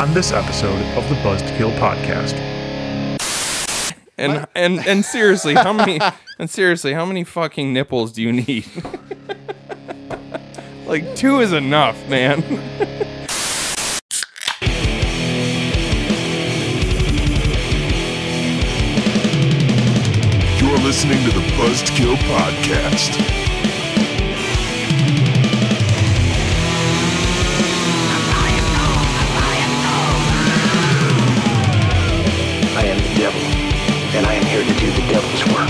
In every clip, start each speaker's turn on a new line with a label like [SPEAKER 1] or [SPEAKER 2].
[SPEAKER 1] on this episode of the Buzzkill Podcast.
[SPEAKER 2] And and and seriously, how many and seriously, how many fucking nipples do you need? like two is enough, man.
[SPEAKER 3] You're listening to the Buzzkill Podcast.
[SPEAKER 4] I am the devil, and I am here to do the devil's work.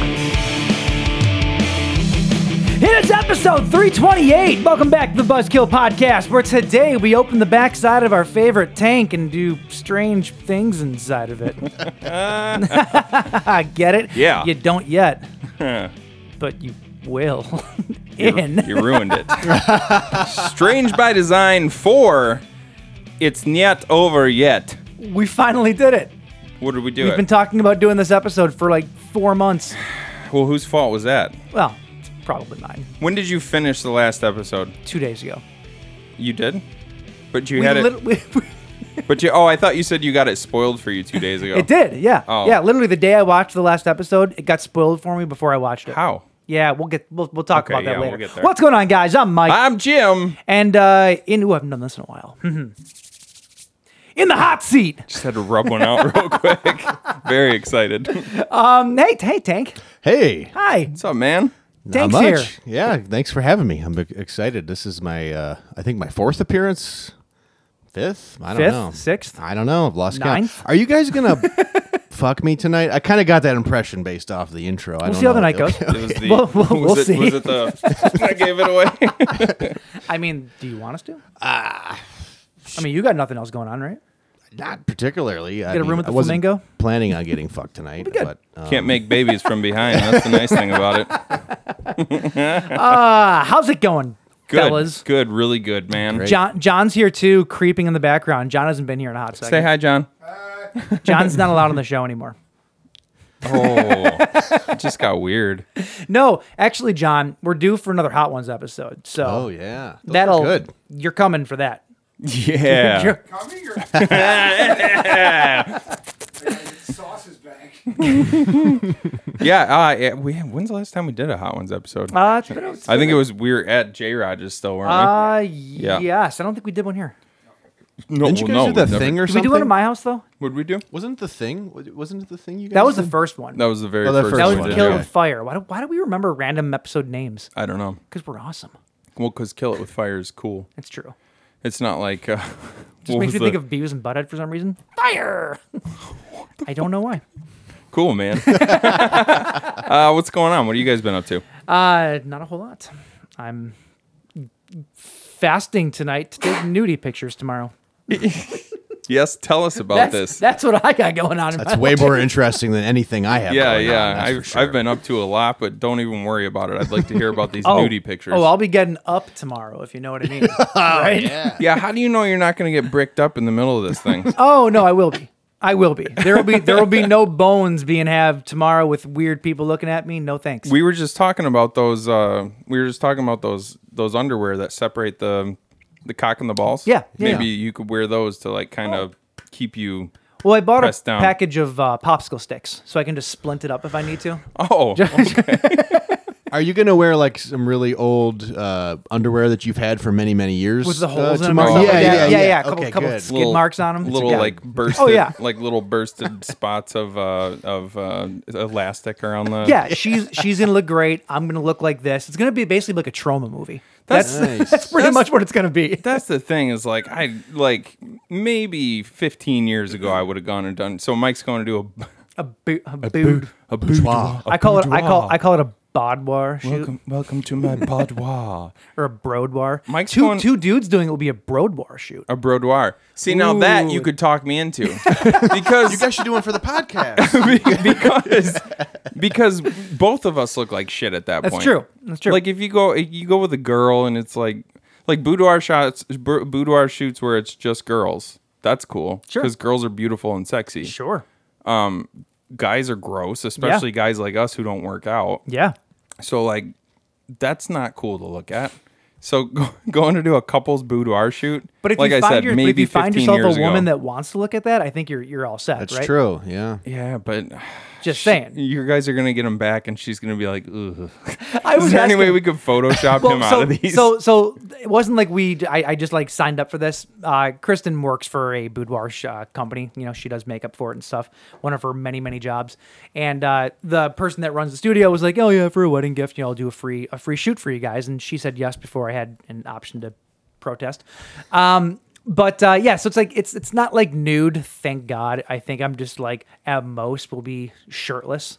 [SPEAKER 5] It is episode 328. Welcome back to the Buzzkill Podcast, where today we open the backside of our favorite tank and do strange things inside of it. I get it.
[SPEAKER 2] Yeah.
[SPEAKER 5] You don't yet, but you will. In.
[SPEAKER 2] You ruined it. Strange by Design 4. It's not over yet.
[SPEAKER 5] We finally did it.
[SPEAKER 2] What did we do?
[SPEAKER 5] We've been talking about doing this episode for like four months.
[SPEAKER 2] well, whose fault was that?
[SPEAKER 5] Well, it's probably mine.
[SPEAKER 2] When did you finish the last episode?
[SPEAKER 5] Two days ago.
[SPEAKER 2] You did? But you
[SPEAKER 5] We
[SPEAKER 2] had
[SPEAKER 5] lit- we- we-
[SPEAKER 2] it But you oh, I thought you said you got it spoiled for you 2 days ago.
[SPEAKER 5] it did, yeah.
[SPEAKER 2] Oh.
[SPEAKER 5] Yeah, literally the day I watched the last episode, it got spoiled for me before I watched it.
[SPEAKER 2] How?
[SPEAKER 5] Yeah, we'll get we'll, we'll talk
[SPEAKER 2] Okay,
[SPEAKER 5] about that
[SPEAKER 2] yeah, we'll
[SPEAKER 5] later.
[SPEAKER 2] get there.
[SPEAKER 5] What's going on, guys? I'm Mike,
[SPEAKER 2] I'm Jim.
[SPEAKER 5] and uh, in ooh, I haven't done this in a while. in the hot seat.
[SPEAKER 2] Just had to rub one out real quick. Very excited. What's
[SPEAKER 5] Um, hey, hey, Tank.
[SPEAKER 6] Hey,
[SPEAKER 5] Hi,
[SPEAKER 2] up, man?
[SPEAKER 5] Tank's
[SPEAKER 6] not
[SPEAKER 5] here.
[SPEAKER 6] much. Yeah, thanks for having me. I'm e- excited. This is my, uh, I think my fourth appearance, fifth. I don't
[SPEAKER 5] Fifth?
[SPEAKER 6] know,
[SPEAKER 5] Sixth?
[SPEAKER 6] I don't know. I've lost
[SPEAKER 5] Ninth?
[SPEAKER 6] count. Are you guys gonna fuck me tonight? I kind of got that impression based off the intro. I
[SPEAKER 5] We'll
[SPEAKER 6] don't
[SPEAKER 5] see how
[SPEAKER 6] know.
[SPEAKER 5] the night goes.
[SPEAKER 6] Okay.
[SPEAKER 2] It was the,
[SPEAKER 5] Well, well,
[SPEAKER 2] was
[SPEAKER 5] we'll
[SPEAKER 2] it,
[SPEAKER 5] see.
[SPEAKER 2] Was it the I gave it away?
[SPEAKER 5] I mean, do you want us to? Ah. I mean, you got nothing else going on, right?
[SPEAKER 6] Not particularly. Get I
[SPEAKER 5] a room
[SPEAKER 6] mean,
[SPEAKER 5] with the
[SPEAKER 6] I wasn't
[SPEAKER 5] flamingo?
[SPEAKER 6] Planning on getting fucked tonight,
[SPEAKER 5] good.
[SPEAKER 6] but uh,
[SPEAKER 2] Can't make babies from behind. That's the nice thing about it.
[SPEAKER 5] Uh, how's it going,
[SPEAKER 2] Good.
[SPEAKER 5] fellas?
[SPEAKER 2] Good, really good, man.
[SPEAKER 5] John, John's here too, creeping in the background. John hasn't been here in a hot second.
[SPEAKER 2] Say hi, John.
[SPEAKER 5] John's not allowed on the show anymore.
[SPEAKER 2] Oh, it just got weird.
[SPEAKER 5] No, actually, John, we're due for another Hot Ones episode. So
[SPEAKER 6] oh yeah, Those are
[SPEAKER 5] that'll
[SPEAKER 6] good.
[SPEAKER 2] Oh,
[SPEAKER 5] You're coming for that.
[SPEAKER 2] Yeah.
[SPEAKER 5] You're-
[SPEAKER 2] yeah, uh, yeah. We, when's the last time we did a Hot Ones episode?
[SPEAKER 5] Uh, it's been, it's
[SPEAKER 2] I think it was we were at J Rogers still, weren't
[SPEAKER 5] Uh,
[SPEAKER 2] Yeah.
[SPEAKER 5] yes. I don't think we did one here.
[SPEAKER 2] we? No,
[SPEAKER 6] Didn't you guys
[SPEAKER 2] well, no,
[SPEAKER 6] do the
[SPEAKER 2] we never-
[SPEAKER 6] thing or
[SPEAKER 5] Did we
[SPEAKER 6] something?
[SPEAKER 5] do one at my house though?
[SPEAKER 2] What'd we do?
[SPEAKER 6] wasn't it the thing? Wa- Wasn't it the thing you guys?
[SPEAKER 5] That was the
[SPEAKER 6] did?
[SPEAKER 5] first one.
[SPEAKER 2] That was the very
[SPEAKER 6] Oh, that
[SPEAKER 2] first
[SPEAKER 6] first
[SPEAKER 5] that was
[SPEAKER 2] one. we did,
[SPEAKER 5] Kill It
[SPEAKER 2] yeah.
[SPEAKER 5] with Fire. Why do, why do we remember random episode names?
[SPEAKER 2] I don't know.
[SPEAKER 5] Because we're awesome.
[SPEAKER 2] Well, because Kill It with Fire is cool.
[SPEAKER 5] It's true.
[SPEAKER 2] It's not like. Uh,
[SPEAKER 5] Just makes me think of Beavis and Butthead for some reason. Fire! I don't know why.
[SPEAKER 2] Cool, man. uh, what's going on? What have you guys been up to?
[SPEAKER 5] Uh, not a whole lot. I'm fasting tonight to take nudie pictures tomorrow.
[SPEAKER 2] Yes, tell us about
[SPEAKER 5] That's,
[SPEAKER 2] this.
[SPEAKER 5] that's what I got going on. in
[SPEAKER 6] That's
[SPEAKER 5] my
[SPEAKER 6] way
[SPEAKER 5] life.
[SPEAKER 6] more interesting than anything I have.
[SPEAKER 2] yeah,
[SPEAKER 6] going on,
[SPEAKER 2] yeah.
[SPEAKER 6] that's for
[SPEAKER 2] I've,
[SPEAKER 6] sure.
[SPEAKER 2] I've been up to a lot, but don't even worry about it. I'd like to hear about these
[SPEAKER 5] Oh.
[SPEAKER 2] nudie pictures.
[SPEAKER 5] Oh, I'll be getting up tomorrow if you know what I mean. right?
[SPEAKER 2] yeah, how do you know you're not going to get bricked up in the middle of this thing?
[SPEAKER 5] Oh no, I will be. I will be. There will be there will be no bones being have tomorrow with weird people looking at me. No thanks.
[SPEAKER 2] we were just talking about those. Uh, we were just talking about those those underwear that separate the the cock and the balls.
[SPEAKER 5] Yeah, yeah. Oh.
[SPEAKER 2] Maybe you could wear those to like kind of keep you.
[SPEAKER 5] well, I bought a
[SPEAKER 2] press down.
[SPEAKER 5] package of uh, popsicle sticks, so I can just splint it up if I need to.
[SPEAKER 2] Oh,
[SPEAKER 6] Are you gonna wear like some really old uh, underwear that you've had for many, many years?
[SPEAKER 5] With the
[SPEAKER 6] uh,
[SPEAKER 5] holes in 'em or
[SPEAKER 6] tomorrow?
[SPEAKER 5] something
[SPEAKER 6] yeah,
[SPEAKER 5] like
[SPEAKER 6] yeah, yeah,
[SPEAKER 5] that. Yeah, yeah, a couple-
[SPEAKER 6] okay,
[SPEAKER 5] couple
[SPEAKER 6] good.
[SPEAKER 5] skin marks on 'em.
[SPEAKER 2] Little
[SPEAKER 5] Yeah.
[SPEAKER 2] like bursted,
[SPEAKER 5] Oh, yeah.
[SPEAKER 2] like little bursted spots of uh, of uh, elastic around the.
[SPEAKER 5] Yeah, she's she's gonna look great. I'm gonna look like this. It's gonna be basically like a trauma movie. That's that's,
[SPEAKER 6] Nice.
[SPEAKER 5] pretty
[SPEAKER 2] That's-
[SPEAKER 5] much what it's gonna be.
[SPEAKER 2] that's the thing is like I like maybe 15 years ago I would have gone and done. So Mike's going to do a
[SPEAKER 5] A, boo- a, boob.
[SPEAKER 2] a boudoir.
[SPEAKER 5] I call it I call I call it a boudoir shoot
[SPEAKER 2] Welcome, welcome to my boudoir.
[SPEAKER 5] or a brodoir.
[SPEAKER 2] Mike's
[SPEAKER 5] two
[SPEAKER 2] going-
[SPEAKER 5] two dudes doing it will be a brodoir shoot.
[SPEAKER 2] A boudoir. See now that you
[SPEAKER 5] Ooh.
[SPEAKER 2] could talk me into because
[SPEAKER 6] You guys should do one for the podcast.
[SPEAKER 2] because because both of us look like shit at that
[SPEAKER 5] That's
[SPEAKER 2] point.
[SPEAKER 5] true. That's true.
[SPEAKER 2] Like if you go if you go with a girl and it's like like boudoir shots bou- boudoir shoots where it's just girls. That's cool.
[SPEAKER 5] Sure.
[SPEAKER 2] Because girls are beautiful and sexy.
[SPEAKER 5] sure.
[SPEAKER 2] Guys are gross, especially guys like us who don't work out.
[SPEAKER 5] Yeah.
[SPEAKER 2] So like that's not cool to look at. So go, going to do a couple's boudoir shoot.
[SPEAKER 5] But if
[SPEAKER 2] like
[SPEAKER 5] you
[SPEAKER 2] I
[SPEAKER 5] find,
[SPEAKER 2] said,
[SPEAKER 5] your, but
[SPEAKER 2] maybe
[SPEAKER 5] if you find
[SPEAKER 2] 15
[SPEAKER 5] yourself
[SPEAKER 2] years
[SPEAKER 5] a woman
[SPEAKER 2] ago.
[SPEAKER 5] that wants to look at that, I think you're you're all set.
[SPEAKER 6] That's
[SPEAKER 5] right?
[SPEAKER 6] true. Yeah.
[SPEAKER 2] Yeah, but
[SPEAKER 5] Just saying.
[SPEAKER 2] you guys are gonna get him back, and she's gonna be like, "Ugh."
[SPEAKER 5] I
[SPEAKER 2] Is there any way
[SPEAKER 5] asking-
[SPEAKER 2] we could Photoshop him
[SPEAKER 5] so,
[SPEAKER 2] out of these?
[SPEAKER 5] so so it wasn't like we I, I just like signed up for this uh kristen works for a boudoir sh- uh, company you know she does makeup for it and stuff one of her many many jobs and uh the person that runs the studio was like oh yeah for a wedding gift you know i'll do a free a free shoot for you guys and she said yes before i had an option to protest um but uh, yeah, so it's like it's it's not like nude, thank God. I think I'm just like at most will be shirtless,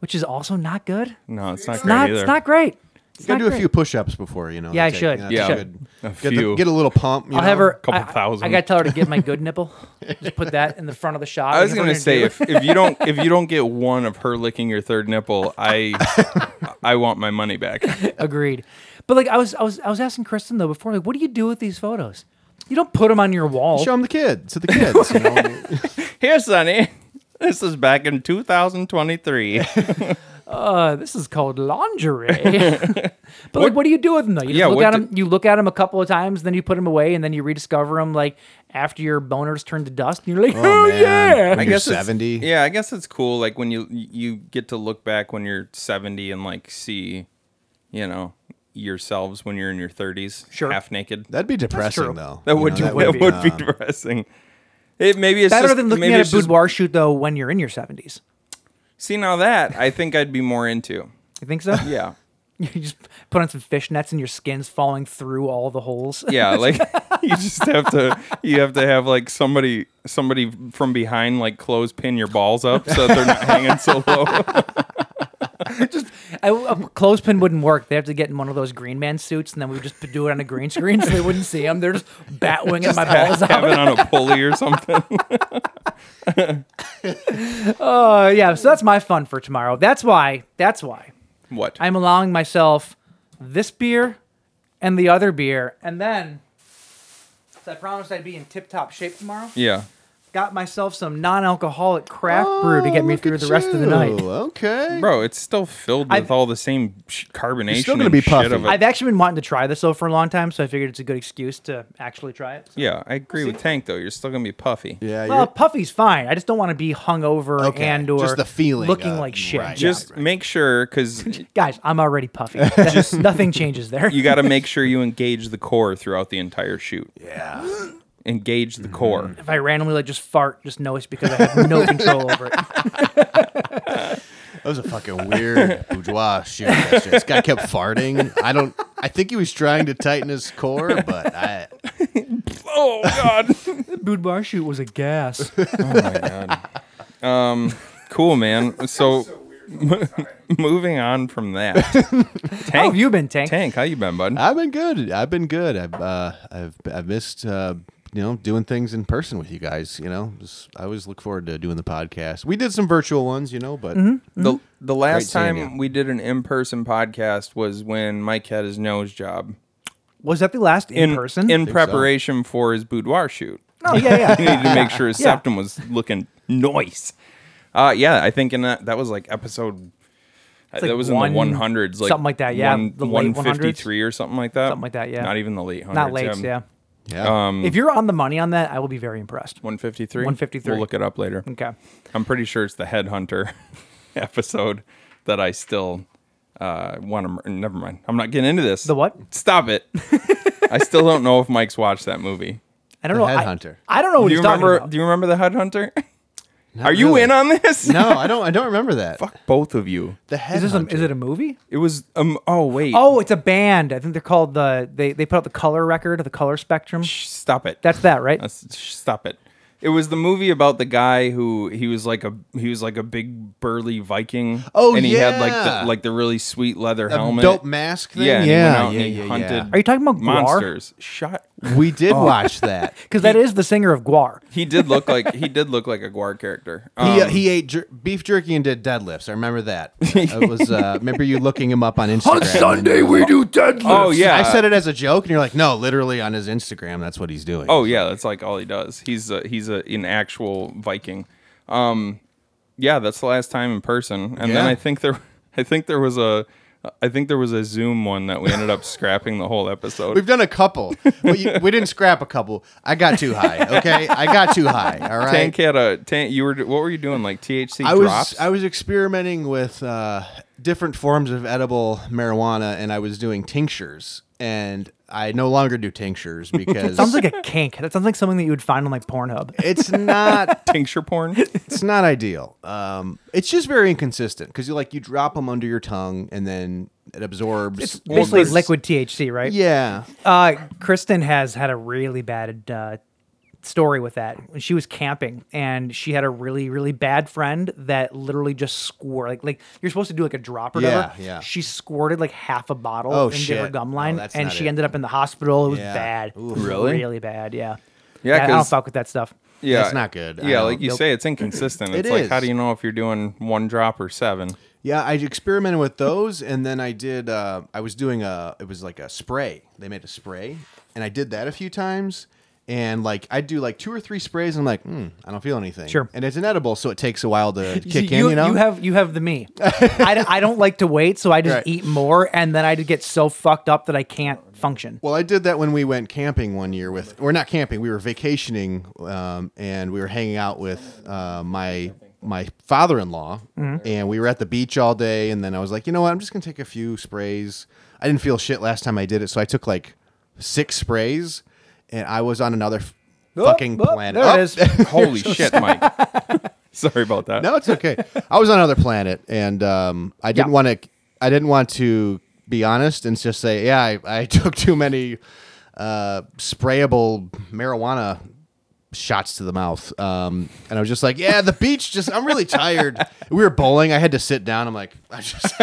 [SPEAKER 5] which is also not good.
[SPEAKER 2] no, it's not Mm, great
[SPEAKER 5] not
[SPEAKER 2] either.
[SPEAKER 5] it's not great. It's
[SPEAKER 6] You gotta
[SPEAKER 5] not
[SPEAKER 6] do
[SPEAKER 5] great.
[SPEAKER 6] a few push-ups before you know.
[SPEAKER 5] Yeah, I
[SPEAKER 6] the take.
[SPEAKER 5] should.
[SPEAKER 6] that's
[SPEAKER 5] Yeah.
[SPEAKER 6] good.
[SPEAKER 2] A
[SPEAKER 6] Get, the-
[SPEAKER 2] few.
[SPEAKER 6] get a little pump. You
[SPEAKER 5] I'll
[SPEAKER 6] know?
[SPEAKER 5] have her.
[SPEAKER 2] couple
[SPEAKER 5] I-
[SPEAKER 2] thousand.
[SPEAKER 5] I, got to tell her to get my good nipple. Just put that in the front of the shot.
[SPEAKER 2] I was
[SPEAKER 5] If
[SPEAKER 2] gonna,
[SPEAKER 5] we're
[SPEAKER 2] say
[SPEAKER 5] do-
[SPEAKER 2] if, if you don't if you don't get one of her licking your third nipple, I I want my money back.
[SPEAKER 5] agreed. But like I was, I was, I was asking Kristen though before, like, what do you do with these photos? You don't put them on your wall.
[SPEAKER 6] Show them the kid to the kids. you know?
[SPEAKER 2] Here, Sonny. This is back in 2023.
[SPEAKER 5] Uh, this is called lingerie. but like, what do you do with them though? You just
[SPEAKER 2] Yeah,
[SPEAKER 5] look
[SPEAKER 2] what
[SPEAKER 5] at
[SPEAKER 2] do-
[SPEAKER 5] them. You look at them a couple of times, then you put them away, and then you rediscover them like after your boners turn to dust, and you're like, oh,
[SPEAKER 6] man.
[SPEAKER 5] yeah.
[SPEAKER 6] When you're
[SPEAKER 2] it's-
[SPEAKER 6] seventy.
[SPEAKER 2] Yeah, I guess it's cool. Like when you you get to look back when you're seventy and like see, you know, yourselves when you're in your thirties,
[SPEAKER 5] Sure.
[SPEAKER 2] half naked. That,
[SPEAKER 6] That'd be
[SPEAKER 5] true.
[SPEAKER 6] depressing, though. You
[SPEAKER 2] would
[SPEAKER 6] know,
[SPEAKER 2] do- that,
[SPEAKER 5] be,
[SPEAKER 2] would, be uh, depressing. It maybe it's
[SPEAKER 5] Better
[SPEAKER 2] just-
[SPEAKER 5] than looking
[SPEAKER 2] maybe
[SPEAKER 5] at a
[SPEAKER 2] it's just-
[SPEAKER 5] boudoir shoot though when you're in your seventies.
[SPEAKER 2] See now that I think I'd be more into.
[SPEAKER 5] You think so?
[SPEAKER 2] Yeah,
[SPEAKER 5] You just put on some fishnets and your skin's falling through all the holes.
[SPEAKER 2] yeah. Like you just have to you have to have like somebody somebody from behind like clothespin your balls up so that they're not hanging so low.
[SPEAKER 5] I, a clothespin wouldn't work. They have to get in one of those green man suits, and then we would just do it on a green screen so they wouldn't see them. They're just bat winging my balls
[SPEAKER 2] Have
[SPEAKER 5] out.
[SPEAKER 2] it on a pulley or something.
[SPEAKER 5] Uh, yeah, so that's my fun for tomorrow. That's why. That's why
[SPEAKER 2] What?
[SPEAKER 5] I'm allowing myself this beer and the other beer, and then. since I promised I'd be in tip-top shape tomorrow.
[SPEAKER 2] yeah.
[SPEAKER 5] Got myself some non-alcoholic craft
[SPEAKER 6] Oh,
[SPEAKER 5] brew to get me through the rest of the night.
[SPEAKER 6] Ooh, Okay.
[SPEAKER 2] Bro, it's still filled with
[SPEAKER 5] I've-
[SPEAKER 2] all the same sh- carbonation.
[SPEAKER 6] still gonna
[SPEAKER 2] and
[SPEAKER 6] be
[SPEAKER 2] shit
[SPEAKER 6] puffy.
[SPEAKER 2] Of it.
[SPEAKER 5] I've actually been wanting to try this though for a long time, so I figured it's a good excuse to actually try it.
[SPEAKER 2] yeah, I agree with Tank though. You're still gonna be puffy.
[SPEAKER 6] Yeah.
[SPEAKER 5] Well,
[SPEAKER 6] you're-
[SPEAKER 5] puffy's fine. I just don't want to be hungover
[SPEAKER 6] Okay,
[SPEAKER 5] and or
[SPEAKER 6] just the feeling
[SPEAKER 5] looking
[SPEAKER 6] of-
[SPEAKER 5] like shit.
[SPEAKER 6] right.
[SPEAKER 5] Yeah.
[SPEAKER 2] Just make sure, because
[SPEAKER 5] guys, I'm already puffy. Just nothing changes there.
[SPEAKER 2] you got to make sure you engage the core throughout the entire shoot.
[SPEAKER 6] yeah. Mm-hmm.
[SPEAKER 2] Engage the core.
[SPEAKER 5] if I randomly like just fart, just know it's because I have no control over it.
[SPEAKER 6] That was a fucking weird boudoir shoot. yesterday. This guy kept farting. I don't. I think he was trying to tighten his core, but I.
[SPEAKER 2] Oh God.
[SPEAKER 5] Boudoir shoot was a gas.
[SPEAKER 2] cool, man. So, moving on from that,
[SPEAKER 5] How have you been, Tank?
[SPEAKER 2] Tank, how you been, bud?
[SPEAKER 6] I've been good. I've been good. I've uh, I've I've missed uh, you know doing things in person with you guys. You know, Just- I always look forward to doing the podcast. We did some virtual ones, you know, but
[SPEAKER 5] Mm-hmm.
[SPEAKER 2] The the last
[SPEAKER 6] seeing
[SPEAKER 2] time
[SPEAKER 6] you.
[SPEAKER 2] we did an in person podcast was when Mike had his nose job
[SPEAKER 5] Was that the last in, person?
[SPEAKER 2] in
[SPEAKER 6] so.
[SPEAKER 2] preparation for his boudoir shoot.
[SPEAKER 5] oh yeah,
[SPEAKER 2] He
[SPEAKER 5] yeah.
[SPEAKER 2] needed to make sure his
[SPEAKER 5] Yeah.
[SPEAKER 2] septum was looking nice. Uh, yeah, I think in that that was like episode. uh, That
[SPEAKER 5] like
[SPEAKER 2] was
[SPEAKER 5] one-
[SPEAKER 2] in the one hundreds, like
[SPEAKER 5] something like that, yeah, the late
[SPEAKER 2] one fifty three or something like that.
[SPEAKER 5] Something like that, yeah.
[SPEAKER 2] Not even the late hundreds.
[SPEAKER 5] Not late, yeah.
[SPEAKER 6] yeah,
[SPEAKER 2] Um,
[SPEAKER 5] If you're on the money on that, I will be very impressed.
[SPEAKER 2] One fifty three.
[SPEAKER 5] 153.
[SPEAKER 2] We'll look it up later.
[SPEAKER 5] Okay.
[SPEAKER 2] I'm pretty sure it's the headhunter episode that I still uh, want to. Never mind. I'm not getting into this.
[SPEAKER 5] The what?
[SPEAKER 2] Stop it. I still don't know if Mike's watched that movie.
[SPEAKER 5] I don't
[SPEAKER 6] The
[SPEAKER 5] know. I-
[SPEAKER 6] Headhunter.
[SPEAKER 5] I, don't know what
[SPEAKER 2] Do you
[SPEAKER 5] he's talking
[SPEAKER 2] remember?
[SPEAKER 5] about.
[SPEAKER 2] Do you remember the headhunter?
[SPEAKER 6] Not
[SPEAKER 2] Are you
[SPEAKER 6] really.
[SPEAKER 2] in on this?
[SPEAKER 6] No, I don't. I don't remember that.
[SPEAKER 2] Fuck both of you.
[SPEAKER 6] The
[SPEAKER 5] Is
[SPEAKER 6] head.
[SPEAKER 5] this a, is it a movie?
[SPEAKER 2] It was um. Oh wait.
[SPEAKER 5] Oh, it's a band. I think they're called the they they put out the color record, the color spectrum.
[SPEAKER 2] Shh, Stop it.
[SPEAKER 5] That's that, right?
[SPEAKER 2] That's- sh- stop it. It was the movie about the guy who he was like a he was like a big burly Viking.
[SPEAKER 6] Oh,
[SPEAKER 2] and he had like
[SPEAKER 6] yeah.
[SPEAKER 2] the like the really sweet leather helmet.
[SPEAKER 6] dope mask thing.
[SPEAKER 2] Yeah, and he went out
[SPEAKER 6] yeah,
[SPEAKER 2] and
[SPEAKER 6] yeah,
[SPEAKER 2] he
[SPEAKER 6] yeah,
[SPEAKER 2] hunted
[SPEAKER 6] yeah.
[SPEAKER 5] Are you talking about Guar?
[SPEAKER 2] monsters. Shut.
[SPEAKER 6] We did
[SPEAKER 5] Oh.
[SPEAKER 6] watch that.
[SPEAKER 5] Because that is the singer of Guar.
[SPEAKER 2] He did look like he did look like a Guar character. Um,
[SPEAKER 6] He, uh, he ate jer- beef jerky and did deadlifts. I remember that. it was uh, remember you looking him up on Instagram.
[SPEAKER 3] we do deadlifts.
[SPEAKER 2] oh yeah.
[SPEAKER 6] I said it as a joke, and you're like, no, literally on his Instagram, that's what he's doing.
[SPEAKER 2] Oh yeah, that's like all he does. He's a, he's a, an actual Viking. Um, yeah, that's the last time in person, and then
[SPEAKER 6] Yeah.
[SPEAKER 2] I think there I think there was a I think there was a Zoom one that we ended up scrapping the whole episode.
[SPEAKER 6] We've done a couple. we, we didn't scrap a couple. I got too high. Okay, I got too high. All right.
[SPEAKER 2] Tank had a tank. You were what were you doing? Like THC
[SPEAKER 6] I
[SPEAKER 2] drops?
[SPEAKER 6] was I was experimenting with uh, different forms of edible marijuana, and I was doing tinctures, and I no longer do tinctures because
[SPEAKER 5] Sounds like a kink. That sounds like something that you would find on like Pornhub.
[SPEAKER 6] it's not
[SPEAKER 2] tincture porn.
[SPEAKER 6] it's not ideal. Um, it's just very inconsistent because you like you drop them under your tongue, and then it absorbs.
[SPEAKER 5] It's
[SPEAKER 2] Well,
[SPEAKER 5] basically
[SPEAKER 2] there's-
[SPEAKER 5] liquid THC, right?
[SPEAKER 6] yeah,
[SPEAKER 5] Uh, Kristen has had a really bad uh, story with that. She was camping and she had a really, really bad friend that literally just squirted. Like, like you're supposed to do like a drop or
[SPEAKER 6] Yeah,
[SPEAKER 5] whatever.
[SPEAKER 6] yeah.
[SPEAKER 5] She squirted like half a bottle
[SPEAKER 6] Oh,
[SPEAKER 5] into her
[SPEAKER 6] shit.
[SPEAKER 5] gum
[SPEAKER 6] No,
[SPEAKER 5] line,
[SPEAKER 6] that's
[SPEAKER 5] and
[SPEAKER 6] not
[SPEAKER 5] she
[SPEAKER 6] it.
[SPEAKER 5] ended up in the hospital. It was
[SPEAKER 6] Yeah.
[SPEAKER 5] bad.
[SPEAKER 6] Oof.
[SPEAKER 2] Really?
[SPEAKER 5] really bad. Yeah.
[SPEAKER 2] Yeah,
[SPEAKER 5] I don't
[SPEAKER 2] 'cause-
[SPEAKER 5] fuck with that stuff.
[SPEAKER 2] Yeah,
[SPEAKER 6] That's not good. I
[SPEAKER 2] Yeah,
[SPEAKER 6] don't-
[SPEAKER 2] like you
[SPEAKER 6] Nope.
[SPEAKER 2] say, it's inconsistent.
[SPEAKER 6] It
[SPEAKER 2] It's like how
[SPEAKER 6] is.
[SPEAKER 2] do you know if you're doing one drop or seven?
[SPEAKER 6] yeah. I experimented with those, and then I did. Uh, I was doing a. It was like a spray. They made a spray, and I did that a few times. And like I do like two or three sprays, and I'm like, hmm, I don't feel anything.
[SPEAKER 5] Sure.
[SPEAKER 6] And it's an edible, so it takes a while to kick
[SPEAKER 5] you,
[SPEAKER 6] in. You know.
[SPEAKER 5] have you have the me. I, d- I don't like to wait, so I just
[SPEAKER 6] Right.
[SPEAKER 5] eat more, and then I just get so fucked up that I can't function.
[SPEAKER 6] Well, I did that when we went camping one year with, or not camping, we were vacationing, um, and we were hanging out with uh, my my father in law,
[SPEAKER 5] Mm-hmm.
[SPEAKER 6] and we were at the beach all day. And then I was like, you know what, I'm just gonna take a few sprays. I didn't feel shit last time I did it, so I took like six sprays, and I was on another f- fucking
[SPEAKER 5] Oh, oh,
[SPEAKER 6] planet.
[SPEAKER 5] There
[SPEAKER 6] Oh,
[SPEAKER 5] it is.
[SPEAKER 2] Holy shit, Mike! Sorry about that.
[SPEAKER 6] no, it's okay. I was on another planet, and um, I didn't
[SPEAKER 5] Yeah.
[SPEAKER 6] want to. I didn't want to be honest and just say, yeah, I, I took too many uh, sprayable marijuana shots to the mouth, um, and I was just like, yeah, the beach. Just I'm really tired. we were bowling. I had to sit down. I'm like, I just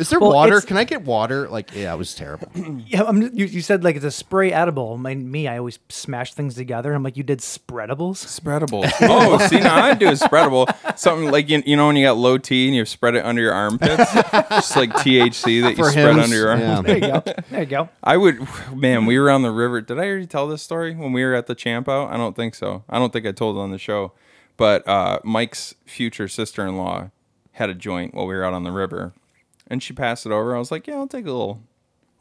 [SPEAKER 6] is there
[SPEAKER 5] Well,
[SPEAKER 6] water?
[SPEAKER 5] it's-
[SPEAKER 6] Can I get water? Like, yeah, it was terrible.
[SPEAKER 5] Yeah, I'm, you, you said like it's a spray edible. My, me, I always smash things together. I'm like, you did spreadables?
[SPEAKER 2] Spreadable. Oh, see, now I do a spreadable. Something like you, you know when you got low T and you spread it under your armpits, just like THC that you
[SPEAKER 6] For
[SPEAKER 2] spread
[SPEAKER 6] him,
[SPEAKER 2] under your armpits.
[SPEAKER 6] yeah.
[SPEAKER 5] There you go. There you
[SPEAKER 6] Oh
[SPEAKER 5] go.
[SPEAKER 2] I would, man. We were on the river. Did I already tell this story when we were at the champ out? I don't think so. I don't think I told it on the show. But uh, Mike's future sister-in-law had a joint while we were out on the river, and she passed it over. I was like, "Yeah, I'll take a little,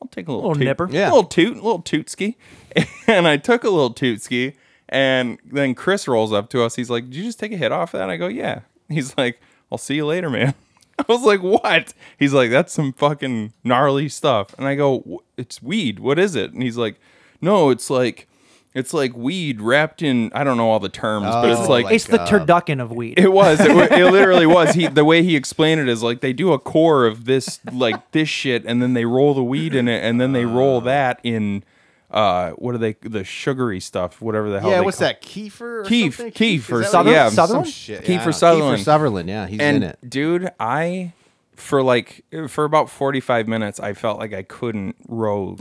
[SPEAKER 2] I'll take a little,
[SPEAKER 5] Little
[SPEAKER 2] toot.
[SPEAKER 5] nipper.
[SPEAKER 6] Yeah.
[SPEAKER 2] a little toot, a little tootski." And I took a little tootski, and then Chris rolls up to us. He's like, "Did you just take a hit off that?" I go, "Yeah." He's like, "I'll see you later, man." I was like, "What?" He's like, "That's some fucking gnarly stuff." And I go, "W- "It's weed. What is it?" And he's like, "No, it's like, it's like weed wrapped in I don't know all the terms, but it's
[SPEAKER 6] Oh,
[SPEAKER 2] like."
[SPEAKER 6] like-
[SPEAKER 5] it's the turducken of weed.
[SPEAKER 2] it was. It, wa- it literally was. He the way he explained it is like they do a core of this like this shit, and then they roll the weed in it, and then they roll that in uh what are they the sugary stuff, whatever the hell.
[SPEAKER 6] Yeah,
[SPEAKER 2] they
[SPEAKER 6] what's
[SPEAKER 2] call-
[SPEAKER 6] that? Kefir? Or
[SPEAKER 2] Keef,
[SPEAKER 6] something?
[SPEAKER 2] Keef
[SPEAKER 6] Is
[SPEAKER 2] or
[SPEAKER 6] that what
[SPEAKER 2] Sutherland?
[SPEAKER 6] it is?
[SPEAKER 2] Yeah,
[SPEAKER 6] Some
[SPEAKER 2] Sutherland?
[SPEAKER 6] shit,
[SPEAKER 2] Keef or
[SPEAKER 6] yeah.
[SPEAKER 2] Sutherland.
[SPEAKER 6] Kiefer Sutherland. Yeah, he's in
[SPEAKER 2] and
[SPEAKER 6] it.
[SPEAKER 2] dude i for like for about 45 minutes i felt like i couldn't row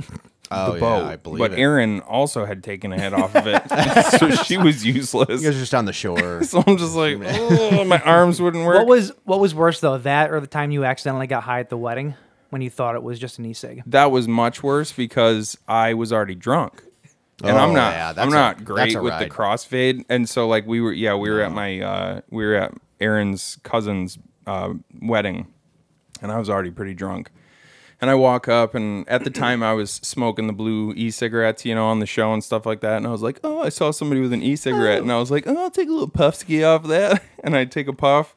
[SPEAKER 6] Oh,
[SPEAKER 2] the
[SPEAKER 6] yeah,
[SPEAKER 2] boat
[SPEAKER 6] I believe
[SPEAKER 2] but
[SPEAKER 6] it.
[SPEAKER 2] Erin also had taken a head off of it so she was useless
[SPEAKER 6] You guys are just on the shore.
[SPEAKER 2] so i'm just like oh, my arms wouldn't work
[SPEAKER 5] What was what was worse though, that or the time you accidentally got high at the wedding when you thought it was just an e-cig?
[SPEAKER 2] that was much worse because I was already drunk. And I'm
[SPEAKER 6] Oh,
[SPEAKER 2] not
[SPEAKER 6] yeah, that's
[SPEAKER 2] I'm
[SPEAKER 6] a-
[SPEAKER 2] not
[SPEAKER 6] that's
[SPEAKER 2] great
[SPEAKER 6] a
[SPEAKER 2] with the
[SPEAKER 6] ride.
[SPEAKER 2] crossfade. And so like we were yeah, we were at my uh we were at Aaron's cousin's uh wedding and I was already pretty drunk. And I walk up and at the time I was smoking the blue e-cigarettes, you know, on the show and stuff like that. And I was like, Oh, I saw somebody with an e-cigarette and I was like, Oh, I'll take a little puff ski off that and I take a puff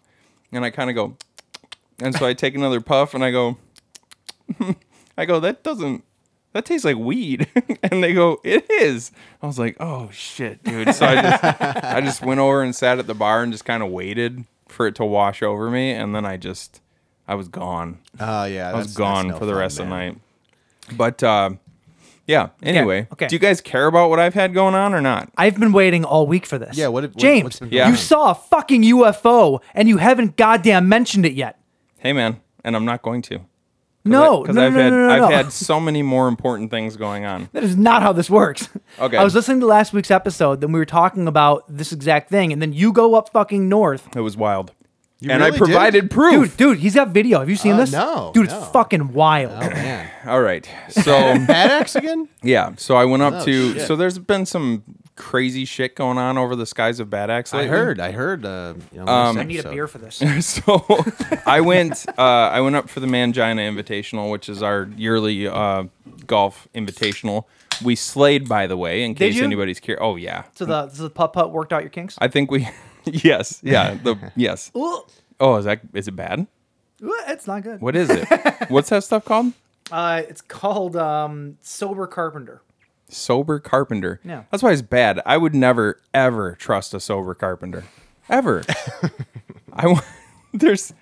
[SPEAKER 2] and I kinda go and so I take another puff and I go I go, that doesn't, that tastes like weed. and they go, it is. I was like, oh shit, dude. So I just, I just went over and sat at the bar and just kind of waited for it to wash over me. And then I just, I was gone.
[SPEAKER 6] Oh yeah,
[SPEAKER 2] I was gone for the rest of the night. But, uh, yeah. Anyway,
[SPEAKER 5] okay.
[SPEAKER 2] do you guys care about what I've had going on or not?
[SPEAKER 5] I've been waiting all week for this.
[SPEAKER 6] Yeah, what- what-
[SPEAKER 5] James,
[SPEAKER 6] what's been
[SPEAKER 2] going on?
[SPEAKER 5] you saw a fucking UFO and you haven't goddamn mentioned it yet.
[SPEAKER 2] Hey, man. And I'm not going to.
[SPEAKER 5] No, no,
[SPEAKER 2] because
[SPEAKER 5] no,
[SPEAKER 2] I've
[SPEAKER 5] no,
[SPEAKER 2] had
[SPEAKER 5] no, no,
[SPEAKER 2] I've
[SPEAKER 5] no.
[SPEAKER 2] had so many more important things going on.
[SPEAKER 5] That is not how this works.
[SPEAKER 2] Okay.
[SPEAKER 5] I was listening to last week's episode, then we were talking about this exact thing, and then you go up fucking north
[SPEAKER 2] It was wild. and I
[SPEAKER 6] really did?
[SPEAKER 2] provided proof.
[SPEAKER 5] Dude, dude, he's got video. Have you seen
[SPEAKER 6] Uh,
[SPEAKER 5] this?
[SPEAKER 6] no,
[SPEAKER 5] Dude,
[SPEAKER 6] no.
[SPEAKER 5] it's fucking wild.
[SPEAKER 6] Oh man,
[SPEAKER 2] All right. So
[SPEAKER 6] bad axe again?
[SPEAKER 2] yeah, so I went up
[SPEAKER 6] Oh,
[SPEAKER 2] to
[SPEAKER 6] shit.
[SPEAKER 2] so there's been some crazy shit going on over the skies of Bad Axe.
[SPEAKER 6] I
[SPEAKER 2] lately.
[SPEAKER 6] heard. I heard. Uh, you know,
[SPEAKER 2] Um,
[SPEAKER 6] last
[SPEAKER 5] I need a
[SPEAKER 6] episode.
[SPEAKER 5] beer for this.
[SPEAKER 2] so I went uh, I went up for the Mangina Invitational, which is our yearly uh, golf invitational. We slayed, by the way, in
[SPEAKER 5] Did
[SPEAKER 2] case
[SPEAKER 5] you?
[SPEAKER 2] anybody's curious. Oh yeah,
[SPEAKER 5] So the so the putt putt worked out your kinks.
[SPEAKER 2] I think we. yes, yeah, the yes.
[SPEAKER 5] Ooh,
[SPEAKER 2] Oh, is that is it bad?
[SPEAKER 5] ooh, it's not good.
[SPEAKER 2] What is it? What's that stuff called?
[SPEAKER 5] Uh, it's called um, sober carpenter.
[SPEAKER 2] Sober carpenter.
[SPEAKER 5] Yeah.
[SPEAKER 2] That's why it's bad. I would never ever trust a sober carpenter. Ever. I wa- there's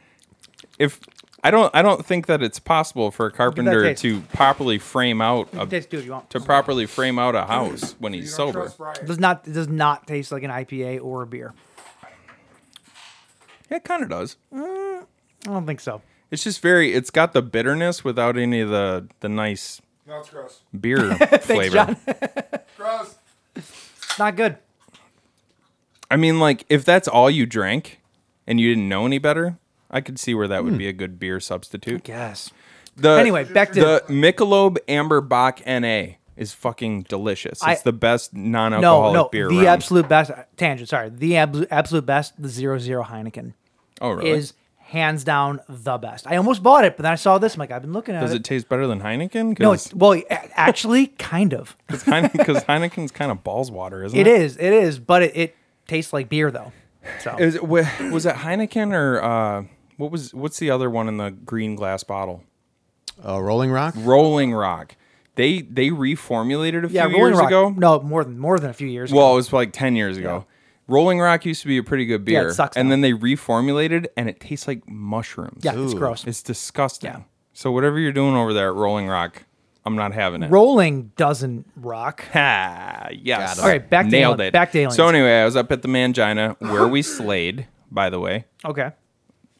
[SPEAKER 2] if I don't I don't think that it's possible for a carpenter
[SPEAKER 5] taste.
[SPEAKER 2] to properly frame out a
[SPEAKER 5] Taste, dude, you want
[SPEAKER 2] Um, to properly frame out a house when he's sober.
[SPEAKER 5] does not it does not taste like an IPA or a beer.
[SPEAKER 2] Yeah, it kind of does.
[SPEAKER 5] I don't think so.
[SPEAKER 2] It's just very it's got the bitterness without any of the the nice
[SPEAKER 7] No, it's gross.
[SPEAKER 2] beer flavor.
[SPEAKER 5] John.
[SPEAKER 7] Gross.
[SPEAKER 5] It's not good.
[SPEAKER 2] I mean, like if that's all you drank and you didn't know any better, I could see where that would be a good beer substitute.
[SPEAKER 5] Yes.
[SPEAKER 2] The,
[SPEAKER 5] Anyway, back to-
[SPEAKER 2] the Michelob Amber Bach NA is fucking delicious. It's
[SPEAKER 5] I-
[SPEAKER 2] the best
[SPEAKER 5] No,
[SPEAKER 2] non-alcoholic
[SPEAKER 5] no,
[SPEAKER 2] beer.
[SPEAKER 5] the
[SPEAKER 2] around.
[SPEAKER 5] absolute best tangent. Sorry, the absolute absolute best. The zero zero Heineken
[SPEAKER 2] oh, really?
[SPEAKER 5] is hands down the best. I almost bought it, but then I saw this. I'm like, I've been looking at
[SPEAKER 2] Does
[SPEAKER 5] it.
[SPEAKER 2] it taste better than Heineken?
[SPEAKER 5] no, it's well, a- actually, kind of.
[SPEAKER 2] because Heineken's kind of balls water, isn't it?
[SPEAKER 5] It is. It is. But it, it tastes like beer though. So
[SPEAKER 2] Is it wa- was it Heineken or uh, what was what's the other one in the green glass bottle?
[SPEAKER 6] Uh, Rolling Rock.
[SPEAKER 2] Rolling Rock. They they reformulated a few years
[SPEAKER 5] Rock-
[SPEAKER 2] ago.
[SPEAKER 5] No, more than more than a few years.
[SPEAKER 2] Well,
[SPEAKER 5] ago.
[SPEAKER 2] it was like 10 years ago. Rolling Rock used to be a pretty good
[SPEAKER 5] Yeah, it
[SPEAKER 2] beer.
[SPEAKER 5] sucks
[SPEAKER 2] and
[SPEAKER 5] now.
[SPEAKER 2] then they reformulated and it tastes like mushrooms.
[SPEAKER 5] yeah, it's gross.
[SPEAKER 2] It's disgusting.
[SPEAKER 5] Yeah.
[SPEAKER 2] So whatever you're doing over there at Rolling Rock, I'm not having it.
[SPEAKER 5] Rolling doesn't rock.
[SPEAKER 2] ah, yes.
[SPEAKER 6] Got him.
[SPEAKER 5] All right, back to
[SPEAKER 2] Nailed
[SPEAKER 5] alien-
[SPEAKER 2] it.
[SPEAKER 5] back to aliens.
[SPEAKER 2] So anyway, I was up at the Mangina where we slayed, by the way.
[SPEAKER 5] Okay.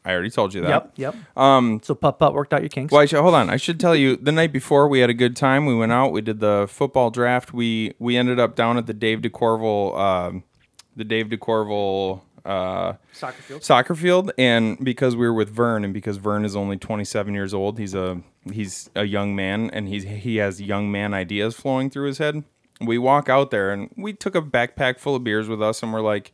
[SPEAKER 2] I already told you that.
[SPEAKER 5] Yep. Yep. Um. So putt putt worked out your kinks.
[SPEAKER 2] Well, I should, hold on. I should tell you. The night before, we had a good time. We went out. We did the football draft. We we ended up down at the Dave DeCorval, um, the Dave DeCorval uh,
[SPEAKER 5] Soccer field.
[SPEAKER 2] soccer field, and because we were with Vern, and because Vern is only 27 years old, he's a he's a young man, and he's he has young man ideas flowing through his head. We walk out there, and we took a backpack full of beers with us, and we're like,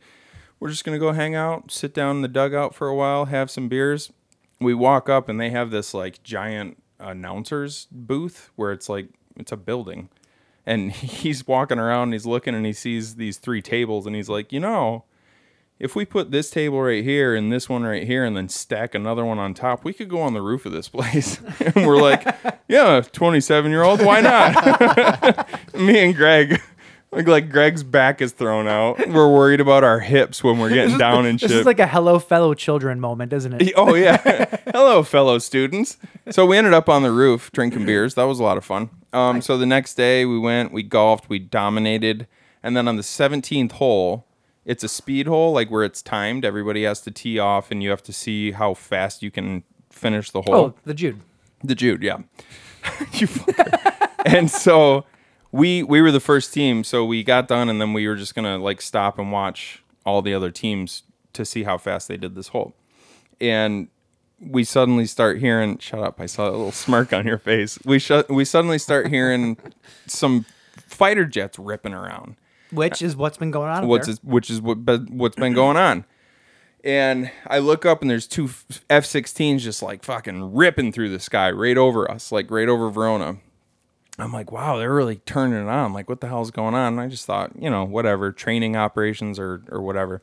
[SPEAKER 2] we're just gonna go hang out, sit down in the dugout for a while, have some beers. We walk up, and they have this like giant announcers booth where it's like it's a building. And he's walking around and he's looking and he sees these three tables and he's like, you know, if we put this table right here and this one right here and then stack another one on top, we could go on the roof of this place. and we're like, yeah, 27 year old, why not? Me and Greg. Like, like Greg's back is thrown out. We're worried about our hips when we're getting down and shit.
[SPEAKER 5] this is like a hello fellow children moment, isn't it?
[SPEAKER 2] oh yeah. Hello, fellow students. So we ended up on the roof drinking beers. That was a lot of fun. Um, so the next day we went, we golfed, we dominated, and then on the 17th hole, it's a speed hole, like where it's timed. Everybody has to tee off, and you have to see how fast you can finish the hole.
[SPEAKER 5] Oh, the Jude.
[SPEAKER 2] The Jude, yeah. you fucker. and so we we were the first team, so we got done and then we were just gonna like stop and watch all the other teams to see how fast they did this hole. And we suddenly start hearing shut up, I saw a little smirk on your face. We shut we suddenly start hearing some fighter jets ripping around
[SPEAKER 5] Which is what's been going on. up
[SPEAKER 2] what's
[SPEAKER 5] there.
[SPEAKER 2] is, which is what but what's been going on. And I look up and there's two F 16s just like fucking ripping through the sky right over us, like right over Verona. I'm like, wow, they're really turning it on. Like, what the hell's going on? And I just thought, you know, whatever, training operations or or whatever.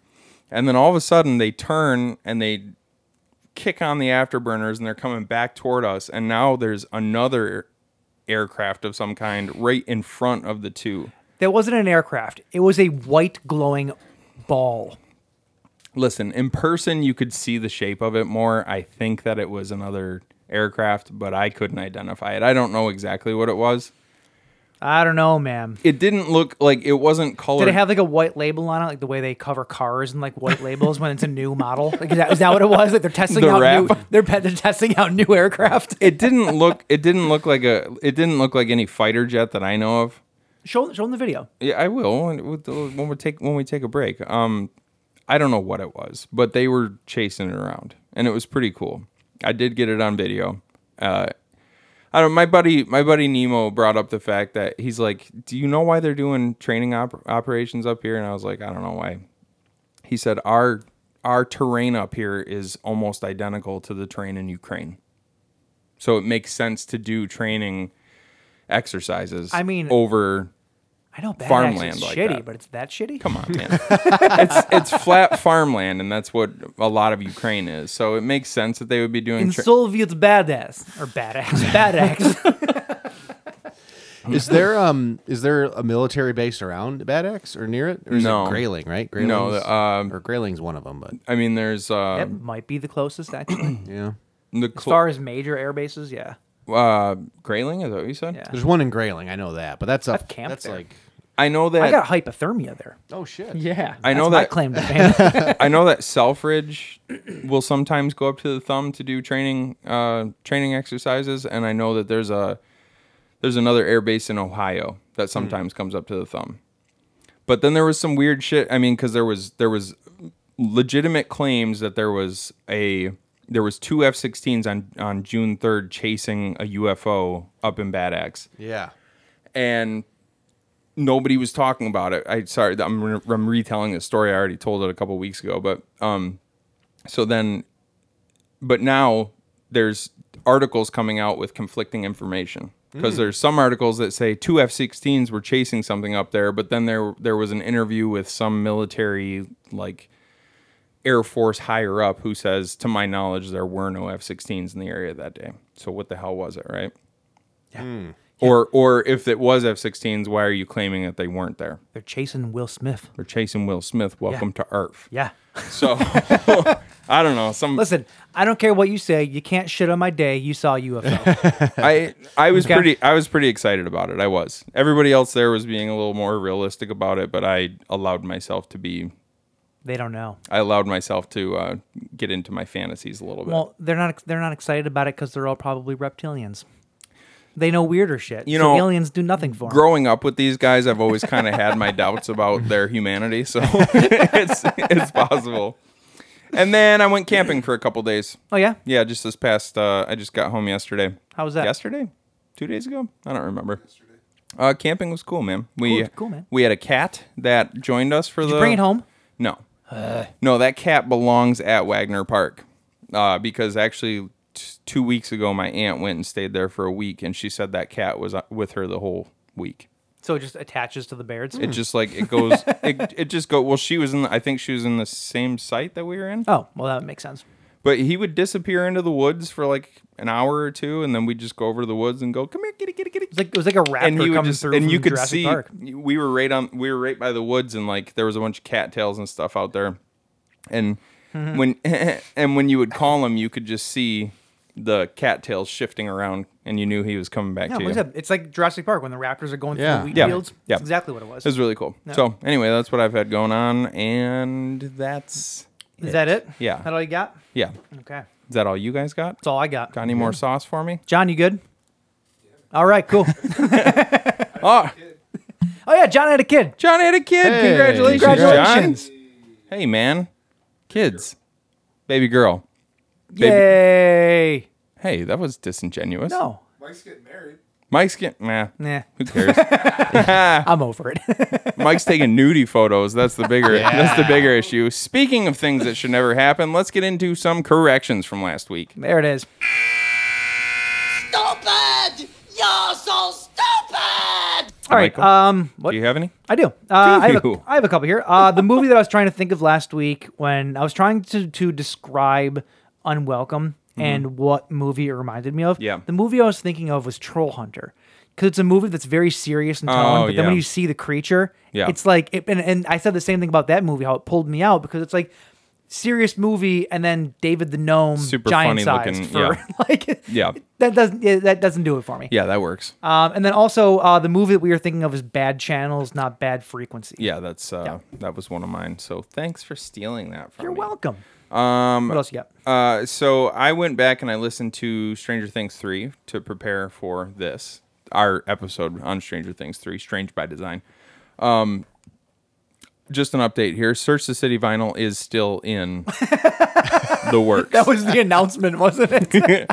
[SPEAKER 2] And then all of a sudden they turn and they kick on the afterburners and they're coming back toward us. And now there's another aircraft of some kind right in front of the two.
[SPEAKER 5] That wasn't an aircraft. It was a white glowing ball.
[SPEAKER 2] Listen, in person, you could see the shape of it more. I think that it was another aircraft, but I couldn't identify it. I don't know exactly what it was.
[SPEAKER 5] I don't know, man.
[SPEAKER 2] It didn't look like it wasn't colored.
[SPEAKER 5] Did it have like a white label on it, like the way they cover cars and like white labels when it's a new model? Like, is, that, is that what it was? Like they're testing
[SPEAKER 2] The
[SPEAKER 5] out new.
[SPEAKER 2] wrap?
[SPEAKER 5] They're, pe- they're testing out new aircraft.
[SPEAKER 2] it didn't look. It didn't look like a. It didn't look like any fighter jet that I know of.
[SPEAKER 5] show show them the video.
[SPEAKER 2] Yeah, I will when, with the- when we take when we take a break. Um, I don't know what it was, but they were chasing it around, and it was pretty cool. I did get it on video. Uh, I don't. My buddy, my buddy Nemo brought up the fact that he's like, "Do you know why they're doing training op- operations up here?" And I was like, "I don't know why." He said, "Our our terrain up here is almost identical to the terrain in Ukraine, so it makes sense to do training exercises.
[SPEAKER 5] I mean-
[SPEAKER 2] over."
[SPEAKER 5] I know bad
[SPEAKER 2] Farmland
[SPEAKER 5] farmland
[SPEAKER 2] like
[SPEAKER 5] shitty,
[SPEAKER 2] that.
[SPEAKER 5] but it's that shitty.
[SPEAKER 2] Come on, man. it's it's flat farmland, and that's what a lot of Ukraine is. So it makes sense that they would be doing.
[SPEAKER 5] In
[SPEAKER 2] tra-
[SPEAKER 5] Soviets, badass or badass, badass.
[SPEAKER 2] Mm-hmm.
[SPEAKER 6] Is there um is there a military base around Bad Axe or near it? Or is
[SPEAKER 2] No.
[SPEAKER 6] it Grayling, right? Grayling's,
[SPEAKER 2] No, the, um,
[SPEAKER 6] or Grayling's one of them, but
[SPEAKER 2] I mean, there's uh,
[SPEAKER 5] that might be the closest actually.
[SPEAKER 6] yeah.
[SPEAKER 2] the
[SPEAKER 5] As
[SPEAKER 2] cl-
[SPEAKER 5] far as major air bases, yeah.
[SPEAKER 2] uh, Grayling. Is that what you said?
[SPEAKER 5] Yeah.
[SPEAKER 6] There's one in Grayling, I know that, but that's up
[SPEAKER 5] I've camped
[SPEAKER 6] that's
[SPEAKER 5] there.
[SPEAKER 6] like
[SPEAKER 2] I know that.
[SPEAKER 5] I got hypothermia there.
[SPEAKER 6] Oh shit.
[SPEAKER 5] Yeah,
[SPEAKER 2] I know
[SPEAKER 5] that's my
[SPEAKER 2] that-
[SPEAKER 5] claim to fame.
[SPEAKER 2] I know that Selfridge will sometimes go up to the thumb to do training uh, training exercises, and I know that there's a there's another air base in Ohio that sometimes comes up to the thumb. But then there was some weird shit. I mean, because there was there was legitimate claims that there was a there was two F-16s on on June 3rd chasing a UFO up in Bad Axe
[SPEAKER 6] Yeah.
[SPEAKER 2] and nobody was talking about it. I sorry, I'm, re- I'm retelling the story. I already told it a couple weeks ago, but um, so then, but now there's articles coming out with conflicting information because there's some articles that say two F-16s were chasing something up there, but then there there was an interview with some military like. Air Force higher up, who says, to my knowledge, there were no F 16s in the area that day. So, what the hell was it, right? Or or if it was F 16s, why are you claiming that they weren't there?
[SPEAKER 5] They're chasing Will Smith.
[SPEAKER 2] They're chasing Will Smith. Welcome to Earth.
[SPEAKER 5] Yeah.
[SPEAKER 2] So I don't know. Some
[SPEAKER 5] Listen, I don't care what you say. You can't shit on my day. You saw UFO.
[SPEAKER 2] I I was
[SPEAKER 5] Okay.
[SPEAKER 2] pretty I was pretty excited about it. I was. Everybody else there was being a little more realistic about it, but I allowed myself to be
[SPEAKER 5] they don't know.
[SPEAKER 2] I allowed myself to uh, get into my fantasies a little bit.
[SPEAKER 5] Well, they're not. They're not excited about it because they're all probably reptilians. They know weirder shit.
[SPEAKER 2] You
[SPEAKER 5] so
[SPEAKER 2] know,
[SPEAKER 5] aliens do nothing for 'em.
[SPEAKER 2] Growing up with these guys, I've always kind of had my doubts about their humanity, so it's it's possible. And then I went camping for a couple days.
[SPEAKER 5] Oh yeah.
[SPEAKER 2] Yeah, just this past. Uh, I just got home yesterday.
[SPEAKER 5] How was that?
[SPEAKER 2] Yesterday, two days ago. I don't remember. Uh, camping was cool, man. We
[SPEAKER 5] Cool- cool, man.
[SPEAKER 2] We had a cat that joined us for
[SPEAKER 5] Did
[SPEAKER 2] the.
[SPEAKER 5] you bring it home?
[SPEAKER 2] No, no, that cat belongs at Wagner Park, uh, because actually t- two weeks ago my aunt went and stayed there for a week, and she said that cat was uh, with her the whole week.
[SPEAKER 5] So it just attaches to the Bairds.
[SPEAKER 2] It just like it goes. it, it just go. Well, she was in. The, I think she was in the same site that we were in.
[SPEAKER 5] oh well, that makes sense.
[SPEAKER 2] But he would disappear into the woods for like an hour or two, and then we'd just go over to the woods and go, "Come here, kitty, kitty, kitty."
[SPEAKER 5] It was like it was like a raptor
[SPEAKER 2] and he would
[SPEAKER 5] coming
[SPEAKER 2] just,
[SPEAKER 5] through
[SPEAKER 2] and
[SPEAKER 5] from
[SPEAKER 2] you could
[SPEAKER 5] Jurassic
[SPEAKER 2] see
[SPEAKER 5] Park.
[SPEAKER 2] we were right on, we were right by the woods, and like there was a bunch of cattails and stuff out there, and
[SPEAKER 5] Mm-hmm.
[SPEAKER 2] when and when you would call him, you could just see the cattails shifting around, and you knew he was coming back
[SPEAKER 5] Yeah,
[SPEAKER 2] to
[SPEAKER 5] like I
[SPEAKER 2] you.
[SPEAKER 5] said, it's like Jurassic Park when the raptors are going through
[SPEAKER 6] Yeah.
[SPEAKER 5] the wheat
[SPEAKER 2] Yeah.
[SPEAKER 5] fields.
[SPEAKER 2] Yeah.
[SPEAKER 5] That's exactly what it was.
[SPEAKER 2] It was really cool. So anyway, that's what I've had going on, and that's
[SPEAKER 5] Is that it?
[SPEAKER 2] Yeah.
[SPEAKER 5] That all you got?
[SPEAKER 2] yeah.
[SPEAKER 5] Okay.
[SPEAKER 2] Is that all you guys got?
[SPEAKER 5] That's all I got.
[SPEAKER 2] Got any more sauce for me?
[SPEAKER 5] John, you good? All right, cool.
[SPEAKER 2] Oh,
[SPEAKER 5] oh yeah, John had a kid.
[SPEAKER 2] John had a kid. Congratulations,
[SPEAKER 5] Congratulations.
[SPEAKER 2] John. Hey, man. Kids. Baby girl. Baby-
[SPEAKER 5] Yay!
[SPEAKER 2] Hey, that was disingenuous.
[SPEAKER 5] No,
[SPEAKER 7] Mike's getting married.
[SPEAKER 2] Mike's getting, nah,
[SPEAKER 5] nah,
[SPEAKER 2] who cares?
[SPEAKER 5] I'm over it.
[SPEAKER 2] Mike's taking nudie photos. That's the bigger, that's the bigger issue. Speaking of things that should never happen, let's get into some corrections from last week.
[SPEAKER 5] there it is.
[SPEAKER 8] stupid! You're so stupid!
[SPEAKER 5] All right.
[SPEAKER 2] Michael?
[SPEAKER 5] Um, what
[SPEAKER 2] Do you have any?
[SPEAKER 5] I do. Uh, I, have a,
[SPEAKER 2] you?
[SPEAKER 5] I have a couple here. Uh, the movie that I was trying to think of last week when I was trying to, to describe Unwelcome and what movie it reminded me of.
[SPEAKER 2] Mm-hmm. Yeah.
[SPEAKER 5] The movie I was thinking of was Troll Hunter because it's a movie that's very serious in tone,
[SPEAKER 2] Oh,
[SPEAKER 5] but then when
[SPEAKER 2] yeah.
[SPEAKER 5] you see the creature,
[SPEAKER 2] Yeah.
[SPEAKER 5] it's like, it, and, and I said the same thing about that movie, how it pulled me out because it's like, Serious movie, and then David the Gnome,
[SPEAKER 2] Super
[SPEAKER 5] giant
[SPEAKER 2] funny
[SPEAKER 5] size
[SPEAKER 2] looking,
[SPEAKER 5] for
[SPEAKER 2] yeah.
[SPEAKER 5] like,
[SPEAKER 2] Yeah.
[SPEAKER 5] that doesn't yeah, that doesn't do it for me.
[SPEAKER 2] Yeah, that works.
[SPEAKER 5] Um, and then also uh, the movie that we were thinking of is Bad Channels, not Bad Frequency.
[SPEAKER 2] yeah, that's, uh, that was one of mine. So thanks for stealing that from
[SPEAKER 5] You're
[SPEAKER 2] me.
[SPEAKER 5] welcome. Um, what else you got?
[SPEAKER 2] Uh, so I went back and I listened to Stranger Things 3 to prepare for this, our episode on Stranger Things 3, Strange by Design. Um, just an update here. Search the City vinyl is still in the works.
[SPEAKER 5] That was the announcement, wasn't it?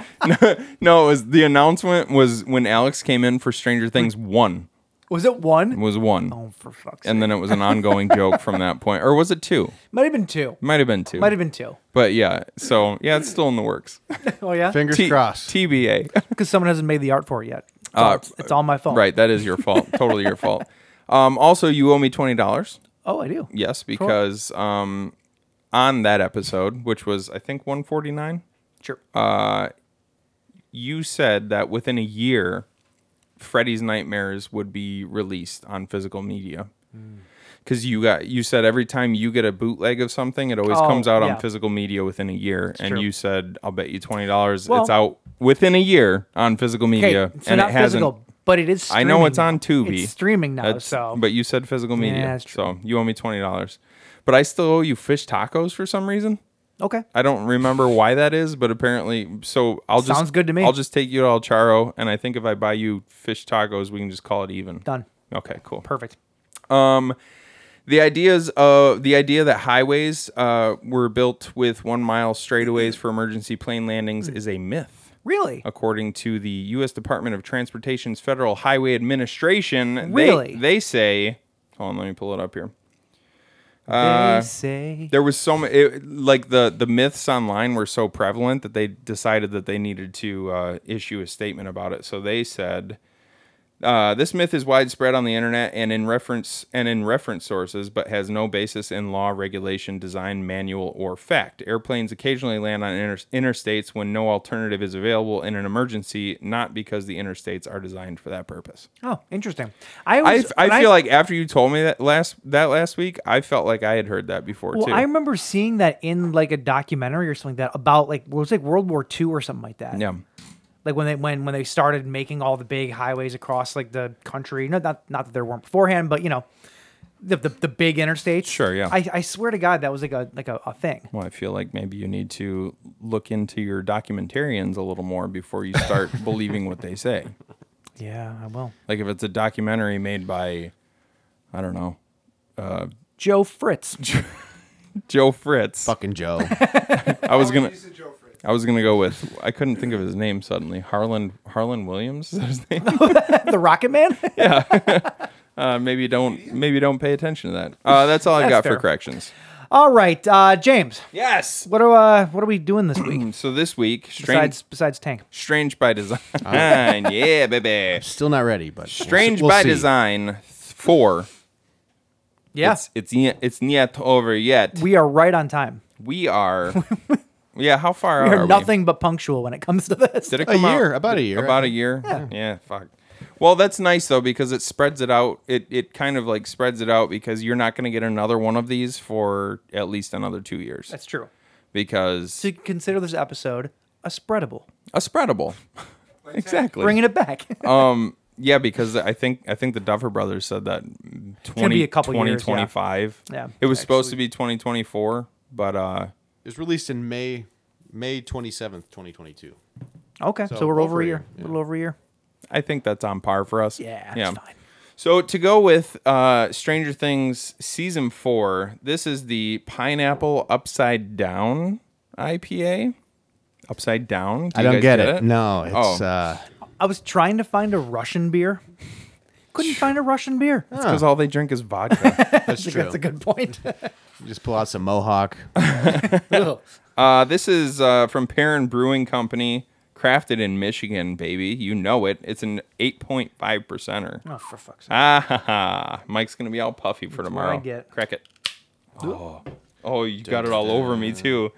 [SPEAKER 2] no, it was the announcement was when Alex came in for Stranger Things one
[SPEAKER 5] was it one?
[SPEAKER 2] was one,
[SPEAKER 5] Oh, for fuck's sake.
[SPEAKER 2] and then it was an ongoing joke from that point, or was it two?
[SPEAKER 5] Might have been two.
[SPEAKER 2] Might have been two.
[SPEAKER 5] Might have been two.
[SPEAKER 2] But yeah, so yeah, it's still in the works.
[SPEAKER 5] Oh yeah,
[SPEAKER 6] Fingers
[SPEAKER 2] T-
[SPEAKER 6] crossed.
[SPEAKER 2] TBA.
[SPEAKER 5] because someone hasn't made the art for it yet. It's, all, it's, it's all my fault.
[SPEAKER 2] Uh, Right, that is your fault. totally your fault. Um, also, you owe me twenty dollars.
[SPEAKER 5] Oh, I do.
[SPEAKER 2] Yes, because um, on that episode, which was I think one forty nine,
[SPEAKER 5] Sure.
[SPEAKER 2] Uh, you said that within a year, Freddy's Nightmares would be released on physical media.
[SPEAKER 5] Mm.
[SPEAKER 2] Because you got you said every time you get a bootleg of something, it always
[SPEAKER 5] Oh,
[SPEAKER 2] comes out
[SPEAKER 5] yeah.
[SPEAKER 2] on physical media within a year. and
[SPEAKER 5] true.
[SPEAKER 2] you said, "I'll bet you twenty dollars
[SPEAKER 5] Well-
[SPEAKER 2] it's out within a year on physical
[SPEAKER 5] okay,
[SPEAKER 2] media."
[SPEAKER 5] so not physical, but it is.
[SPEAKER 2] I
[SPEAKER 5] Streaming
[SPEAKER 2] know it's on
[SPEAKER 5] now.
[SPEAKER 2] Tubi.
[SPEAKER 5] It's streaming now,
[SPEAKER 2] That's-
[SPEAKER 5] so
[SPEAKER 2] but you said physical media,
[SPEAKER 5] that's true.
[SPEAKER 2] so you owe me twenty dollars. But I still owe you fish tacos for some reason.
[SPEAKER 5] okay.
[SPEAKER 2] I don't remember why that is, but apparently, so I'll just
[SPEAKER 5] Sounds good to me.
[SPEAKER 2] I'll just take you to El Charo, and I think if I buy you fish tacos, we can just call it even.
[SPEAKER 5] Done.
[SPEAKER 2] Okay, cool.
[SPEAKER 5] Perfect.
[SPEAKER 2] The ideas of the idea that highways uh, were built with one mile straightaways
[SPEAKER 5] Mm-hmm.
[SPEAKER 2] for emergency plane landings is a myth.
[SPEAKER 5] Really?
[SPEAKER 2] According to the U.S. Department of Transportation's Federal Highway Administration, they-
[SPEAKER 5] Really?
[SPEAKER 2] they, say, hold on, let me pull it up here. Uh,
[SPEAKER 5] they say
[SPEAKER 2] There was so many, it, like the the myths online were so prevalent that they decided that they needed to uh, issue a statement about it. So they said, uh, "This myth is widespread on the internet and in reference and in reference sources, but has no basis in law, regulation, design, manual, or fact. Airplanes occasionally land on inter- interstates when no alternative is available in an emergency, not because the interstates are designed for that purpose."
[SPEAKER 5] Oh, interesting. I
[SPEAKER 2] I,
[SPEAKER 5] was,
[SPEAKER 2] I
[SPEAKER 5] when
[SPEAKER 2] feel like after you told me that last that last week, I felt like I had heard that before
[SPEAKER 5] Well,
[SPEAKER 2] too.
[SPEAKER 5] I remember seeing that in like a documentary or something like that about like it was like World War II or something like that.
[SPEAKER 2] yeah.
[SPEAKER 5] Like when they when when they started making all the big highways across like the country. No, not not that there weren't beforehand, but you know, the the, the big interstates.
[SPEAKER 2] Sure, yeah.
[SPEAKER 5] I, I swear to God, that was like a like a, a thing.
[SPEAKER 2] Well, I feel like maybe you need to look into your documentarians a little more before you start believing what they say.
[SPEAKER 5] Yeah, I will.
[SPEAKER 2] Like if it's a documentary made by, I don't know,
[SPEAKER 5] Joe Fritz.
[SPEAKER 2] Joe Fritz.
[SPEAKER 6] Fucking Joe.
[SPEAKER 2] I was gonna,
[SPEAKER 7] Oh, He's a Joe Fritz.
[SPEAKER 2] I was gonna go with. I couldn't think of his name suddenly. Harlan Harlan Williams. Is that his name?
[SPEAKER 5] the Rocket Man?
[SPEAKER 2] Uh, maybe don't maybe don't pay attention to that. Uh, that's all I got
[SPEAKER 5] fair.
[SPEAKER 2] for corrections.
[SPEAKER 5] all right, uh, James.
[SPEAKER 2] Yes.
[SPEAKER 5] What are uh, what are we doing this week
[SPEAKER 2] So this week, strange,
[SPEAKER 5] besides besides Tank?
[SPEAKER 2] strange by design. yeah, baby.
[SPEAKER 6] Still not ready, but we'll see-
[SPEAKER 2] Strange
[SPEAKER 6] we'll
[SPEAKER 2] by
[SPEAKER 6] see.
[SPEAKER 2] design four.
[SPEAKER 5] Yeah.
[SPEAKER 2] It's it's yet- it's not over yet.
[SPEAKER 5] we are right on time.
[SPEAKER 2] We are. yeah, how far
[SPEAKER 5] We
[SPEAKER 2] are
[SPEAKER 5] are nothing but punctual when it comes to this.
[SPEAKER 2] Did it
[SPEAKER 6] A
[SPEAKER 2] come
[SPEAKER 6] year,
[SPEAKER 2] out?
[SPEAKER 6] about a year.
[SPEAKER 2] About a year. Yeah. Fuck. Well, that's nice though because it spreads it out. It it kind of like spreads it out because you're not going to get another one of these for at least another two years.
[SPEAKER 5] That's true.
[SPEAKER 2] because
[SPEAKER 5] to consider this episode a spreadable.
[SPEAKER 2] a spreadable. exactly.
[SPEAKER 5] Bringing it back.
[SPEAKER 2] yeah, because I think I think the Duffer Brothers said that 20,
[SPEAKER 5] be a couple years, yeah.
[SPEAKER 2] 2025.
[SPEAKER 5] Yeah.
[SPEAKER 2] It was supposed to be 2024, but uh
[SPEAKER 6] It was released in May, May twenty seventh, twenty twenty two.
[SPEAKER 5] okay, so,
[SPEAKER 6] So,
[SPEAKER 5] we're over
[SPEAKER 6] over
[SPEAKER 5] a
[SPEAKER 6] a
[SPEAKER 5] year,
[SPEAKER 6] year,
[SPEAKER 5] a little over a year.
[SPEAKER 2] I think that's on par for us.
[SPEAKER 5] Yeah,
[SPEAKER 2] Yeah.
[SPEAKER 5] it's fine.
[SPEAKER 2] So to go with uh, Stranger Things season four, this is the pineapple upside down IPA. Upside down. Do
[SPEAKER 6] I
[SPEAKER 2] you
[SPEAKER 6] don't
[SPEAKER 2] guys
[SPEAKER 6] get it. No, it's
[SPEAKER 2] Oh.
[SPEAKER 6] uh,
[SPEAKER 5] I was trying to find a Russian beer. Couldn't find a Russian beer. That's,
[SPEAKER 2] because all they drink is vodka.
[SPEAKER 6] that's
[SPEAKER 5] a,
[SPEAKER 6] true.
[SPEAKER 5] that's a good point.
[SPEAKER 6] Just pull out some Mohawk.
[SPEAKER 2] uh, this is uh, from Perrin Brewing Company, crafted in Michigan, baby. You know it. It's an eight point five percenter.
[SPEAKER 5] oh, for fuck's sake.
[SPEAKER 2] Ah ha ha! Mike's gonna be all puffy for
[SPEAKER 5] what I
[SPEAKER 2] tomorrow.
[SPEAKER 5] get.
[SPEAKER 2] Crack it. Oh, oh, you got it all over me too.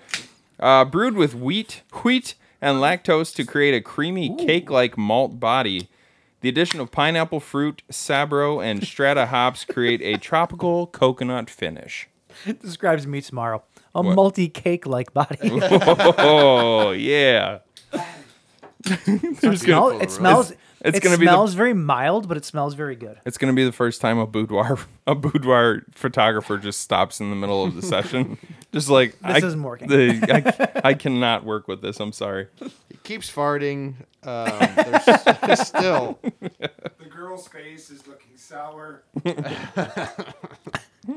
[SPEAKER 2] Uh, brewed with wheat, wheat, and lactose to create a creamy cake-like malt body. The addition of pineapple fruit, sabro, and strata hops create a tropical coconut finish.
[SPEAKER 5] It describes me tomorrow. A multi cake like body.
[SPEAKER 2] Oh yeah!
[SPEAKER 5] Smell- it smells.
[SPEAKER 2] it's
[SPEAKER 5] it
[SPEAKER 2] gonna be the-
[SPEAKER 5] smells very mild, but it smells very good.
[SPEAKER 2] It's gonna be the first time a boudoir a boudoir photographer just stops in the middle of the session, just like
[SPEAKER 5] This
[SPEAKER 2] I-
[SPEAKER 5] isn't working.
[SPEAKER 2] the- I, I cannot work with this. I'm sorry.
[SPEAKER 6] It keeps farting. Um, there's, there's still
[SPEAKER 7] The girl's face is looking sour.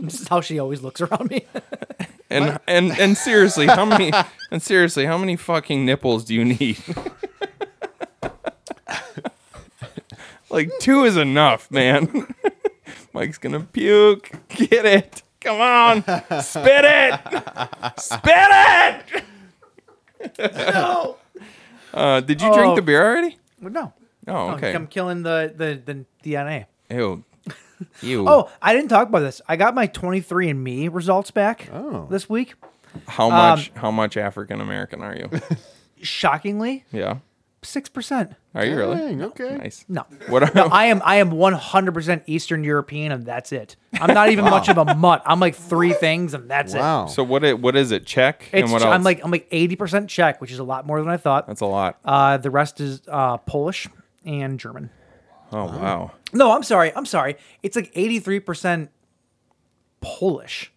[SPEAKER 5] This is how she always looks around me.
[SPEAKER 2] And and and seriously, how many and seriously, how many fucking nipples do you need? like two is enough, man. Mike's gonna puke. Get it. Come on. Spit it. Spit it. no. Uh, did you drink
[SPEAKER 5] Oh.
[SPEAKER 2] the beer already?
[SPEAKER 5] no.
[SPEAKER 2] Oh,
[SPEAKER 5] Oh,
[SPEAKER 2] okay.
[SPEAKER 5] I'm killing the the the DNA.
[SPEAKER 2] Ew. Ew.
[SPEAKER 5] Oh, I didn't talk about this. I got my 23andMe results back this week.
[SPEAKER 2] how
[SPEAKER 5] um,
[SPEAKER 2] much? how much African American are you?
[SPEAKER 5] Shockingly,
[SPEAKER 2] Yeah.
[SPEAKER 5] six percent.
[SPEAKER 2] Are you really?
[SPEAKER 6] Dang, okay.
[SPEAKER 2] Nice.
[SPEAKER 5] No,
[SPEAKER 2] What are
[SPEAKER 5] no, I am I am 100 percent Eastern European, and that's it. I'm not even much of a mutt. I'm like three things, and that's
[SPEAKER 6] Wow.
[SPEAKER 2] So what? It, what is it? Check
[SPEAKER 5] it. It's,
[SPEAKER 2] and what else?
[SPEAKER 5] I'm like I'm like 80 percent Czech, which is a lot more than I thought.
[SPEAKER 2] that's a lot.
[SPEAKER 5] Uh, the rest is uh, Polish and German.
[SPEAKER 2] oh wow.
[SPEAKER 5] No, I'm sorry. I'm sorry. It's like 83% Polish.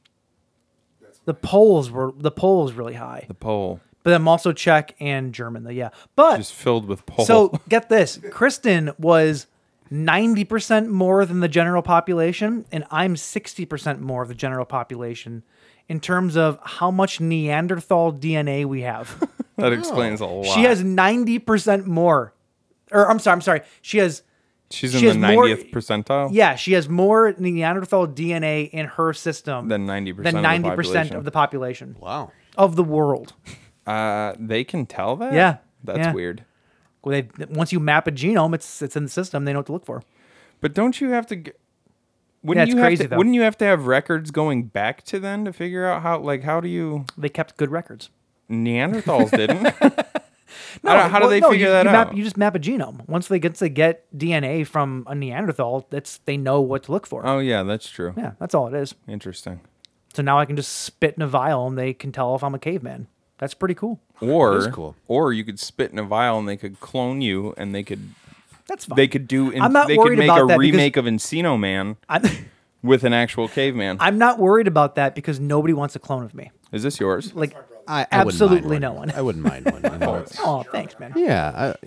[SPEAKER 5] The polls were the polls really high.
[SPEAKER 2] The poll
[SPEAKER 5] But I'm also Czech and German. Though, yeah. But
[SPEAKER 2] just filled with poll.
[SPEAKER 5] so get this. Kristen was 90% more than the general population and I'm 60% more of the general population in terms of how much Neanderthal DNA we have.
[SPEAKER 2] that explains a lot.
[SPEAKER 5] oh, she has 90% more or I'm sorry, I'm sorry. She has
[SPEAKER 2] She's
[SPEAKER 5] she
[SPEAKER 2] in
[SPEAKER 5] has
[SPEAKER 2] the
[SPEAKER 5] more-
[SPEAKER 2] ninetieth percentile.
[SPEAKER 5] yeah, she has more Neanderthal DNA in her system
[SPEAKER 2] Than 90%
[SPEAKER 5] than
[SPEAKER 2] of the
[SPEAKER 5] 90%
[SPEAKER 2] population.
[SPEAKER 5] of the population
[SPEAKER 6] Wow.
[SPEAKER 5] of the world.
[SPEAKER 2] Uh, they can tell that.
[SPEAKER 5] Yeah.
[SPEAKER 2] That's
[SPEAKER 5] Yeah.
[SPEAKER 2] weird.
[SPEAKER 5] Well, they, once you map a genome, it's it's in the system. They know what to look for.
[SPEAKER 2] But don't you have to? g- Wouldn't
[SPEAKER 5] it's
[SPEAKER 2] you have
[SPEAKER 5] crazy,
[SPEAKER 2] to,
[SPEAKER 5] though.
[SPEAKER 2] Wouldn't you have to have records going back to then to figure out how? Like, how do you?
[SPEAKER 5] They kept good records.
[SPEAKER 2] Neanderthals didn't. I don't- how do
[SPEAKER 5] Well,
[SPEAKER 2] they
[SPEAKER 5] no,
[SPEAKER 2] figure
[SPEAKER 5] you,
[SPEAKER 2] that
[SPEAKER 5] you
[SPEAKER 2] out?
[SPEAKER 5] Map, you just map a genome. Once they get they get DNA from a Neanderthal, that's they know what to look for.
[SPEAKER 2] oh yeah, that's true.
[SPEAKER 5] yeah, that's all it is.
[SPEAKER 2] Interesting.
[SPEAKER 5] So now I can just spit in a vial and they can tell if I'm a caveman. That's pretty cool.
[SPEAKER 2] Or
[SPEAKER 6] cool.
[SPEAKER 2] or you could spit in a vial and they could clone you and they could
[SPEAKER 5] That's fine.
[SPEAKER 2] they could do in,
[SPEAKER 5] I'm not
[SPEAKER 2] they
[SPEAKER 5] worried
[SPEAKER 2] could make
[SPEAKER 5] about
[SPEAKER 2] a
[SPEAKER 5] that because-
[SPEAKER 2] remake of Encino Man
[SPEAKER 5] I'm,
[SPEAKER 2] with an actual caveman.
[SPEAKER 5] I'm not worried about that because nobody wants a clone of me.
[SPEAKER 2] Is this yours?
[SPEAKER 5] Like,
[SPEAKER 6] I, I wouldn't mind
[SPEAKER 5] Absolutely
[SPEAKER 6] one.
[SPEAKER 5] no one.
[SPEAKER 6] I wouldn't mind one. I know it's-
[SPEAKER 5] oh, thanks, man.
[SPEAKER 6] yeah. I,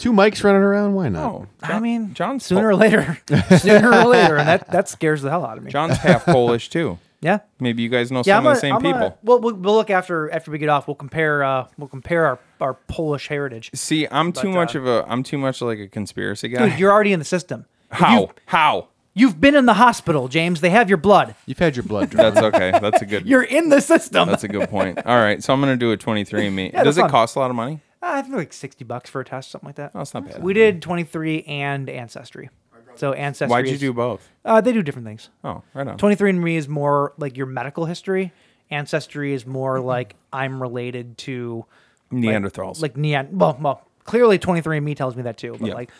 [SPEAKER 6] two mics running around. Why not?
[SPEAKER 2] Oh,
[SPEAKER 5] I mean,
[SPEAKER 2] John's
[SPEAKER 5] sooner
[SPEAKER 2] Pol-
[SPEAKER 5] or later, sooner or later, and that, that scares the hell out of me.
[SPEAKER 2] John's half Polish too.
[SPEAKER 5] yeah,
[SPEAKER 2] Maybe you guys know
[SPEAKER 5] yeah.
[SPEAKER 2] some
[SPEAKER 5] I'm
[SPEAKER 2] of
[SPEAKER 5] a-
[SPEAKER 2] the same
[SPEAKER 5] I'm a-
[SPEAKER 2] people.
[SPEAKER 5] well, we'll we'll look after after we get off. We'll compare. Uh, we'll compare our, our Polish heritage.
[SPEAKER 2] See, I'm too
[SPEAKER 5] But,
[SPEAKER 2] much
[SPEAKER 5] uh,
[SPEAKER 2] of a I'm too much like a conspiracy guy.
[SPEAKER 5] Dude, you're already in the system. If
[SPEAKER 2] how
[SPEAKER 5] You've,
[SPEAKER 2] how?
[SPEAKER 5] you've been in the hospital, James. They have your blood.
[SPEAKER 6] You've had your blood drawn.
[SPEAKER 2] That's okay. That's a good.
[SPEAKER 5] You're in the system.
[SPEAKER 2] that's a good point. All right, so I'm gonna do a 23andMe.
[SPEAKER 5] Yeah,
[SPEAKER 2] Does it
[SPEAKER 5] that's fine.
[SPEAKER 2] cost a lot of money?
[SPEAKER 5] I think like sixty bucks for a test, something like that.
[SPEAKER 2] No, Oh, it's not bad.
[SPEAKER 5] we did twenty three and ancestry. So ancestry.
[SPEAKER 2] Why'd you
[SPEAKER 5] is-
[SPEAKER 2] do both?
[SPEAKER 5] Uh, they do different things.
[SPEAKER 2] Oh, right on.
[SPEAKER 5] 23andMe is more like your medical history. Ancestry is more like I'm related to
[SPEAKER 2] Mm-hmm. Neanderthals.
[SPEAKER 5] Like, like Neand. Well, well, clearly 23andMe tells me that too. But
[SPEAKER 2] Yeah.
[SPEAKER 5] like,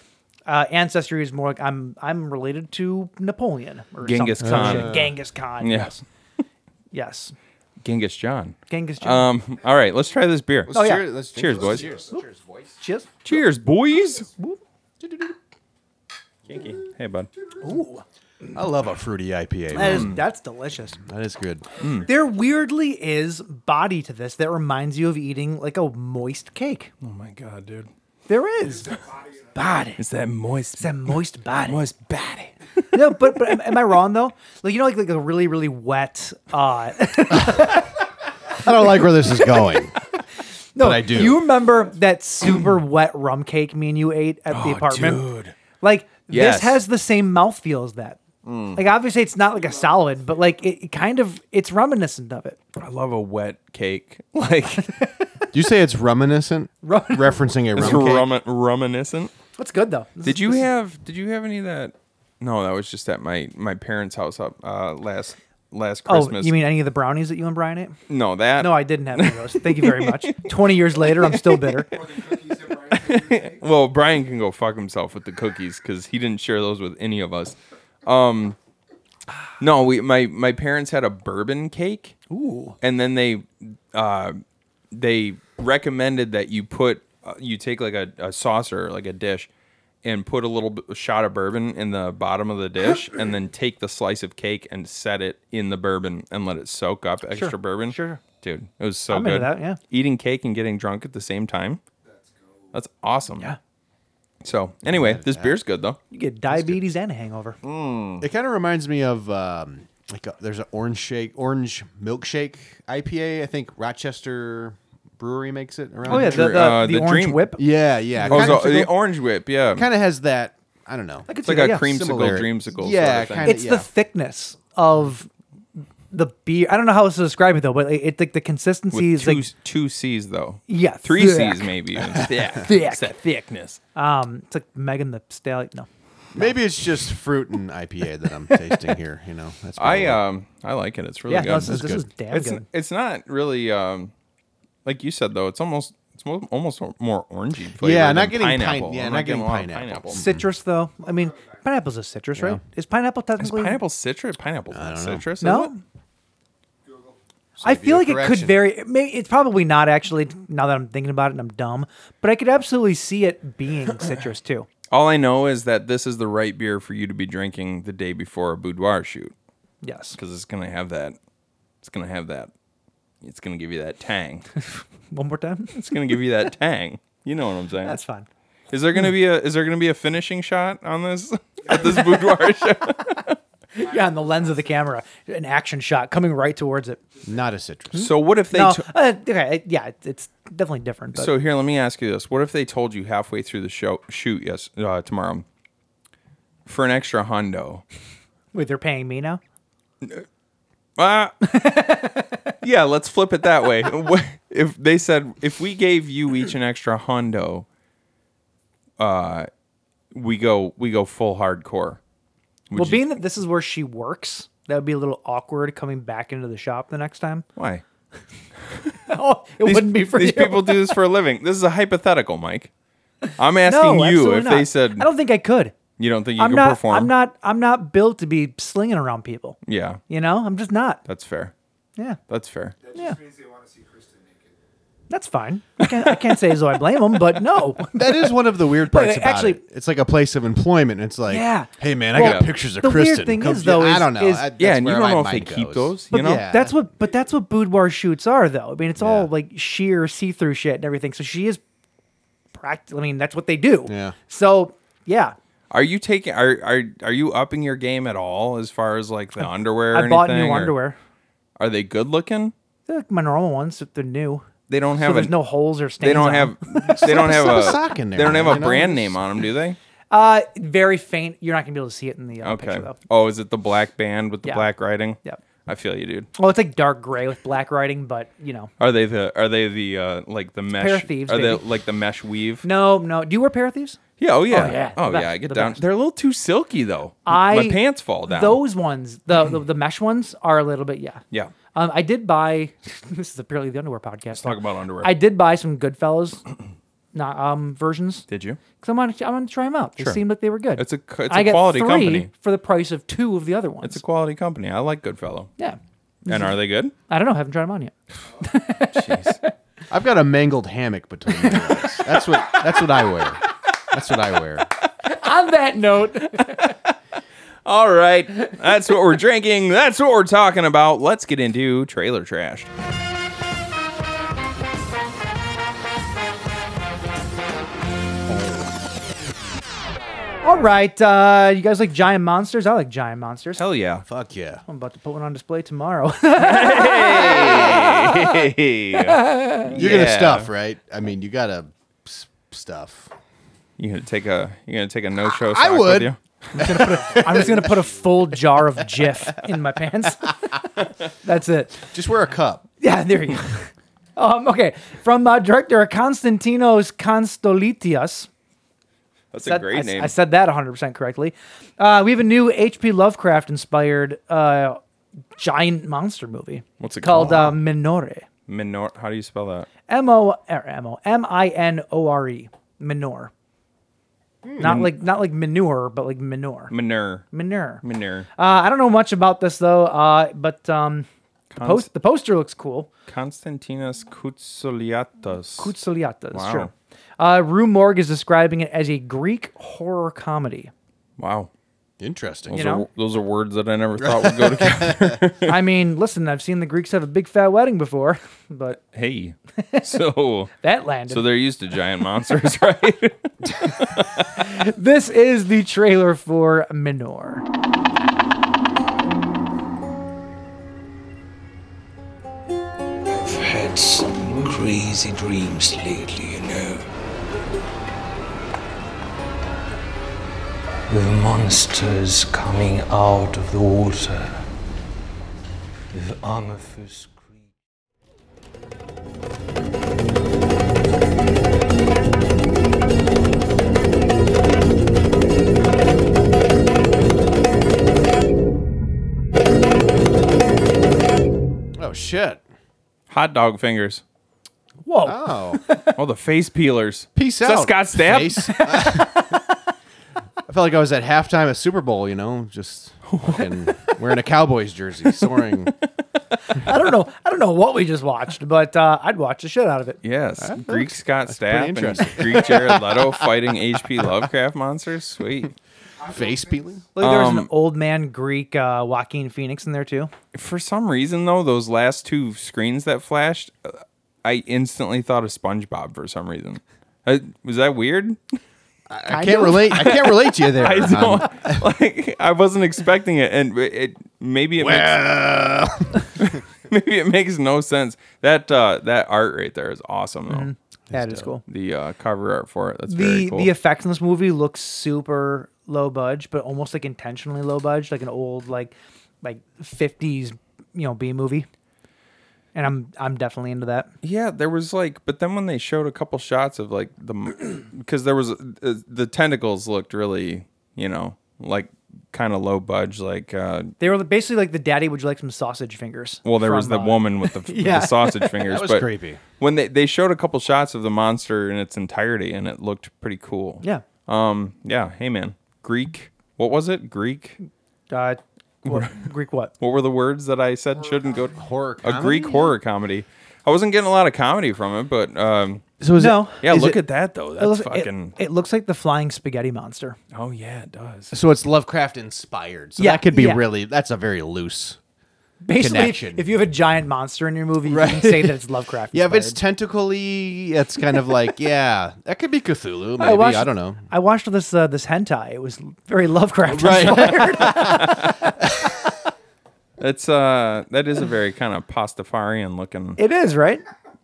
[SPEAKER 5] uh, ancestry is more like I'm I'm related to Napoleon or
[SPEAKER 2] Genghis
[SPEAKER 5] some- some
[SPEAKER 2] Khan.
[SPEAKER 5] shit. Genghis Khan.
[SPEAKER 2] Yeah.
[SPEAKER 5] Yes. Yes.
[SPEAKER 2] Genghis John.
[SPEAKER 5] Genghis Khan.
[SPEAKER 2] Um. All right, let's try this beer.
[SPEAKER 5] Oh, yeah.
[SPEAKER 6] Cheers, let's drink
[SPEAKER 2] Cheers,
[SPEAKER 6] it.
[SPEAKER 2] boys.
[SPEAKER 5] Cheers.
[SPEAKER 2] Cheers, boys. Kinky. Hey, bud.
[SPEAKER 6] I love a fruity IPA.
[SPEAKER 5] That
[SPEAKER 6] man.
[SPEAKER 5] is, that's delicious.
[SPEAKER 6] That is good.
[SPEAKER 5] There weirdly is body to this that reminds you of eating like a moist cake.
[SPEAKER 2] Oh my god, dude.
[SPEAKER 5] There is body.
[SPEAKER 2] It's that moist,
[SPEAKER 5] It's a moist body.
[SPEAKER 2] moist body.
[SPEAKER 5] no, but but am, am I wrong though? Like you know, like like a really really wet. Uh,
[SPEAKER 6] I don't like where this is going.
[SPEAKER 5] no,
[SPEAKER 6] But I do.
[SPEAKER 5] You remember that super wet rum cake me and you ate at
[SPEAKER 2] Oh,
[SPEAKER 5] the apartment? Like
[SPEAKER 2] Yes.
[SPEAKER 5] this has the same mouthfeel as that. Like obviously it's not like a solid, but like it, it kind of it's reminiscent of it.
[SPEAKER 2] I love a wet cake. Like
[SPEAKER 6] Do you say it's reminiscent? Referencing a
[SPEAKER 2] it's
[SPEAKER 6] rum cake?
[SPEAKER 2] rum- reminiscent.
[SPEAKER 5] That's good though. This
[SPEAKER 2] Did
[SPEAKER 5] is-
[SPEAKER 2] you
[SPEAKER 5] this is-
[SPEAKER 2] have? Did you have any of that? No, that was just at my my parents' house up uh, last last Christmas.
[SPEAKER 5] Oh, you mean any of the brownies that you and Brian ate?
[SPEAKER 2] no that?
[SPEAKER 5] No, I didn't have any of those. Thank you very much. Twenty years later, I'm still bitter.
[SPEAKER 2] Well, Brian can go fuck himself with the cookies because he didn't share those with any of us. Um, no, we my my parents had a bourbon cake. Ooh. And then they uh, they recommended that you put uh, you take like a, a saucer like a dish and put a little b- shot of bourbon in the bottom of the dish and then take the slice of cake and set it in the bourbon and let it soak up extra bourbon. Sure. Dude, it was so
[SPEAKER 5] I'm
[SPEAKER 2] good.
[SPEAKER 5] into that, yeah.
[SPEAKER 2] Eating cake and getting drunk at the same time. That's awesome.
[SPEAKER 5] Yeah.
[SPEAKER 2] So anyway, this beer's good though. Mm,
[SPEAKER 5] You get diabetes and a hangover.
[SPEAKER 6] It kind of reminds me of um, like a, there's an orange shake, orange milkshake IPA. I think Rochester Brewery makes it around.
[SPEAKER 5] Oh yeah, the,
[SPEAKER 6] here.
[SPEAKER 5] the,
[SPEAKER 2] uh,
[SPEAKER 5] the,
[SPEAKER 2] the
[SPEAKER 5] orange
[SPEAKER 2] dream-
[SPEAKER 5] whip.
[SPEAKER 6] yeah, yeah.
[SPEAKER 2] Oh,
[SPEAKER 6] kind,
[SPEAKER 2] so
[SPEAKER 6] of,
[SPEAKER 2] the orange whip, yeah.
[SPEAKER 6] has that. I don't know.
[SPEAKER 5] I could
[SPEAKER 2] it's
[SPEAKER 5] see
[SPEAKER 2] like
[SPEAKER 5] that,
[SPEAKER 2] a
[SPEAKER 5] yeah.
[SPEAKER 2] creamsicle,
[SPEAKER 6] similar.
[SPEAKER 2] dreamsicle.
[SPEAKER 6] Yeah,
[SPEAKER 2] sort of
[SPEAKER 6] kinda-
[SPEAKER 2] thing.
[SPEAKER 5] It's
[SPEAKER 6] yeah.
[SPEAKER 5] the thickness of the beer. I don't know how else to describe it though, but like, it like the consistency
[SPEAKER 2] With
[SPEAKER 5] is
[SPEAKER 2] two,
[SPEAKER 5] like
[SPEAKER 2] two C's though.
[SPEAKER 5] Yeah,
[SPEAKER 2] three
[SPEAKER 5] thick.
[SPEAKER 2] C's maybe. Yeah,
[SPEAKER 5] Thick.
[SPEAKER 2] It's that thickness.
[SPEAKER 5] um, it's like Megan the Stallion. No,
[SPEAKER 6] Maybe it's just fruit and IPA that I'm tasting here. You know, that's
[SPEAKER 2] I
[SPEAKER 6] probably-
[SPEAKER 2] um I like it. It's really
[SPEAKER 5] yeah,
[SPEAKER 2] good.
[SPEAKER 5] no, this, is, this
[SPEAKER 6] That's
[SPEAKER 5] is
[SPEAKER 6] good.
[SPEAKER 5] damn
[SPEAKER 2] it's
[SPEAKER 5] good.
[SPEAKER 2] it's not really um like you said though. It's almost it's mo- almost more orangey flavor.
[SPEAKER 6] Yeah,
[SPEAKER 2] than
[SPEAKER 6] not getting pine-
[SPEAKER 2] pineapple.
[SPEAKER 6] yeah,
[SPEAKER 2] I'm
[SPEAKER 6] not getting
[SPEAKER 2] a lot of
[SPEAKER 6] pineapple.
[SPEAKER 5] Citrus though. I mean, pineapple's a citrus, right? Is pineapple
[SPEAKER 2] Is
[SPEAKER 5] technically
[SPEAKER 2] pineapple citrus? Pineapple not citrus? is it?
[SPEAKER 5] No. I
[SPEAKER 6] Save you
[SPEAKER 5] feel
[SPEAKER 6] a
[SPEAKER 5] like it could
[SPEAKER 6] correction.
[SPEAKER 5] vary. It may, it's probably not actually. Now that I'm thinking about it, and I'm dumb, but I could absolutely see it being citrus too.
[SPEAKER 2] All I know is that this is the right beer for you to be drinking the day before a boudoir shoot
[SPEAKER 5] Yes.
[SPEAKER 2] because it's gonna have that. It's gonna have that. It's gonna give you that tang.
[SPEAKER 5] One more time.
[SPEAKER 2] it's gonna give you that tang. You know what I'm saying?
[SPEAKER 5] That's fine.
[SPEAKER 2] Is there gonna be a is there gonna be a finishing shot on this at this boudoir show?
[SPEAKER 5] Yeah, and the lens of the camera, an action shot coming right towards it.
[SPEAKER 6] not a citrus.
[SPEAKER 5] Hmm?
[SPEAKER 2] So what if they?
[SPEAKER 5] No,
[SPEAKER 2] to-
[SPEAKER 5] uh, okay, yeah, it- it's definitely different. But
[SPEAKER 2] so here, let me ask you this: What if they told you halfway through the show shoot yes uh, tomorrow for an extra hundo?
[SPEAKER 5] wait, they're paying me now.
[SPEAKER 2] Ah. yeah, let's flip it that way. What- if they said if we gave you each an extra hundo, uh, we go we go full hardcore. Would
[SPEAKER 5] well,
[SPEAKER 2] you-
[SPEAKER 5] being that this is where she works, that would be a little awkward coming back into the shop the next time.
[SPEAKER 2] why
[SPEAKER 5] oh, it
[SPEAKER 2] These-
[SPEAKER 5] wouldn't be for
[SPEAKER 2] these
[SPEAKER 5] you.
[SPEAKER 2] people do this for a living. This is a hypothetical, Mike. I'm asking you
[SPEAKER 5] no, absolutely
[SPEAKER 2] if they
[SPEAKER 5] not.
[SPEAKER 2] said
[SPEAKER 5] I don't think I could.
[SPEAKER 2] you don't think you
[SPEAKER 5] I'm
[SPEAKER 2] can
[SPEAKER 5] not.
[SPEAKER 2] perform.
[SPEAKER 5] I'm not. I'm not built to be slinging around people.
[SPEAKER 2] Yeah,
[SPEAKER 5] You know, I'm just not.
[SPEAKER 2] that's fair.
[SPEAKER 5] Yeah,
[SPEAKER 2] That's fair.
[SPEAKER 5] yeah,
[SPEAKER 7] means they want to see Kristen naked.
[SPEAKER 5] that's fine. I can't, I can't say as though I blame them, but no.
[SPEAKER 6] That is one of the weird parts
[SPEAKER 5] Wait,
[SPEAKER 6] about
[SPEAKER 5] actually-
[SPEAKER 6] it. It's like a place of employment. It's like,
[SPEAKER 5] Yeah.
[SPEAKER 6] hey man, I
[SPEAKER 5] Well,
[SPEAKER 6] got pictures of
[SPEAKER 5] the weird
[SPEAKER 6] Kristen.
[SPEAKER 5] thing
[SPEAKER 6] Come
[SPEAKER 5] is,
[SPEAKER 6] to-
[SPEAKER 5] though,
[SPEAKER 6] I
[SPEAKER 5] is-
[SPEAKER 6] don't know.
[SPEAKER 5] is-
[SPEAKER 6] I- that's
[SPEAKER 2] yeah, and you
[SPEAKER 6] where
[SPEAKER 2] don't
[SPEAKER 6] my
[SPEAKER 2] know if they
[SPEAKER 6] mind
[SPEAKER 2] keep
[SPEAKER 6] goes.
[SPEAKER 2] those.
[SPEAKER 5] But
[SPEAKER 2] You know,
[SPEAKER 6] yeah.
[SPEAKER 5] that's what. But that's what boudoir shoots are, though. I mean, it's all
[SPEAKER 6] Yeah.
[SPEAKER 5] like sheer see-through shit and everything. So she is practical. I mean, that's what they do.
[SPEAKER 6] Yeah.
[SPEAKER 5] So yeah,
[SPEAKER 2] Are you taking are are are you upping your game at all as far as like the underwear?
[SPEAKER 5] I
[SPEAKER 2] or
[SPEAKER 5] bought
[SPEAKER 2] anything,
[SPEAKER 5] new
[SPEAKER 2] or
[SPEAKER 5] underwear.
[SPEAKER 2] Are they good looking?
[SPEAKER 5] They're like my normal ones. if They're new.
[SPEAKER 2] They don't
[SPEAKER 5] So
[SPEAKER 2] have
[SPEAKER 5] there's
[SPEAKER 2] a
[SPEAKER 5] no holes or stains.
[SPEAKER 2] they don't
[SPEAKER 5] on
[SPEAKER 2] have
[SPEAKER 5] them.
[SPEAKER 2] they don't have
[SPEAKER 6] slap
[SPEAKER 2] a
[SPEAKER 6] a sock in there,
[SPEAKER 2] they don't have a
[SPEAKER 6] you know,
[SPEAKER 2] brand
[SPEAKER 6] just-
[SPEAKER 2] name on them, do they?
[SPEAKER 5] Uh, very faint. You're not gonna be able to see it in the uh,
[SPEAKER 2] Okay.
[SPEAKER 5] picture though.
[SPEAKER 2] Oh, is it the black band with the
[SPEAKER 5] Yeah.
[SPEAKER 2] black writing?
[SPEAKER 5] Yep.
[SPEAKER 2] I feel you, dude.
[SPEAKER 5] Well, it's like dark gray with black writing, but you know.
[SPEAKER 2] Are they the are they the uh like the mesh
[SPEAKER 5] pair of thieves,
[SPEAKER 2] are
[SPEAKER 5] baby.
[SPEAKER 2] they like the mesh weave?
[SPEAKER 5] No, no. Do you wear pair of thieves?
[SPEAKER 2] Yeah, oh yeah.
[SPEAKER 5] Oh, yeah, the
[SPEAKER 2] Oh,
[SPEAKER 5] best,
[SPEAKER 2] yeah, I get
[SPEAKER 5] the
[SPEAKER 2] down.
[SPEAKER 5] best.
[SPEAKER 2] They're a little too silky though.
[SPEAKER 5] I
[SPEAKER 2] My pants fall down.
[SPEAKER 5] Those ones, the, the the mesh ones, are a little bit yeah.
[SPEAKER 2] Yeah.
[SPEAKER 5] Um, I did buy. this is a purely the underwear podcast. Let's
[SPEAKER 2] talk about underwear.
[SPEAKER 5] I did buy some Goodfellas, not um versions.
[SPEAKER 2] Did you?
[SPEAKER 5] Because I want to, I want to try them out. They seemed like they were good.
[SPEAKER 2] It's a c- it's
[SPEAKER 5] I
[SPEAKER 2] a
[SPEAKER 5] got
[SPEAKER 2] quality
[SPEAKER 5] three
[SPEAKER 2] company.
[SPEAKER 5] for the price of two of the other ones.
[SPEAKER 2] It's a quality company. I like Goodfellow.
[SPEAKER 5] yeah.
[SPEAKER 2] And are they good?
[SPEAKER 5] I don't know. Haven't tried them on yet.
[SPEAKER 2] Jeez.
[SPEAKER 6] I've got a mangled hammock between my legs. That's what. That's what I wear. That's what I wear.
[SPEAKER 5] on that note,
[SPEAKER 2] All right. That's what we're drinking. That's what we're talking about. Let's get into trailer trash.
[SPEAKER 5] all right. Uh, you guys like giant monsters? I like giant monsters.
[SPEAKER 2] Hell yeah.
[SPEAKER 6] Fuck yeah.
[SPEAKER 5] I'm about to put one on display tomorrow.
[SPEAKER 2] Hey.
[SPEAKER 6] You're gonna
[SPEAKER 2] Yeah.
[SPEAKER 6] stuff, right? I mean, you gotta s- stuff.
[SPEAKER 2] You gonna take a you gonna take a no show?
[SPEAKER 6] I
[SPEAKER 2] With
[SPEAKER 6] would.
[SPEAKER 2] you?
[SPEAKER 5] I'm just gonna put a full jar of Jif in my pants. That's it.
[SPEAKER 6] Just wear a cup.
[SPEAKER 5] Yeah, there you go. Um, okay, from uh, director Konstantinos Konstolitias.
[SPEAKER 2] That's
[SPEAKER 5] That-
[SPEAKER 2] a great
[SPEAKER 5] I,
[SPEAKER 2] name.
[SPEAKER 5] I said that 100% correctly. Uh, we have a new H.P. Lovecraft inspired uh, giant monster movie.
[SPEAKER 2] What's it
[SPEAKER 5] called? Uh, Minore.
[SPEAKER 2] Minor. How do you spell that?
[SPEAKER 5] M O or M O M I N O R E. Minor.
[SPEAKER 2] Hmm.
[SPEAKER 5] Not like not like manure, but like manure.
[SPEAKER 2] Minor.
[SPEAKER 5] Manure.
[SPEAKER 2] Minor.
[SPEAKER 5] Uh, I don't know much about this though, uh, but um, the,
[SPEAKER 2] Const-
[SPEAKER 5] post- the poster looks cool.
[SPEAKER 2] Konstantinos Koutsouliatas.
[SPEAKER 5] Kutsoliatas,
[SPEAKER 2] Wow.
[SPEAKER 5] sure. Uh, Rue Morgue is describing it as a Greek horror comedy.
[SPEAKER 2] wow.
[SPEAKER 6] Interesting.
[SPEAKER 2] Those,
[SPEAKER 5] You know?
[SPEAKER 2] are, those are words that I never thought would go together.
[SPEAKER 5] I mean, listen, I've seen the Greeks have a big fat wedding before, but
[SPEAKER 2] hey. So
[SPEAKER 5] that landed.
[SPEAKER 2] so they're used to giant monsters, right?
[SPEAKER 5] this is the trailer for Minor.
[SPEAKER 4] had some crazy dreams lately, you know. With monsters coming out of the water. With amorphous creatures.
[SPEAKER 6] Oh shit.
[SPEAKER 2] Hot dog fingers.
[SPEAKER 5] Whoa.
[SPEAKER 6] Oh.
[SPEAKER 2] Oh, the face peelers.
[SPEAKER 6] Peace
[SPEAKER 2] Is that
[SPEAKER 6] out.
[SPEAKER 2] Scott Stapp?
[SPEAKER 6] face. I felt like I was at halftime at Super Bowl, you know, just fucking wearing a Cowboys jersey, soaring.
[SPEAKER 5] I don't know. I don't know what we just watched, but uh, I'd watch the shit out of it.
[SPEAKER 2] Yes, Greek Scott
[SPEAKER 6] pretty
[SPEAKER 2] Stapp and Greek Jared Leto fighting H.P. Lovecraft monsters. Sweet,
[SPEAKER 6] Face peeling?
[SPEAKER 5] Look, there was
[SPEAKER 2] Um,
[SPEAKER 5] an old man Greek uh, Joaquin Phoenix in there too.
[SPEAKER 2] for some reason though those last two screens that flashed uh, i instantly thought of spongebob for some reason I, was that weird
[SPEAKER 6] I can't relate. I can't relate to you there.
[SPEAKER 2] i
[SPEAKER 6] Um,
[SPEAKER 2] don't like i wasn't expecting it and it it- maybe it
[SPEAKER 6] well,
[SPEAKER 2] makes, maybe it makes no sense that uh that art right there is awesome though
[SPEAKER 5] That is cool.
[SPEAKER 2] the uh cover art for it that's very
[SPEAKER 5] Mm-hmm. The
[SPEAKER 2] cool
[SPEAKER 5] the effects in this movie look super low budge, but almost like intentionally low budge, like an old like like fifties you know B movie. And I'm I'm definitely into that.
[SPEAKER 2] Yeah, there was like, but then when they showed a couple shots of like the, because there was uh, the tentacles looked really, you know, like kind of low budge. Like, uh,
[SPEAKER 5] They were basically like the daddy would you like some sausage fingers.
[SPEAKER 2] well, there
[SPEAKER 5] from,
[SPEAKER 2] was the
[SPEAKER 5] uh,
[SPEAKER 2] woman with the, with
[SPEAKER 5] yeah.
[SPEAKER 2] the sausage fingers.
[SPEAKER 6] That was
[SPEAKER 2] but
[SPEAKER 6] creepy.
[SPEAKER 2] When they they showed a couple shots of the monster in its entirety, and it looked pretty cool.
[SPEAKER 5] Yeah.
[SPEAKER 2] Um. Yeah. Hey, man. Greek. What was it? Greek.
[SPEAKER 5] Uh, what, Greek what?
[SPEAKER 2] What were the words that I said shouldn't go?
[SPEAKER 6] horror
[SPEAKER 2] A Greek horror comedy. I wasn't getting a lot of comedy from it, but um.
[SPEAKER 6] So is
[SPEAKER 5] No.
[SPEAKER 2] Yeah,
[SPEAKER 6] is
[SPEAKER 2] look
[SPEAKER 6] it-
[SPEAKER 2] at that though.
[SPEAKER 5] It
[SPEAKER 2] That's
[SPEAKER 5] looks,
[SPEAKER 2] fucking.
[SPEAKER 5] it, it looks like the flying spaghetti monster.
[SPEAKER 2] oh yeah, it does.
[SPEAKER 6] So it's Lovecraft inspired. So
[SPEAKER 5] Yeah,
[SPEAKER 6] that could be
[SPEAKER 5] yeah.
[SPEAKER 6] really. That's a very loose.
[SPEAKER 5] Basically,
[SPEAKER 6] Connection.
[SPEAKER 5] if you have a giant monster in your movie, you
[SPEAKER 6] Right.
[SPEAKER 5] can say that it's Lovecraft.
[SPEAKER 6] Yeah, if it's
[SPEAKER 5] inspired.
[SPEAKER 6] tentacly, it's kind of like yeah, that could be Cthulhu. Maybe I,
[SPEAKER 5] watched-
[SPEAKER 6] don't know.
[SPEAKER 5] I watched this uh, this hentai. It was very Lovecraft
[SPEAKER 6] Right.
[SPEAKER 5] inspired.
[SPEAKER 2] That's uh that is a very kind of pastafarian looking
[SPEAKER 5] it is right.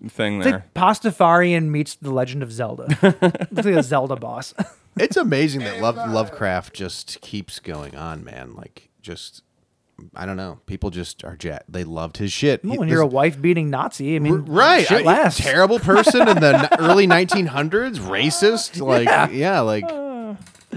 [SPEAKER 2] thing
[SPEAKER 5] It's
[SPEAKER 2] there.
[SPEAKER 5] like Pastafarian meets the Legend of Zelda. Looks like a Zelda boss.
[SPEAKER 6] It's amazing that Love Lovecraft just keeps going on, man. Like just. I don't know. People just are jet. They loved his shit. He-
[SPEAKER 5] when you're a
[SPEAKER 6] this-
[SPEAKER 5] wife beating Nazi, I mean,
[SPEAKER 6] right,
[SPEAKER 5] shit
[SPEAKER 6] I-
[SPEAKER 5] lasts.
[SPEAKER 6] terrible person in the n- early 1900s, racist. Like yeah, like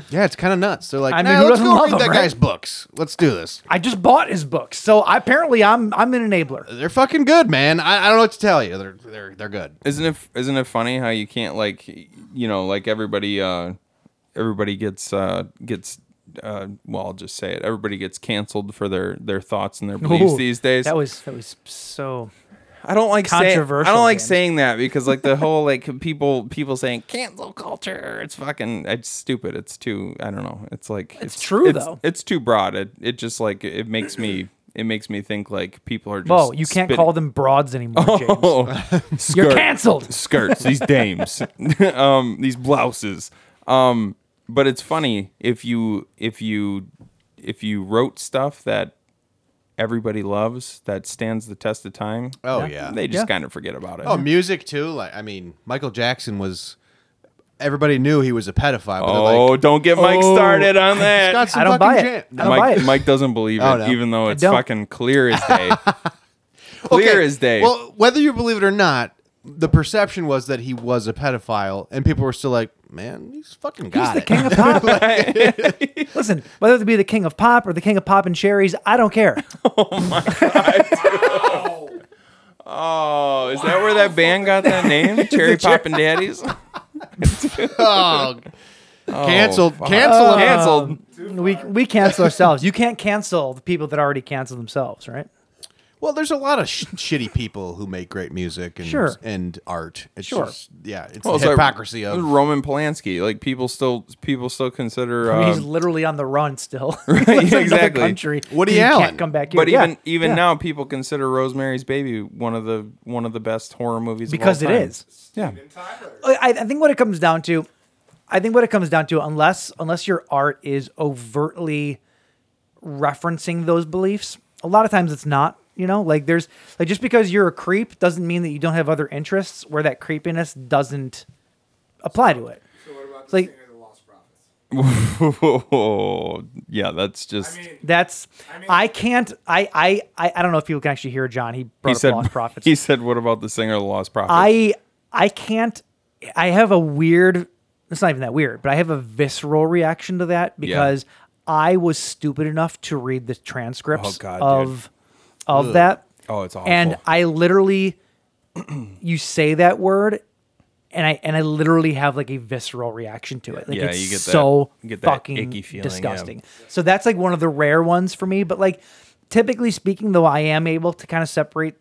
[SPEAKER 6] yeah, it's kind of nuts. They're like,
[SPEAKER 5] Uh. I mean,
[SPEAKER 6] "Nah,
[SPEAKER 5] who
[SPEAKER 6] let's
[SPEAKER 5] doesn't
[SPEAKER 6] go
[SPEAKER 5] love
[SPEAKER 6] read
[SPEAKER 5] him,
[SPEAKER 6] that
[SPEAKER 5] right?"
[SPEAKER 6] guy's books. Let's do this.
[SPEAKER 5] I just bought his book, so apparently I'm I'm an enabler.
[SPEAKER 6] They're fucking good, man. I, I don't know what to tell you. They're they're they're good.
[SPEAKER 2] Isn't it isn't it funny how you can't like you know like everybody uh everybody gets uh gets uh well I'll just say it everybody gets canceled for their their thoughts and their beliefs
[SPEAKER 5] Ooh,
[SPEAKER 2] these days.
[SPEAKER 5] That was that was so.
[SPEAKER 2] I don't like say-
[SPEAKER 5] controversial,
[SPEAKER 2] I don't like
[SPEAKER 5] James.
[SPEAKER 2] saying that because like the whole like people people saying cancel culture it's fucking it's stupid it's too I don't know it's like it's,
[SPEAKER 5] true,
[SPEAKER 2] it's-
[SPEAKER 5] though.
[SPEAKER 2] it's too broad it it just like it makes me it makes me think like people are just
[SPEAKER 5] Whoa, you can't
[SPEAKER 2] spitting-
[SPEAKER 5] call them broads anymore, James.
[SPEAKER 2] Oh,
[SPEAKER 5] You're
[SPEAKER 2] skirt-
[SPEAKER 5] canceled.
[SPEAKER 2] Skirts, these dames, um, these blouses. Um, but it's funny if you if you if you wrote stuff that everybody loves that stands the test of time.
[SPEAKER 6] Oh yeah.
[SPEAKER 2] they just
[SPEAKER 5] Yeah.
[SPEAKER 2] kind of forget about it.
[SPEAKER 6] oh, music too. Like I mean, Michael Jackson was. Everybody knew he was a pedophile. But they're
[SPEAKER 2] Oh,
[SPEAKER 6] like,
[SPEAKER 2] don't get Mike
[SPEAKER 6] Oh,
[SPEAKER 2] started on that.
[SPEAKER 6] "He's got some
[SPEAKER 5] I don't
[SPEAKER 6] fucking
[SPEAKER 5] buy it.
[SPEAKER 6] jam."
[SPEAKER 5] I don't buy
[SPEAKER 2] Mike,
[SPEAKER 5] it.
[SPEAKER 2] Mike doesn't believe it,
[SPEAKER 6] Oh, no.
[SPEAKER 2] even though it's
[SPEAKER 5] don't.
[SPEAKER 2] fucking clear as day. clear as day.
[SPEAKER 6] Well, whether you believe it or not, the perception was that he was a pedophile, and people were still like, "Man, he's fucking
[SPEAKER 5] He's
[SPEAKER 6] got
[SPEAKER 5] the
[SPEAKER 6] it."
[SPEAKER 5] king of pop. Listen, whether it be the king of pop or the king of pop and cherries, I don't care.
[SPEAKER 2] oh, is that where that band got that name? Cherry Pop and Daddies?
[SPEAKER 5] Um,
[SPEAKER 6] oh,
[SPEAKER 2] Oh,
[SPEAKER 6] canceled, canceled.
[SPEAKER 2] Canceled.
[SPEAKER 5] We we cancel ourselves. You can't cancel the people that already canceled themselves, right?
[SPEAKER 6] Well, there's a lot of sh- shitty people who make great music and
[SPEAKER 5] Sure.
[SPEAKER 6] and art. It's
[SPEAKER 5] Sure.
[SPEAKER 6] just- yeah, it's
[SPEAKER 2] Well,
[SPEAKER 6] the
[SPEAKER 2] it's like
[SPEAKER 6] hypocrisy of
[SPEAKER 2] Roman Polanski. Like people still people still consider.
[SPEAKER 5] I mean, he's
[SPEAKER 2] Uh,
[SPEAKER 5] literally on the run still. Right,
[SPEAKER 2] exactly.
[SPEAKER 5] Country.
[SPEAKER 6] Woody
[SPEAKER 5] he
[SPEAKER 6] Allen.
[SPEAKER 5] can't come back here.
[SPEAKER 2] but
[SPEAKER 5] Yeah,
[SPEAKER 2] even even
[SPEAKER 5] yeah.
[SPEAKER 2] now, people consider Rosemary's Baby one of the one of the best horror movies
[SPEAKER 5] because
[SPEAKER 2] of
[SPEAKER 5] it
[SPEAKER 2] all time.
[SPEAKER 5] is.
[SPEAKER 2] Yeah,
[SPEAKER 5] I, I think what it comes down to, I think what it comes down to, unless unless your art is overtly referencing those beliefs, a lot of times it's not. You know, like there's like just because you're a creep doesn't mean that you don't have other interests where that creepiness doesn't apply to it.
[SPEAKER 7] So what about
[SPEAKER 5] It's like-
[SPEAKER 7] the singer of the Lost Prophets?
[SPEAKER 2] yeah, that's just.
[SPEAKER 7] I mean,
[SPEAKER 5] That's I,
[SPEAKER 7] I mean-
[SPEAKER 5] can't I, I I I don't know if people can actually hear John. He brought
[SPEAKER 2] he
[SPEAKER 5] up
[SPEAKER 2] said.
[SPEAKER 5] lost prophets.
[SPEAKER 2] He said, "What about the singer of the Lost Prophet?"
[SPEAKER 5] I I can't. I have a weird. It's not even that weird, but I have a visceral reaction to that because I was stupid enough to read the
[SPEAKER 2] Oh,
[SPEAKER 5] transcripts
[SPEAKER 2] God,
[SPEAKER 5] of of that.
[SPEAKER 2] Oh, it's awful.
[SPEAKER 5] And I literally, you say that word, and I and I literally have like a visceral reaction to it. Like
[SPEAKER 2] Yeah,
[SPEAKER 5] it's
[SPEAKER 2] you get that-
[SPEAKER 5] so
[SPEAKER 2] you get that
[SPEAKER 5] fucking
[SPEAKER 2] icky feeling, yeah.
[SPEAKER 5] disgusting. So that's like one of the rare ones for me. But like, typically speaking, though, I am able to kind of separate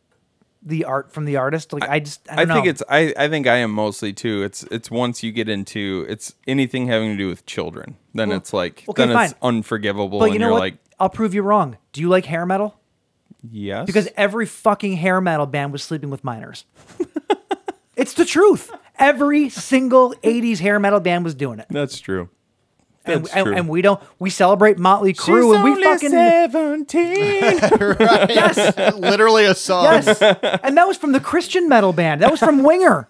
[SPEAKER 5] the art from the artist. Like I, just I,
[SPEAKER 2] I
[SPEAKER 5] don't
[SPEAKER 2] think
[SPEAKER 5] know.
[SPEAKER 2] it's I, I think I am mostly too. It's it's once you get into it's anything having to do with children, then it's like
[SPEAKER 5] okay,
[SPEAKER 2] then it's
[SPEAKER 5] fine.
[SPEAKER 2] unforgivable
[SPEAKER 5] But
[SPEAKER 2] and
[SPEAKER 5] you know
[SPEAKER 2] are
[SPEAKER 5] what?
[SPEAKER 2] like
[SPEAKER 5] I'll prove you wrong. Do you like hair metal?
[SPEAKER 2] yes.
[SPEAKER 5] Because every fucking hair metal band was sleeping with minors. it's the truth. Every single 80s hair metal band was doing it.
[SPEAKER 2] that's true.
[SPEAKER 5] And,
[SPEAKER 2] That's
[SPEAKER 5] and,
[SPEAKER 2] true.
[SPEAKER 5] and we don't we celebrate Motley Crue and we fucking
[SPEAKER 2] seventeen.
[SPEAKER 5] Yes.
[SPEAKER 6] Literally a song.
[SPEAKER 5] Yes. and that was from the Christian metal band. That was from Winger.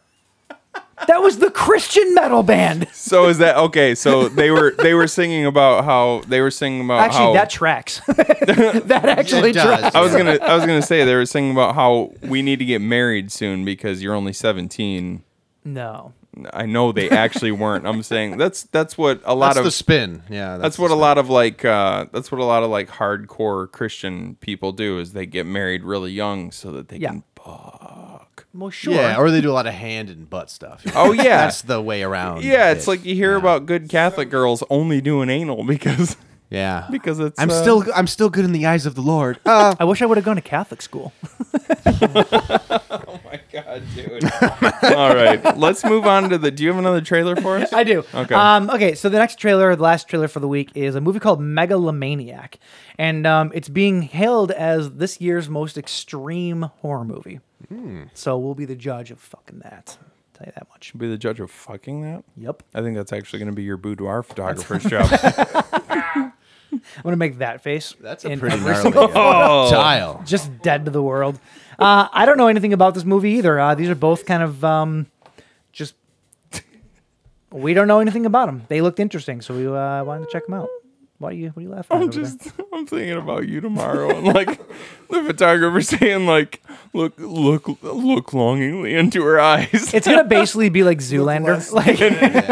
[SPEAKER 5] That was the Christian metal band.
[SPEAKER 2] so is that okay? So they were they were singing about how they were singing about
[SPEAKER 5] Actually,
[SPEAKER 2] how
[SPEAKER 5] that tracks. that actually
[SPEAKER 6] It does.
[SPEAKER 5] tracks.
[SPEAKER 2] I was gonna I was gonna say they were singing about how we need to get married soon because you're only seventeen.
[SPEAKER 5] No.
[SPEAKER 2] I know they actually weren't. I'm saying that's that's what a lot
[SPEAKER 6] That's
[SPEAKER 2] of
[SPEAKER 6] the spin. Yeah.
[SPEAKER 2] that's what a lot of like uh, that's what a lot of like hardcore Christian people do is they get married really young so that they
[SPEAKER 5] Yeah.
[SPEAKER 2] can fuck.
[SPEAKER 5] Well, sure.
[SPEAKER 6] Yeah, or they do a lot of hand and butt stuff. you know?
[SPEAKER 2] Oh yeah,
[SPEAKER 6] That's the way around.
[SPEAKER 2] yeah. It's
[SPEAKER 6] it.
[SPEAKER 2] like you hear about good Catholic girls only doing anal because
[SPEAKER 6] yeah,
[SPEAKER 2] because it's.
[SPEAKER 6] I'm
[SPEAKER 2] uh,
[SPEAKER 6] still I'm still good in the eyes of the Lord. Uh,
[SPEAKER 5] I wish I would have gone to Catholic school.
[SPEAKER 2] Oh my god, dude. All right, let's move on to the. Do you have another trailer for us?
[SPEAKER 5] I do.
[SPEAKER 2] Okay.
[SPEAKER 5] Um, okay. So the next trailer, the last trailer for the week, is a movie called Megalomaniac, and um, it's being hailed as this year's most extreme horror movie.
[SPEAKER 2] Hmm.
[SPEAKER 5] So we'll be the judge of fucking that. Tell you that much.
[SPEAKER 2] Be the judge of fucking that.
[SPEAKER 5] Yep.
[SPEAKER 2] I think that's actually going to be your boudoir photographer's job.
[SPEAKER 5] I'm gonna make that face.
[SPEAKER 6] that's a
[SPEAKER 5] in
[SPEAKER 6] pretty
[SPEAKER 5] every
[SPEAKER 6] gnarly
[SPEAKER 5] single-
[SPEAKER 6] uh, tile.
[SPEAKER 5] Just dead to the world. Uh, I don't know anything about this movie either. Uh, these are both kind of um, just. We don't know anything about them. They looked interesting, so we uh, wanted to check them out. Why do you? What are you laughing? at
[SPEAKER 2] I'm
[SPEAKER 5] over there?
[SPEAKER 2] just I'm thinking about you tomorrow and like the photographer saying like look look look longingly into her eyes
[SPEAKER 5] It's gonna basically be like Zoolander. Like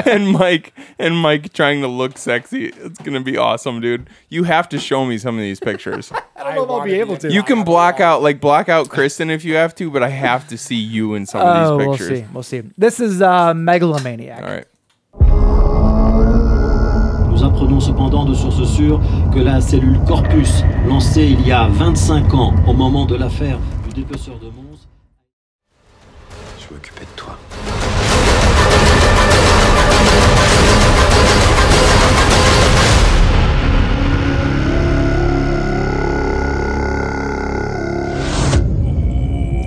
[SPEAKER 2] and Mike and Mike trying to look sexy. It's gonna be awesome, dude. You have to show me some of these pictures.
[SPEAKER 7] I don't know if I'll be able to.
[SPEAKER 2] You can block out like block out Kristen if you have to, but I have to see you in some of
[SPEAKER 5] Oh,
[SPEAKER 2] these
[SPEAKER 5] we'll
[SPEAKER 2] pictures.
[SPEAKER 5] see. We'll see. This is uh, Megalomaniac.
[SPEAKER 2] All right.
[SPEAKER 9] Nous apprenons cependant de sources sûres que la cellule Corpus, lancée il y a 25 ans au moment de l'affaire du dépeceur de Mons,
[SPEAKER 4] Je m'occupais de toi.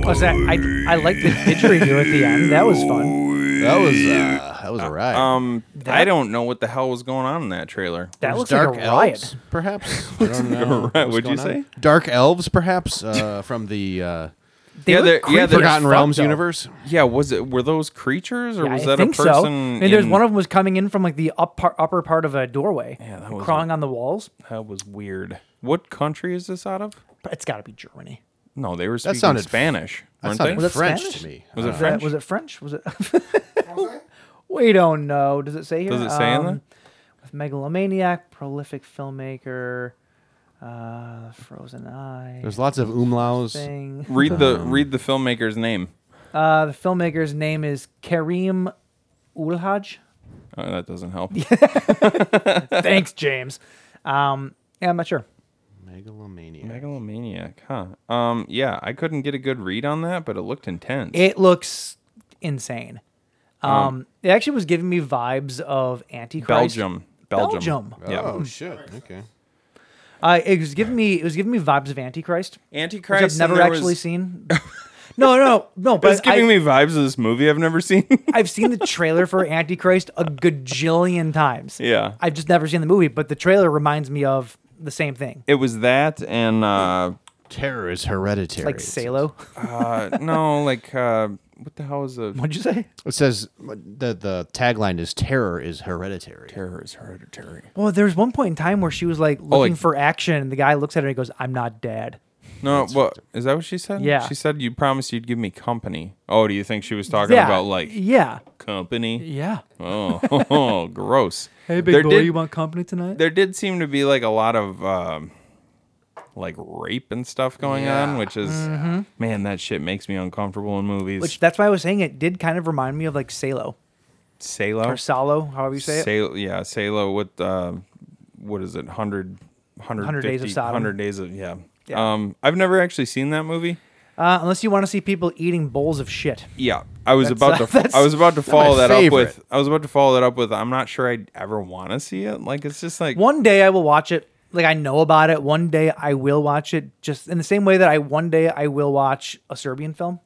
[SPEAKER 5] Was that? I I liked the didgeridoo at the end. That was fun.
[SPEAKER 6] That was uh, that was a ride.
[SPEAKER 2] Um, I don't know what the hell was going on in that trailer.
[SPEAKER 5] That looks
[SPEAKER 6] Dark
[SPEAKER 5] like a riot.
[SPEAKER 6] elves, perhaps. I don't know
[SPEAKER 2] Right,
[SPEAKER 6] what's
[SPEAKER 2] what'd you
[SPEAKER 6] going
[SPEAKER 2] say?
[SPEAKER 6] on. Dark elves, perhaps uh, from the uh,
[SPEAKER 5] They
[SPEAKER 2] Yeah,
[SPEAKER 5] look
[SPEAKER 2] they're- yeah,
[SPEAKER 5] creepy
[SPEAKER 2] they're-
[SPEAKER 5] as
[SPEAKER 6] Forgotten
[SPEAKER 5] fuck,
[SPEAKER 6] Realms
[SPEAKER 5] though.
[SPEAKER 6] universe.
[SPEAKER 2] Yeah, was it were those creatures or
[SPEAKER 5] Yeah,
[SPEAKER 2] was
[SPEAKER 5] I
[SPEAKER 2] that
[SPEAKER 5] think
[SPEAKER 2] a person?
[SPEAKER 5] so. I mean, there's
[SPEAKER 2] in-
[SPEAKER 5] one of them was coming in from like the up par- upper part of a doorway,
[SPEAKER 2] that was
[SPEAKER 5] crawling on the walls.
[SPEAKER 2] That was weird. What country is this out of?
[SPEAKER 5] But It's got to be Germany.
[SPEAKER 2] No, they were speaking
[SPEAKER 6] sounded-
[SPEAKER 2] Spanish,
[SPEAKER 6] That
[SPEAKER 2] weren't
[SPEAKER 6] sounded
[SPEAKER 2] they?
[SPEAKER 5] Was it
[SPEAKER 6] French
[SPEAKER 5] Spanish?
[SPEAKER 6] to me.
[SPEAKER 2] Was
[SPEAKER 6] Uh,
[SPEAKER 2] it
[SPEAKER 5] Was that-
[SPEAKER 2] French?
[SPEAKER 5] was it French? Was it? we don't know. Does it say here? Um,
[SPEAKER 2] Does it say in there?
[SPEAKER 5] With megalomaniac, prolific filmmaker, uh, Frozen Eye.
[SPEAKER 6] There's lots of umlauts.
[SPEAKER 5] thing.
[SPEAKER 2] Read the
[SPEAKER 5] Um,
[SPEAKER 2] read the filmmaker's name.
[SPEAKER 5] Uh, the filmmaker's name is Karim Ulhaj.
[SPEAKER 2] Oh, that doesn't help.
[SPEAKER 5] Thanks, James. Um, yeah, I'm not sure.
[SPEAKER 6] Megalomania.
[SPEAKER 2] Megalomaniac, huh? Um, yeah, I couldn't get a good read on that, but it looked intense.
[SPEAKER 5] It looks insane. Um, it actually was giving me vibes of Antichrist.
[SPEAKER 2] Belgium, Belgium,
[SPEAKER 5] Belgium.
[SPEAKER 2] Yeah,
[SPEAKER 6] Oh shit. Okay.
[SPEAKER 5] Uh, it was giving me it was giving me vibes of Antichrist,
[SPEAKER 2] Antichrist.
[SPEAKER 5] which I've
[SPEAKER 2] and
[SPEAKER 5] never
[SPEAKER 2] there
[SPEAKER 5] actually
[SPEAKER 2] was-
[SPEAKER 5] seen. No, no, no. But
[SPEAKER 2] It's giving
[SPEAKER 5] I,
[SPEAKER 2] me vibes of this movie I've never seen.
[SPEAKER 5] I've seen the trailer for Antichrist a gajillion times.
[SPEAKER 2] Yeah.
[SPEAKER 5] I've just never seen the movie, but the trailer reminds me of the same thing.
[SPEAKER 2] it was that and uh,
[SPEAKER 6] Terror is hereditary.
[SPEAKER 5] Like
[SPEAKER 6] It says-
[SPEAKER 5] Salo.
[SPEAKER 2] Uh, no, like uh, what the hell is a
[SPEAKER 5] What'd you say?
[SPEAKER 6] It says the the tagline is terror is hereditary.
[SPEAKER 2] terror is hereditary?
[SPEAKER 5] Well, there's one point in time where she was like looking
[SPEAKER 2] Oh, like-
[SPEAKER 5] for action, and the guy looks at her and he goes, "I'm not dad."
[SPEAKER 2] No, well, is that what she said?
[SPEAKER 5] Yeah.
[SPEAKER 2] She said you promised you'd give me company. Oh, do you think she was talking
[SPEAKER 5] yeah.
[SPEAKER 2] about like
[SPEAKER 5] yeah,
[SPEAKER 2] company?
[SPEAKER 5] yeah.
[SPEAKER 2] Oh, gross. There did-
[SPEAKER 5] want company tonight?
[SPEAKER 2] there did seem to be like a lot of um, like rape and stuff going on, which is man, that shit makes me uncomfortable in movies.
[SPEAKER 5] Which that's why I was saying it did kind of remind me of like Salo
[SPEAKER 2] Salo,
[SPEAKER 5] or Salo, however you say it.
[SPEAKER 2] Sal- yeah, Salo with uh, what is it, 100,
[SPEAKER 5] 100 Days
[SPEAKER 2] 150
[SPEAKER 5] of Sodom.
[SPEAKER 2] 100 days of yeah.
[SPEAKER 5] Yeah.
[SPEAKER 2] Um, I've never actually seen that movie.
[SPEAKER 5] Uh, unless you want to see people eating bowls of shit.
[SPEAKER 2] Yeah, I was
[SPEAKER 5] That's-
[SPEAKER 2] about to.
[SPEAKER 5] that's-
[SPEAKER 2] I was about to follow that
[SPEAKER 6] favorite.
[SPEAKER 2] up with. I was about to follow that up with. I'm not sure I'd ever want to see it. Like it's just like
[SPEAKER 5] One day I will watch it. Like I know about it. One day I will watch it. Just in the same way that I one day I will watch a Serbian film.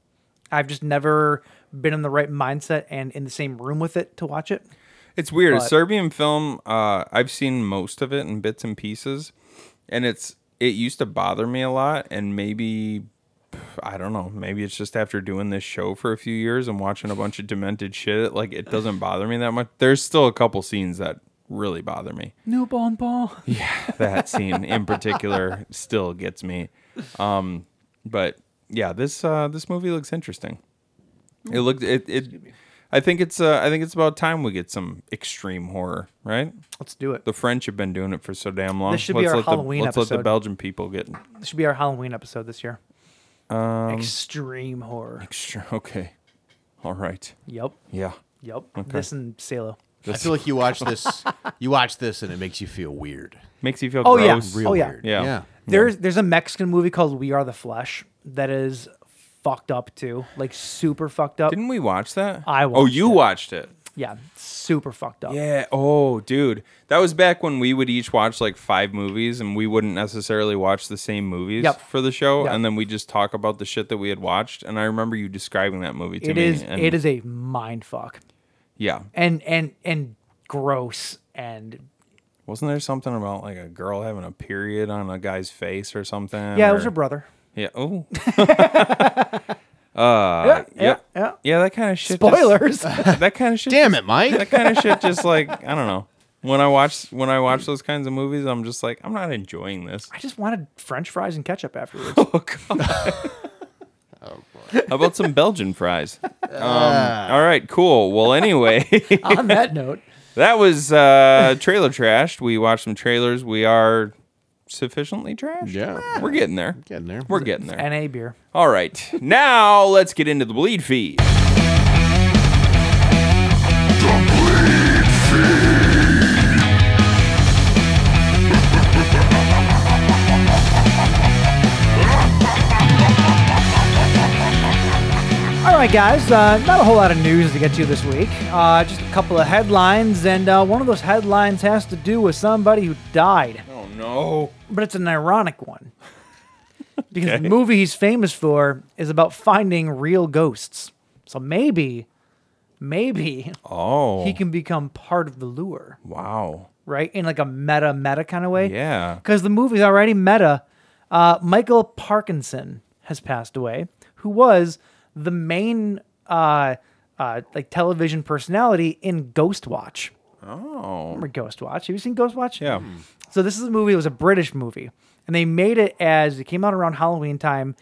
[SPEAKER 5] I've just never been in the right mindset and in the same room with it to watch it.
[SPEAKER 2] It's weird. A
[SPEAKER 5] But-
[SPEAKER 2] Serbian film, uh, I've seen most of it in bits and pieces, and it's it used to bother me a lot. And maybe I don't know. Maybe it's just after doing this show for a few years and watching a bunch of demented shit, like it doesn't bother me that much. There's still a couple scenes that really bother me.
[SPEAKER 5] New bon bon.
[SPEAKER 2] That scene in particular still gets me. Um, but yeah, this uh, this movie looks interesting. It looked it. it I think it's uh, I think it's about time we get some extreme horror, right?
[SPEAKER 5] Let's do it.
[SPEAKER 2] The French have been doing it for so damn long.
[SPEAKER 5] This should be our
[SPEAKER 2] let
[SPEAKER 5] Halloween
[SPEAKER 2] the, Let's let
[SPEAKER 5] episode.
[SPEAKER 2] the Belgian people get.
[SPEAKER 5] This should be our Halloween episode this year. Extreme horror.
[SPEAKER 2] Sure, Okay. All right.
[SPEAKER 5] Yep.
[SPEAKER 2] Yeah.
[SPEAKER 5] Yep. This and Salo.
[SPEAKER 6] I feel like you watch this, you watch this, and it makes you feel weird.
[SPEAKER 2] Makes you feel
[SPEAKER 5] Oh, yeah.
[SPEAKER 2] gross.
[SPEAKER 5] Oh, yeah.
[SPEAKER 6] weird.
[SPEAKER 2] Yeah.
[SPEAKER 5] There's there's a Mexican movie called We Are the Flesh that is fucked up too. Like super fucked up.
[SPEAKER 2] Didn't we watch that?
[SPEAKER 5] I
[SPEAKER 2] Oh,
[SPEAKER 5] watched
[SPEAKER 2] you
[SPEAKER 5] it.
[SPEAKER 2] watched it.
[SPEAKER 5] yeah. Super fucked up.
[SPEAKER 2] Yeah. Oh, dude, that was back when we would each watch like five movies, and we wouldn't necessarily watch the same movies
[SPEAKER 5] Yep.
[SPEAKER 2] for the show,
[SPEAKER 5] Yep.
[SPEAKER 2] and then we just talk about the shit that we had watched. And I remember you describing that movie to
[SPEAKER 5] It
[SPEAKER 2] me.
[SPEAKER 5] is
[SPEAKER 2] and
[SPEAKER 5] it is a mind fuck.
[SPEAKER 2] Yeah.
[SPEAKER 5] And and and gross and
[SPEAKER 2] Wasn't there something about like a girl having a period on a guy's face or something?
[SPEAKER 5] yeah, it
[SPEAKER 2] or-
[SPEAKER 5] was her brother.
[SPEAKER 2] Yeah. Oh.
[SPEAKER 5] Yeah,
[SPEAKER 2] Uh, yep.
[SPEAKER 5] yeah,
[SPEAKER 2] Yeah, that kind of shit. just-
[SPEAKER 5] Spoilers.
[SPEAKER 2] that kind of shit.
[SPEAKER 6] Damn it, Mike.
[SPEAKER 2] That kind of shit. Just like I don't know. When I watch when I watch those kinds of movies, I'm just like I'm not enjoying this.
[SPEAKER 5] I just wanted French fries and ketchup afterwards.
[SPEAKER 2] Oh god.
[SPEAKER 6] Oh,
[SPEAKER 2] How about some Belgian fries? Um,
[SPEAKER 6] Ah.
[SPEAKER 2] all right, cool. Well, anyway.
[SPEAKER 5] On that note,
[SPEAKER 2] That was uh, trailer trashed. We watched some trailers. We are sufficiently trashed.
[SPEAKER 6] Yeah.
[SPEAKER 2] we're getting there.
[SPEAKER 6] Getting there.
[SPEAKER 2] We're getting there.
[SPEAKER 5] NA beer.
[SPEAKER 2] All right, now let's get into the bleed feed.
[SPEAKER 5] All right, guys. Uh, not a whole lot of news to get to this week. Uh, just a couple of headlines, and uh, one of those headlines has to do with somebody who died.
[SPEAKER 2] Oh no!
[SPEAKER 5] but it's an ironic one because the movie he's famous for is about finding real ghosts. So maybe, maybe
[SPEAKER 2] Oh,
[SPEAKER 5] he can become part of the lure,
[SPEAKER 2] wow.
[SPEAKER 5] right? In like a meta, meta kind of way.
[SPEAKER 2] Yeah.
[SPEAKER 5] Because the movie's already meta. Uh, Michael Parkinson has passed away, who was the main uh, uh, like television personality in Ghostwatch.
[SPEAKER 2] Oh,
[SPEAKER 5] Remember Ghostwatch? Have you seen Ghostwatch?
[SPEAKER 2] yeah.
[SPEAKER 6] Hmm.
[SPEAKER 5] So this is a movie. It was a British movie, and they made it as it came out around Halloween time,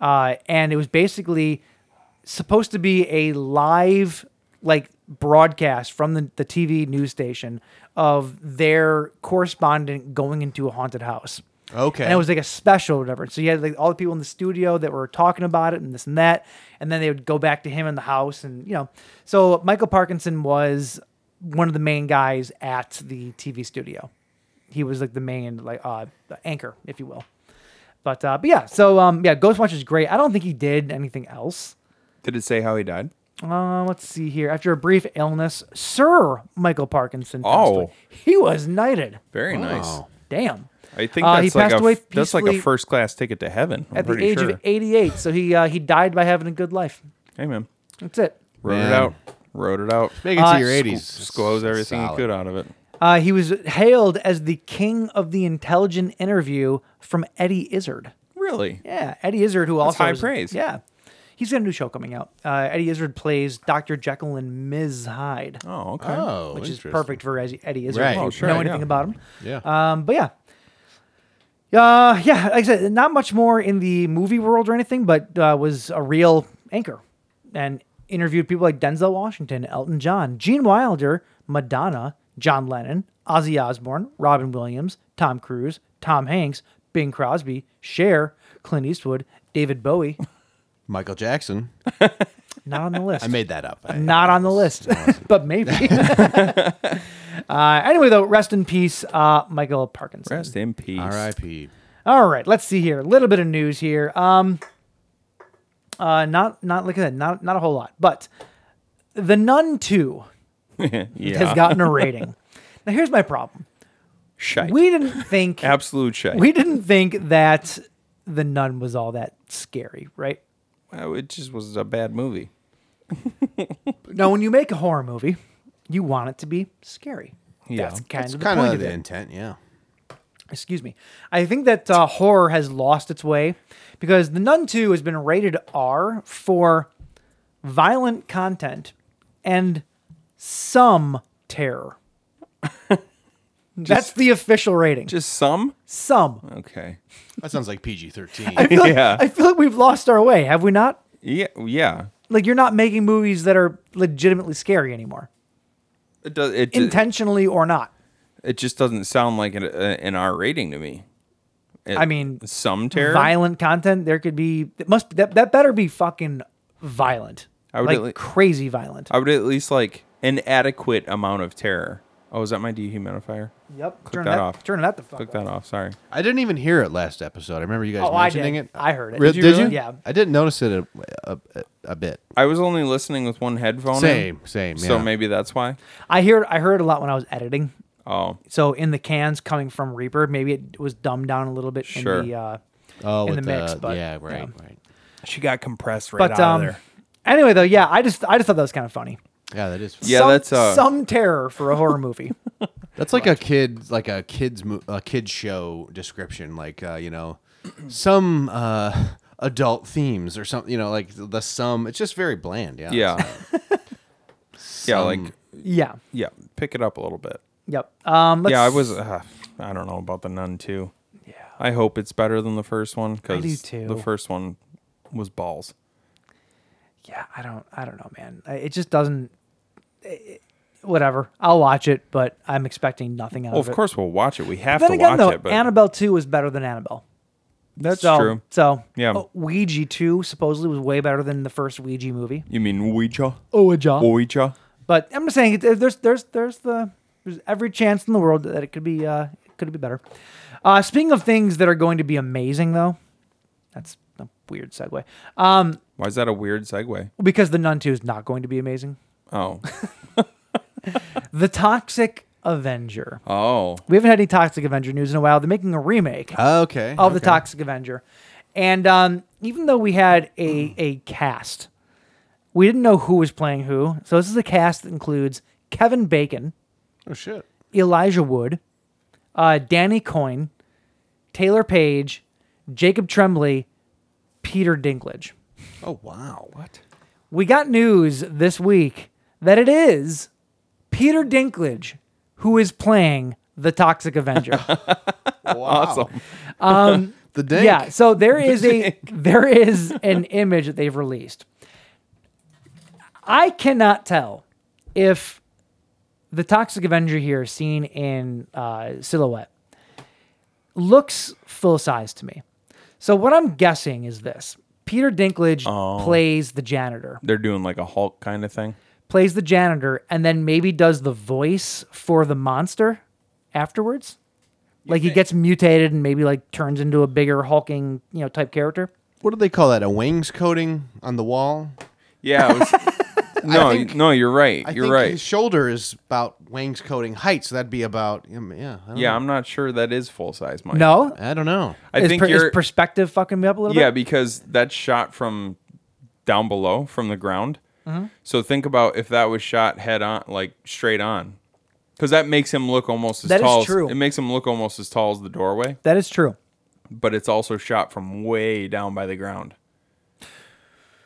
[SPEAKER 5] uh, and it was basically supposed to be a live like broadcast from the, the TV news station of their correspondent going into a haunted house.
[SPEAKER 6] Okay.
[SPEAKER 5] And it was like a special or whatever. So you had like all the people in the studio that were talking about it and this and that. And then they would go back to him in the house and you know. So Michael Parkinson was one of the main guys at the TV studio. He was like the main like uh anchor, if you will. But uh but yeah, so um yeah, Ghostwatch is great. I don't think he did anything else.
[SPEAKER 2] Did it say how he died?
[SPEAKER 5] Uh, let's see here. After a brief illness, Sir Michael Parkinson. passed
[SPEAKER 2] Oh.
[SPEAKER 5] away. he was knighted.
[SPEAKER 2] Very
[SPEAKER 6] Oh.
[SPEAKER 2] nice.
[SPEAKER 5] Damn.
[SPEAKER 2] I think
[SPEAKER 5] Uh, he
[SPEAKER 2] that's like
[SPEAKER 5] passed
[SPEAKER 2] a
[SPEAKER 5] away
[SPEAKER 2] that's like a
[SPEAKER 5] peacefully-
[SPEAKER 2] first class ticket to heaven. I'm
[SPEAKER 5] At the
[SPEAKER 2] pretty
[SPEAKER 5] age
[SPEAKER 2] sure.
[SPEAKER 5] of 88, so he uh, he died by having a good life.
[SPEAKER 2] Hey man,
[SPEAKER 5] That's it.
[SPEAKER 2] wrote
[SPEAKER 6] Man.
[SPEAKER 2] it out. Wrote it out.
[SPEAKER 6] Make it
[SPEAKER 5] Uh,
[SPEAKER 6] to your
[SPEAKER 5] squ-
[SPEAKER 6] 80s.
[SPEAKER 2] Disclose everything
[SPEAKER 6] Solid.
[SPEAKER 2] you could out of it.
[SPEAKER 5] Uh, he was hailed as the king of the intelligent interview from Eddie Izzard.
[SPEAKER 2] Really?
[SPEAKER 5] Yeah, Eddie Izzard, who also
[SPEAKER 2] high
[SPEAKER 5] is-
[SPEAKER 2] praise.
[SPEAKER 5] Yeah, he's got a new show coming out. Uh, Eddie Izzard plays Doctor Jekyll and Ms Hyde,
[SPEAKER 2] Oh, okay.
[SPEAKER 6] Oh,
[SPEAKER 5] which is
[SPEAKER 6] interesting.
[SPEAKER 5] perfect for Eddie Eddie Izzard.
[SPEAKER 6] Right.
[SPEAKER 5] if
[SPEAKER 6] Oh,
[SPEAKER 5] you
[SPEAKER 2] sure,
[SPEAKER 5] know
[SPEAKER 2] yeah.
[SPEAKER 5] anything about him?
[SPEAKER 6] Yeah.
[SPEAKER 5] Um, but yeah. Uh, yeah, like I said, not much more in the movie world or anything, but uh, was a real anchor and interviewed people like Denzel Washington, Elton John, Gene Wilder, Madonna, John Lennon, Ozzy Osbourne, Robin Williams, Tom Cruise, Tom Hanks, Bing Crosby, Cher, Clint Eastwood, David Bowie.
[SPEAKER 6] Michael Jackson.
[SPEAKER 5] Not on the list.
[SPEAKER 6] I made that up. I-
[SPEAKER 5] Not on the list, but maybe. uh, anyway, though, rest in peace, uh, Michael Parkinson.
[SPEAKER 2] Rest in peace.
[SPEAKER 6] R.I.P.
[SPEAKER 5] All right, let's see here. A little bit of news here. Um, uh, not not like I said, not not a whole lot, but the Nun Two has
[SPEAKER 2] Yeah.
[SPEAKER 5] gotten a rating. now here's my problem.
[SPEAKER 2] shite.
[SPEAKER 5] We didn't think
[SPEAKER 2] Absolute shite.
[SPEAKER 5] we didn't think that the Nun was all that scary, right?
[SPEAKER 2] Well, it just was a bad movie.
[SPEAKER 5] Now, when you make a horror movie, you want it to be scary.
[SPEAKER 2] Yeah.
[SPEAKER 5] That's kind
[SPEAKER 6] It's
[SPEAKER 5] of the
[SPEAKER 6] kind
[SPEAKER 5] point
[SPEAKER 6] of
[SPEAKER 5] of
[SPEAKER 6] the
[SPEAKER 5] it.
[SPEAKER 6] intent, yeah.
[SPEAKER 5] excuse me. I think that uh, horror has lost its way because The Nun 2 has been rated R for violent content and some terror. That's the official rating.
[SPEAKER 2] Just some?
[SPEAKER 5] some.
[SPEAKER 2] Okay.
[SPEAKER 6] That sounds like PG thirteen.
[SPEAKER 5] I feel, like,
[SPEAKER 2] Yeah.
[SPEAKER 5] I feel like we've lost our way, have we not?
[SPEAKER 2] Yeah. Yeah.
[SPEAKER 5] Like you're not making movies that are legitimately scary anymore,
[SPEAKER 2] It does. It, ju-
[SPEAKER 5] intentionally or not.
[SPEAKER 2] it just doesn't sound like an, a- an R rating to me. It-
[SPEAKER 5] I mean,
[SPEAKER 2] some terror.
[SPEAKER 5] violent content. There could be it must that that better be fucking violent,
[SPEAKER 2] I would
[SPEAKER 5] like
[SPEAKER 2] at lea-
[SPEAKER 5] crazy violent.
[SPEAKER 2] I would at least like an adequate amount of terror. Oh, is that my dehumidifier?
[SPEAKER 5] Yep.
[SPEAKER 2] Click
[SPEAKER 5] turn
[SPEAKER 2] that
[SPEAKER 5] that,
[SPEAKER 2] off.
[SPEAKER 5] Turn that the fuck
[SPEAKER 2] Click
[SPEAKER 5] off.
[SPEAKER 2] that off. Sorry.
[SPEAKER 6] I didn't even hear it last episode. I remember you guys
[SPEAKER 5] Oh, I
[SPEAKER 6] mentioning
[SPEAKER 5] did.
[SPEAKER 6] it.
[SPEAKER 5] I heard it.
[SPEAKER 6] Re-
[SPEAKER 5] Did you
[SPEAKER 6] did
[SPEAKER 5] really?
[SPEAKER 6] you?
[SPEAKER 5] Yeah.
[SPEAKER 6] I didn't notice it a, a, a, a bit.
[SPEAKER 2] I was only listening with one headphone. in,
[SPEAKER 6] Same, same.
[SPEAKER 2] So
[SPEAKER 6] yeah.
[SPEAKER 2] maybe that's why.
[SPEAKER 5] I hear I heard a lot when I was editing.
[SPEAKER 2] Oh,
[SPEAKER 5] So in the cans coming from Reaper, maybe it was dumbed down a little bit
[SPEAKER 2] Sure.
[SPEAKER 5] in the uh
[SPEAKER 6] oh,
[SPEAKER 5] in the
[SPEAKER 6] with
[SPEAKER 5] mix, but
[SPEAKER 6] yeah, right, right.
[SPEAKER 2] she got compressed right
[SPEAKER 5] but um anyway though, yeah, I just I just thought that was kind of funny.
[SPEAKER 6] Yeah, that is.
[SPEAKER 2] Yeah,
[SPEAKER 5] some,
[SPEAKER 2] that's, uh,
[SPEAKER 5] some terror for a horror movie.
[SPEAKER 6] That's like a kid, like a kids, mo- a kids show description, like uh, you know, some uh, adult themes or something. You know, like the sum. It's just very bland. Yeah.
[SPEAKER 2] Yeah. yeah, like
[SPEAKER 5] yeah.
[SPEAKER 2] yeah, pick it up a little bit.
[SPEAKER 5] Yep. Um let's,
[SPEAKER 2] yeah, I was. Uh, I don't know about the nun too. Yeah. I hope it's better than the first one
[SPEAKER 5] I do
[SPEAKER 2] because
[SPEAKER 5] too.
[SPEAKER 2] the first one was balls.
[SPEAKER 5] yeah, I don't I don't know, man. I- It just doesn't it- whatever. I'll watch it, but I'm expecting nothing out
[SPEAKER 2] Well,
[SPEAKER 5] of it.
[SPEAKER 2] of course we'll watch it. We have
[SPEAKER 5] Then
[SPEAKER 2] to
[SPEAKER 5] again
[SPEAKER 2] watch
[SPEAKER 5] though,
[SPEAKER 2] it. But
[SPEAKER 5] Annabelle 2 was better than Annabelle.
[SPEAKER 2] that's
[SPEAKER 5] so,
[SPEAKER 2] true.
[SPEAKER 5] So
[SPEAKER 2] Yeah.
[SPEAKER 5] uh, Ouija two supposedly was way better than the first Ouija movie.
[SPEAKER 2] You mean Ouija?
[SPEAKER 5] Ouija.
[SPEAKER 2] Ouija?
[SPEAKER 5] But I'm just saying, it- there's there's there's the there's every chance in the world that it could be uh it could be better. Uh, speaking of things that are going to be amazing though, that's a weird segue. Um,
[SPEAKER 2] Why is that a weird segue?
[SPEAKER 5] because the Nun two is not going to be amazing.
[SPEAKER 2] Oh,
[SPEAKER 5] The Toxic Avenger.
[SPEAKER 2] oh,
[SPEAKER 5] We haven't had any Toxic Avenger news in a while. They're making a remake.
[SPEAKER 6] Okay.
[SPEAKER 5] of the Toxic Avenger. And um, even though we had a, a cast, we didn't know who was playing who. So this is a cast that includes Kevin Bacon,
[SPEAKER 6] oh shit.
[SPEAKER 5] Elijah Wood, uh, Danny Coyne, Taylor Page, Jacob Tremblay, Peter Dinklage.
[SPEAKER 6] Oh wow. What?
[SPEAKER 5] We got news this week that it is Peter Dinklage who is playing the Toxic Avenger.
[SPEAKER 6] Awesome. um, the dank.
[SPEAKER 5] Yeah, so there is a there is an image that they've released. I cannot tell if the Toxic Avenger here seen in uh, silhouette looks full size to me. So what I'm guessing is this. Peter Dinklage plays the janitor.
[SPEAKER 2] they're doing like a Hulk kind of thing.
[SPEAKER 5] Plays the janitor and then maybe does the voice for the monster afterwards. Like he gets mutated and maybe like turns into a bigger hulking, you know, type character.
[SPEAKER 6] What do they call that? A wings coating on the wall.
[SPEAKER 2] Yeah. It was, no,
[SPEAKER 6] think-
[SPEAKER 2] no, you're right.
[SPEAKER 6] I
[SPEAKER 2] you're
[SPEAKER 6] think
[SPEAKER 2] right.
[SPEAKER 6] His shoulder is about wings coating height, so that'd be about um, yeah. I don't
[SPEAKER 2] yeah,
[SPEAKER 6] know.
[SPEAKER 2] I'm not sure that is full size, Mike.
[SPEAKER 5] No,
[SPEAKER 6] I don't know.
[SPEAKER 2] I
[SPEAKER 5] is,
[SPEAKER 2] think
[SPEAKER 5] per- is
[SPEAKER 2] you're.
[SPEAKER 5] perspective fucking me up a little
[SPEAKER 2] yeah,
[SPEAKER 5] bit?
[SPEAKER 2] because that's shot from down below, from the ground.
[SPEAKER 5] Mm-hmm.
[SPEAKER 2] So think about if that was shot head on, like straight on, because that makes him look almost as
[SPEAKER 5] That is
[SPEAKER 2] tall. as-
[SPEAKER 5] true.
[SPEAKER 2] It makes him look almost as tall as the doorway.
[SPEAKER 5] That is true.
[SPEAKER 2] but it's also shot from way down by the ground.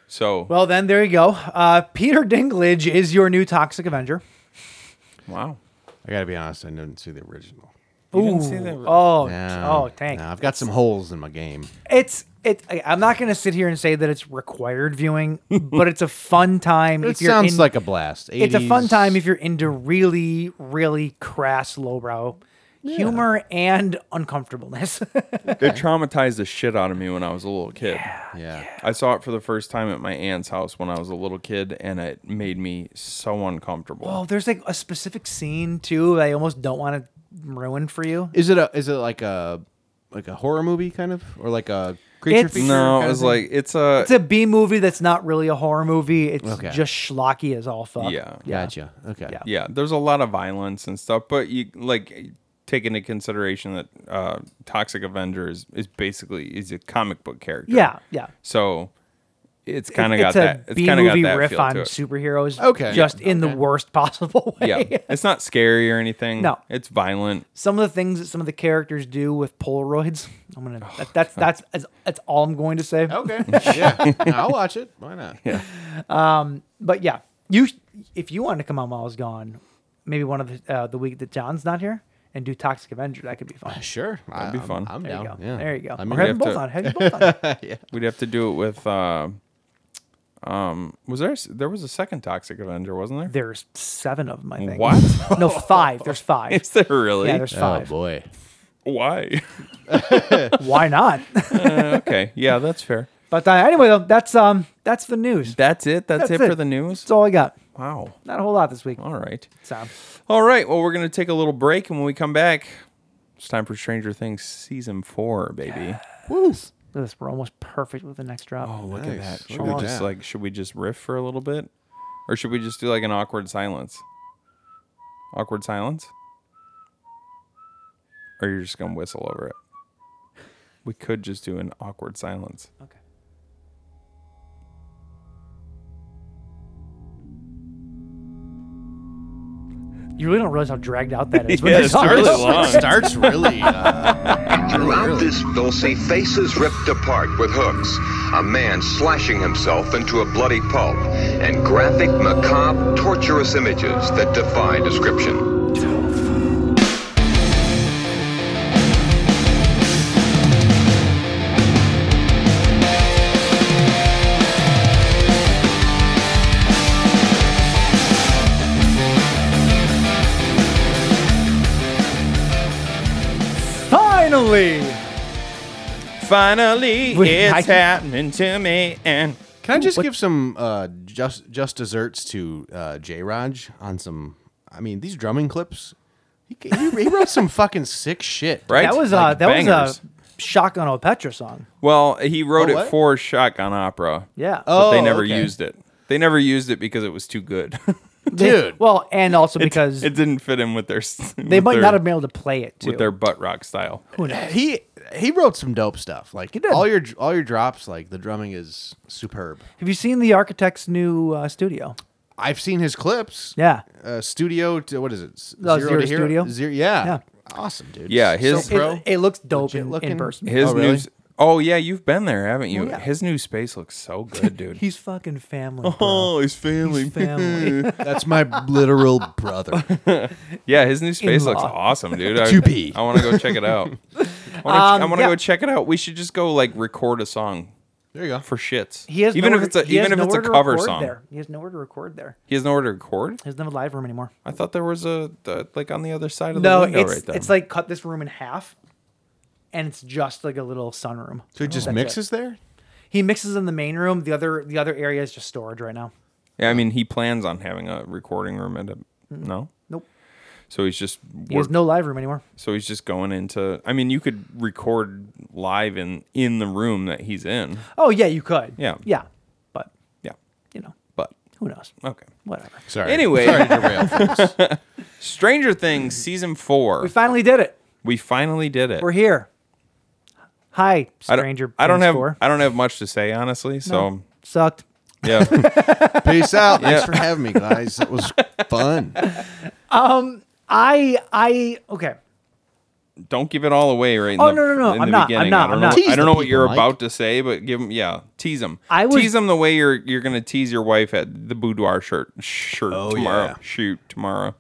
[SPEAKER 2] So
[SPEAKER 5] Well, then there you go. Uh, Peter Dinklage is your new Toxic Avenger.
[SPEAKER 2] wow.
[SPEAKER 6] I gotta be honest, I didn't see the original.
[SPEAKER 2] You didn't see that-
[SPEAKER 5] Oh,
[SPEAKER 6] No,
[SPEAKER 5] oh, thank.
[SPEAKER 6] Um, no, I've got some holes in my game.
[SPEAKER 5] It's it. I- I'm not going to sit here and say that it's required viewing, but it's a fun time.
[SPEAKER 6] It
[SPEAKER 5] if you're
[SPEAKER 6] sounds
[SPEAKER 5] in-
[SPEAKER 6] like a blast.
[SPEAKER 5] It's a fun
[SPEAKER 6] 80s.
[SPEAKER 5] time if you're into really, really crass lowbrow humor and uncomfortableness.
[SPEAKER 2] It traumatized the shit out of me when I was a little kid.
[SPEAKER 6] Yeah.
[SPEAKER 2] I saw it for the first time at my aunt's house when I was a little kid, and it made me so uncomfortable.
[SPEAKER 5] oh, there's like a specific scene too. that I almost don't want to ruin for you.
[SPEAKER 6] Is it a is it like a like a horror movie kind of or like a creature
[SPEAKER 5] It's-
[SPEAKER 6] feature?
[SPEAKER 2] no,
[SPEAKER 6] kind
[SPEAKER 2] it
[SPEAKER 6] of
[SPEAKER 2] was
[SPEAKER 6] thing?
[SPEAKER 2] like it's a,
[SPEAKER 5] It's a B movie that's not really a horror movie. It's
[SPEAKER 6] Okay.
[SPEAKER 5] just schlocky as all fuck.
[SPEAKER 2] yeah, yeah,
[SPEAKER 6] gotcha. Okay.
[SPEAKER 5] Yeah.
[SPEAKER 2] yeah. There's a lot of violence and stuff, but you like take into consideration that uh, Toxic Avenger is, is basically is a comic book character.
[SPEAKER 5] yeah, yeah.
[SPEAKER 2] so it's kind of
[SPEAKER 5] It-
[SPEAKER 2] got
[SPEAKER 5] it's
[SPEAKER 2] that.
[SPEAKER 5] a
[SPEAKER 2] It's kind of got
[SPEAKER 5] B-movie
[SPEAKER 2] that
[SPEAKER 5] riff
[SPEAKER 2] feel
[SPEAKER 5] on
[SPEAKER 2] to it.
[SPEAKER 5] superheroes.
[SPEAKER 6] Okay.
[SPEAKER 5] just in the
[SPEAKER 6] Okay.
[SPEAKER 5] worst possible way.
[SPEAKER 2] yeah, it's not scary or anything.
[SPEAKER 5] No.
[SPEAKER 2] it's violent.
[SPEAKER 5] some of the things that some of the characters do with Polaroids. I'm gonna. that, that's that's that's that's all I'm going to say.
[SPEAKER 6] Okay. yeah. I'll watch it. Why not? Yeah.
[SPEAKER 5] But yeah, you sh- if you want to come on while I was gone, maybe one of the uh, the week that John's not here and do Toxic Avenger. That could be
[SPEAKER 2] Ah,
[SPEAKER 5] fun.
[SPEAKER 6] Sure. That'd
[SPEAKER 2] be fun.
[SPEAKER 6] I'm, I'm
[SPEAKER 5] There you
[SPEAKER 6] down.
[SPEAKER 5] go.
[SPEAKER 6] Yeah.
[SPEAKER 5] There you go.
[SPEAKER 6] I
[SPEAKER 5] I
[SPEAKER 6] mean,
[SPEAKER 5] have
[SPEAKER 2] you
[SPEAKER 5] them
[SPEAKER 2] have
[SPEAKER 5] both
[SPEAKER 2] to-
[SPEAKER 5] on. Have you both on?
[SPEAKER 2] We'd have to do it with. Uh, um, was there s- there was a second Toxic Avenger, wasn't there?
[SPEAKER 5] There's seven of them. I think.
[SPEAKER 2] What?
[SPEAKER 5] No, five. There's five.
[SPEAKER 2] Is there really?
[SPEAKER 5] yeah, there's
[SPEAKER 6] Oh
[SPEAKER 5] five.
[SPEAKER 6] boy.
[SPEAKER 2] Why?
[SPEAKER 5] Why not?
[SPEAKER 2] okay, yeah, that's fair.
[SPEAKER 5] but uh, anyway, though, that's um that's the news.
[SPEAKER 2] That's it. That's,
[SPEAKER 5] That's
[SPEAKER 2] it,
[SPEAKER 5] it.
[SPEAKER 2] for the news.
[SPEAKER 5] That's all I got.
[SPEAKER 2] Wow.
[SPEAKER 5] Not a whole lot this week.
[SPEAKER 2] All right.
[SPEAKER 5] So
[SPEAKER 2] All right. Well, we're gonna take a little break, and when we come back, it's time for Stranger Things season four, baby.
[SPEAKER 5] look at this. We're almost perfect with the next drop.
[SPEAKER 2] Oh, look at
[SPEAKER 6] Nice.
[SPEAKER 2] that. Should
[SPEAKER 6] Look at
[SPEAKER 2] we just
[SPEAKER 6] that.
[SPEAKER 2] like? Should we just riff for a little bit, or should we just do like an awkward silence? Awkward silence. Or you're just gonna whistle over it. We could just do an awkward silence.
[SPEAKER 5] Okay. You really don't realize how dragged out that is. when
[SPEAKER 2] Yeah,
[SPEAKER 5] they
[SPEAKER 2] it's
[SPEAKER 5] talk.
[SPEAKER 2] really
[SPEAKER 5] It's-
[SPEAKER 2] long.
[SPEAKER 6] Starts really. Uh,
[SPEAKER 10] Throughout this, they'll see faces ripped apart with hooks, a man slashing himself into a bloody pulp, and graphic, macabre, torturous images that defy description.
[SPEAKER 5] Finally!
[SPEAKER 2] Finally,
[SPEAKER 5] Wait,
[SPEAKER 2] it's
[SPEAKER 5] I-
[SPEAKER 2] happening to me, and
[SPEAKER 6] Can I just give some uh, just just desserts to uh, J Raj on some? I mean, these drumming clips. He, he, he wrote some fucking sick shit.
[SPEAKER 2] right.
[SPEAKER 5] That was uh,
[SPEAKER 2] Like
[SPEAKER 5] that was
[SPEAKER 2] bangers.
[SPEAKER 5] a Shotgun O'Petra song.
[SPEAKER 2] Well, he wrote
[SPEAKER 6] Oh,
[SPEAKER 2] it
[SPEAKER 6] what?
[SPEAKER 2] for Shotgun Opera.
[SPEAKER 5] Yeah.
[SPEAKER 2] but they
[SPEAKER 6] Oh,
[SPEAKER 2] never
[SPEAKER 6] okay.
[SPEAKER 2] used it. They never used it because it was too good.
[SPEAKER 5] They-
[SPEAKER 6] dude.
[SPEAKER 5] well, and also because
[SPEAKER 2] it didn't fit in with their. s-
[SPEAKER 5] they
[SPEAKER 2] with
[SPEAKER 5] might
[SPEAKER 2] their-
[SPEAKER 5] not have been able to play it too.
[SPEAKER 2] with their butt rock style.
[SPEAKER 6] He he wrote some dope stuff. Like
[SPEAKER 5] did.
[SPEAKER 6] all your all your drops, like the drumming is superb.
[SPEAKER 5] have you seen the Architect's new uh, studio?
[SPEAKER 6] I've seen his clips.
[SPEAKER 5] Yeah.
[SPEAKER 6] Uh, studio to what is it? S-
[SPEAKER 5] Uh, Zero to Studio?
[SPEAKER 6] Zero, yeah.
[SPEAKER 5] Yeah.
[SPEAKER 6] Awesome, dude.
[SPEAKER 2] Yeah, his-
[SPEAKER 6] so pro.
[SPEAKER 5] It, it looks dope
[SPEAKER 6] Legit
[SPEAKER 5] in, in
[SPEAKER 6] looking.
[SPEAKER 5] person.
[SPEAKER 2] His
[SPEAKER 6] Oh,
[SPEAKER 2] new
[SPEAKER 6] really?
[SPEAKER 2] s- Oh yeah, you've been there, haven't you?
[SPEAKER 5] Well, yeah.
[SPEAKER 2] His new space looks so good, dude.
[SPEAKER 5] He's fucking family. Bro.
[SPEAKER 2] oh, his family.
[SPEAKER 5] He's family.
[SPEAKER 6] That's my literal brother.
[SPEAKER 2] yeah, his new space looks
[SPEAKER 5] In-law.
[SPEAKER 2] awesome, dude. I,
[SPEAKER 6] To be.
[SPEAKER 2] I want to go check it out. I want to
[SPEAKER 5] Um, yeah.
[SPEAKER 2] go check it out. We should just go like record a song
[SPEAKER 6] There you go.
[SPEAKER 2] for shits.
[SPEAKER 5] He has
[SPEAKER 2] even
[SPEAKER 5] nowhere-
[SPEAKER 2] if it's a
[SPEAKER 5] he has
[SPEAKER 2] even if it's a
[SPEAKER 5] nowhere to
[SPEAKER 2] cover
[SPEAKER 5] record
[SPEAKER 2] song.
[SPEAKER 5] There. He has nowhere to record there.
[SPEAKER 2] He has nowhere to record.
[SPEAKER 5] He doesn't have a live room anymore.
[SPEAKER 2] I thought there was a the, like on the other side of
[SPEAKER 5] No,
[SPEAKER 2] the window
[SPEAKER 5] it's
[SPEAKER 2] right there.
[SPEAKER 5] it's like cut this room in half, and it's just like a little sunroom.
[SPEAKER 6] So he just
[SPEAKER 5] Oh, That's
[SPEAKER 6] mixes
[SPEAKER 5] it.
[SPEAKER 6] there.
[SPEAKER 5] He mixes in the main room. The other the other area is just storage right now.
[SPEAKER 2] yeah, I mean, he plans on having a recording room and a no.
[SPEAKER 5] Mm-hmm. Nope.
[SPEAKER 2] So he's just
[SPEAKER 5] He has
[SPEAKER 2] work-
[SPEAKER 5] no live room anymore.
[SPEAKER 2] So he's just going into. I mean, you could record live in in the room that he's in.
[SPEAKER 5] Oh yeah, you could.
[SPEAKER 2] Yeah.
[SPEAKER 5] Yeah, but
[SPEAKER 2] Yeah,
[SPEAKER 5] you know
[SPEAKER 2] but
[SPEAKER 5] who knows?
[SPEAKER 2] okay.
[SPEAKER 5] Whatever.
[SPEAKER 6] Sorry.
[SPEAKER 2] Anyway.
[SPEAKER 6] Sorry to derail things.
[SPEAKER 2] Stranger Things season four.
[SPEAKER 5] We finally did it.
[SPEAKER 2] we finally did it.
[SPEAKER 5] We're here. Hi,
[SPEAKER 2] I don't-
[SPEAKER 5] stranger.
[SPEAKER 2] I don't,
[SPEAKER 5] Things
[SPEAKER 2] have.
[SPEAKER 5] four.
[SPEAKER 2] I don't have much to say honestly. So
[SPEAKER 5] Sucked.
[SPEAKER 2] yeah,
[SPEAKER 6] Peace out. Thanks
[SPEAKER 2] Yeah.
[SPEAKER 6] for having me, guys. That was fun.
[SPEAKER 5] I I okay.
[SPEAKER 2] don't give it all away right.
[SPEAKER 5] Oh,
[SPEAKER 2] in the,
[SPEAKER 5] no, no, no,
[SPEAKER 2] In
[SPEAKER 5] I'm
[SPEAKER 2] the
[SPEAKER 5] not, I'm
[SPEAKER 2] beginning.
[SPEAKER 5] not,
[SPEAKER 2] I don't
[SPEAKER 5] I'm
[SPEAKER 2] know,
[SPEAKER 5] not.
[SPEAKER 2] I
[SPEAKER 6] Tease
[SPEAKER 2] don't know
[SPEAKER 6] the
[SPEAKER 2] what
[SPEAKER 6] people,
[SPEAKER 2] you're
[SPEAKER 6] Mike.
[SPEAKER 2] about to say, but give them. Yeah, tease them.
[SPEAKER 5] I was-
[SPEAKER 2] tease them the way you're you're gonna tease your wife at the boudoir shirt shirt tomorrow.
[SPEAKER 6] Oh, yeah.
[SPEAKER 2] Shoot tomorrow.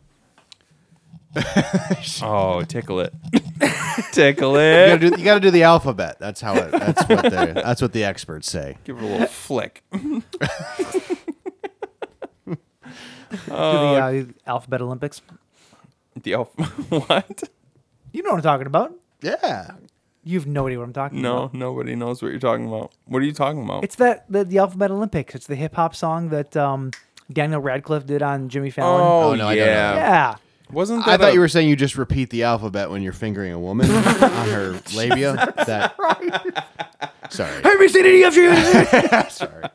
[SPEAKER 2] oh, tickle it, tickle
[SPEAKER 6] You gotta,
[SPEAKER 2] it.
[SPEAKER 6] do, you gotta do the alphabet. That's how. It, that's what they. That's what the experts say.
[SPEAKER 2] Give it a little flick.
[SPEAKER 5] to the uh, Alphabet Olympics.
[SPEAKER 2] The elf. what?
[SPEAKER 5] You know what I'm talking about.
[SPEAKER 6] Yeah.
[SPEAKER 5] You have no idea what I'm talking
[SPEAKER 2] No,
[SPEAKER 5] about.
[SPEAKER 2] nobody knows what you're talking about. What are you talking about?
[SPEAKER 5] It's that the, the Alphabet Olympics. It's the hip hop song that um, Daniel Radcliffe did on Jimmy Fallon.
[SPEAKER 2] oh,
[SPEAKER 6] Oh, no, I don't know.
[SPEAKER 2] yeah.
[SPEAKER 5] Yeah.
[SPEAKER 2] Wasn't that
[SPEAKER 6] I thought
[SPEAKER 2] a-
[SPEAKER 6] you were saying you just repeat the alphabet when you're fingering a woman on her labia. That. Sorry. Sorry.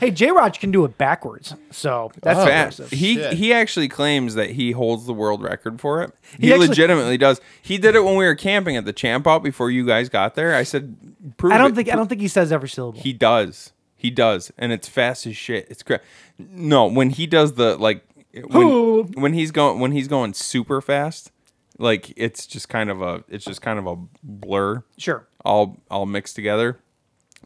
[SPEAKER 5] Hey, J. Rod can do it backwards, so that's
[SPEAKER 2] Fat.
[SPEAKER 5] impressive.
[SPEAKER 2] Oh. He
[SPEAKER 6] Shit.
[SPEAKER 2] he actually claims that he holds the world record for it. He,
[SPEAKER 5] actually-
[SPEAKER 2] legitimately does. He did it when we were camping at the champ out before you guys got there. I said, "Prove
[SPEAKER 5] I don't
[SPEAKER 2] it."
[SPEAKER 5] think I don't think he says every syllable.
[SPEAKER 2] he does. He does, and it's fast as shit. It's crap. No, when he does the like
[SPEAKER 5] Oh.
[SPEAKER 2] when, when he's going when he's going super fast, like it's just kind of a it's just kind of a blur.
[SPEAKER 5] sure.
[SPEAKER 2] all all mixed together.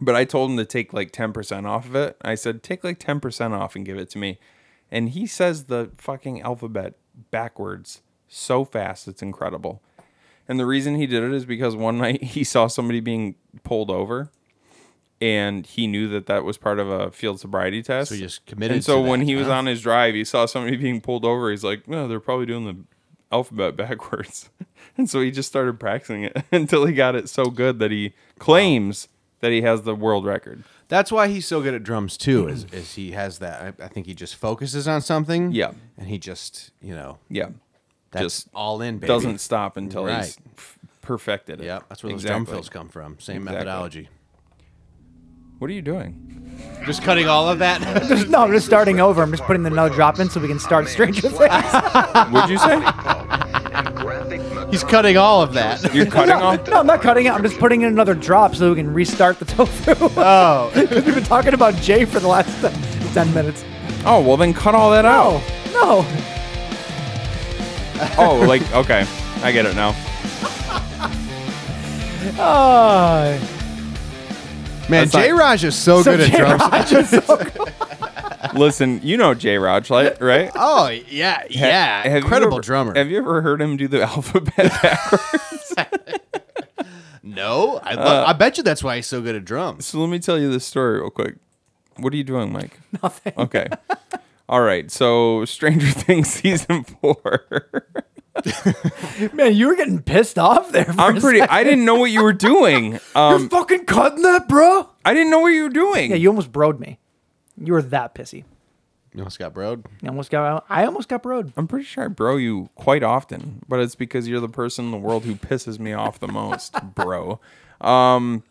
[SPEAKER 2] But I told him to take like ten percent off of it. I said, take like ten percent off and give it to me. And he says the fucking alphabet backwards so fast it's incredible. And the reason he did it is because one night he saw somebody being pulled over, and he knew that that was part of a field sobriety test.
[SPEAKER 6] So he just committed
[SPEAKER 2] And so
[SPEAKER 6] to
[SPEAKER 2] when
[SPEAKER 6] that,
[SPEAKER 2] he was
[SPEAKER 6] huh?
[SPEAKER 2] on his drive, he saw somebody being pulled over. He's like, no, they're probably doing the alphabet backwards. and so he just started practicing it until he got it so good that he claims that he has the world record.
[SPEAKER 6] That's why he's so good at drums too. Is is he has that? I, I think he just focuses on something.
[SPEAKER 2] Yeah.
[SPEAKER 6] And he just you know
[SPEAKER 2] Yeah.
[SPEAKER 6] that's
[SPEAKER 2] Just
[SPEAKER 6] all in. Baby.
[SPEAKER 2] Doesn't stop until he's
[SPEAKER 6] Right.
[SPEAKER 2] f- perfected it.
[SPEAKER 6] Yeah, that's where those drum fills come from. Same
[SPEAKER 2] Exactly.
[SPEAKER 6] methodology.
[SPEAKER 2] What are you doing?
[SPEAKER 6] Just cutting all of that.
[SPEAKER 5] No, I'm just starting over. I'm just putting the no drop in so we can start Stranger Things.
[SPEAKER 2] Would you say?
[SPEAKER 6] He's cutting all of that.
[SPEAKER 2] You're cutting off.
[SPEAKER 5] No, I'm not cutting it. I'm just putting in another drop so we can restart the tofu.
[SPEAKER 6] Oh,
[SPEAKER 5] We've been talking about Jay for the last uh, ten minutes.
[SPEAKER 2] Oh, well, then cut all that out.
[SPEAKER 5] No, no.
[SPEAKER 2] Oh, like, okay. I get it now.
[SPEAKER 5] Uh,
[SPEAKER 6] man,
[SPEAKER 2] That's not-
[SPEAKER 6] J. Raj is so,
[SPEAKER 5] so
[SPEAKER 6] good at
[SPEAKER 5] Jay
[SPEAKER 6] drums.
[SPEAKER 5] Raj is so good.
[SPEAKER 2] Listen, you know Jay Raj, like, right?
[SPEAKER 6] Oh yeah, yeah,
[SPEAKER 2] Have you
[SPEAKER 6] incredible
[SPEAKER 2] ever-
[SPEAKER 6] drummer.
[SPEAKER 2] Have you ever heard him do the alphabet backwards?
[SPEAKER 6] no, I, lo- I bet you that's why he's so good at drums.
[SPEAKER 2] so let me tell you this story real quick. What are you doing, Mike? Nothing. Okay. All right. So Stranger Things season four.
[SPEAKER 5] Man, you were getting pissed off there. For
[SPEAKER 2] I'm
[SPEAKER 5] a
[SPEAKER 2] pretty.
[SPEAKER 5] sec.
[SPEAKER 2] I didn't know what you were doing. Um,
[SPEAKER 5] fucking cutting that, bro.
[SPEAKER 2] I didn't know what you were doing.
[SPEAKER 5] Yeah, you almost broed me. You were that pissy.
[SPEAKER 6] You know, Scott Broad.
[SPEAKER 5] I almost got. I almost got broed.
[SPEAKER 2] I'm pretty sure I bro you quite often, but it's because you're the person in the world who pisses me off the most, bro. Um,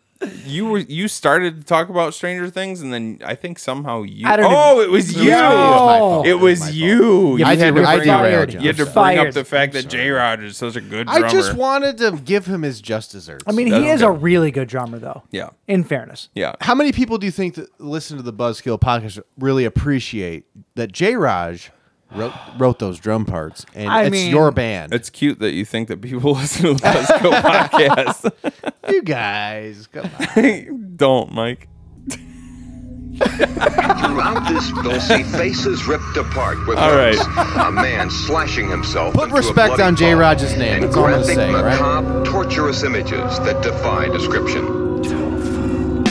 [SPEAKER 2] you were you started to talk about Stranger Things, and then I think somehow you.
[SPEAKER 5] I don't
[SPEAKER 2] oh,
[SPEAKER 5] even-
[SPEAKER 2] it was
[SPEAKER 5] No.
[SPEAKER 2] you.
[SPEAKER 5] No.
[SPEAKER 2] It was you. You
[SPEAKER 6] I
[SPEAKER 2] had
[SPEAKER 6] did-
[SPEAKER 2] to
[SPEAKER 6] I
[SPEAKER 2] bring up-
[SPEAKER 6] derailed you.
[SPEAKER 2] You had to
[SPEAKER 5] I'm
[SPEAKER 2] bring
[SPEAKER 5] sorry.
[SPEAKER 2] up the fact that J. Rod is such a good drummer.
[SPEAKER 6] I just wanted to give him his just desserts.
[SPEAKER 5] I mean,
[SPEAKER 2] That's
[SPEAKER 5] he is
[SPEAKER 2] okay.
[SPEAKER 5] a really good drummer, though.
[SPEAKER 2] Yeah.
[SPEAKER 5] In fairness,
[SPEAKER 2] Yeah.
[SPEAKER 6] how many people do you think that listen to the Buzzkill podcast really appreciate that J. Raj wrote wrote those drum parts and
[SPEAKER 5] I
[SPEAKER 6] it's
[SPEAKER 5] mean-
[SPEAKER 6] your band?
[SPEAKER 2] It's cute that you think that people listen to the Let's Go podcast.
[SPEAKER 6] you guys. Come on.
[SPEAKER 2] Don't, Mike.
[SPEAKER 10] Throughout this, they'll see faces ripped apart with
[SPEAKER 2] All
[SPEAKER 10] hooks. A man slashing himself.
[SPEAKER 6] Put
[SPEAKER 10] into a
[SPEAKER 6] respect
[SPEAKER 10] bloody
[SPEAKER 6] on J.
[SPEAKER 10] pulp,
[SPEAKER 6] Rogers' name.
[SPEAKER 10] And
[SPEAKER 6] That's all I'm gonna
[SPEAKER 10] graphic,
[SPEAKER 6] say, right?
[SPEAKER 10] macabre, torturous images that defy description.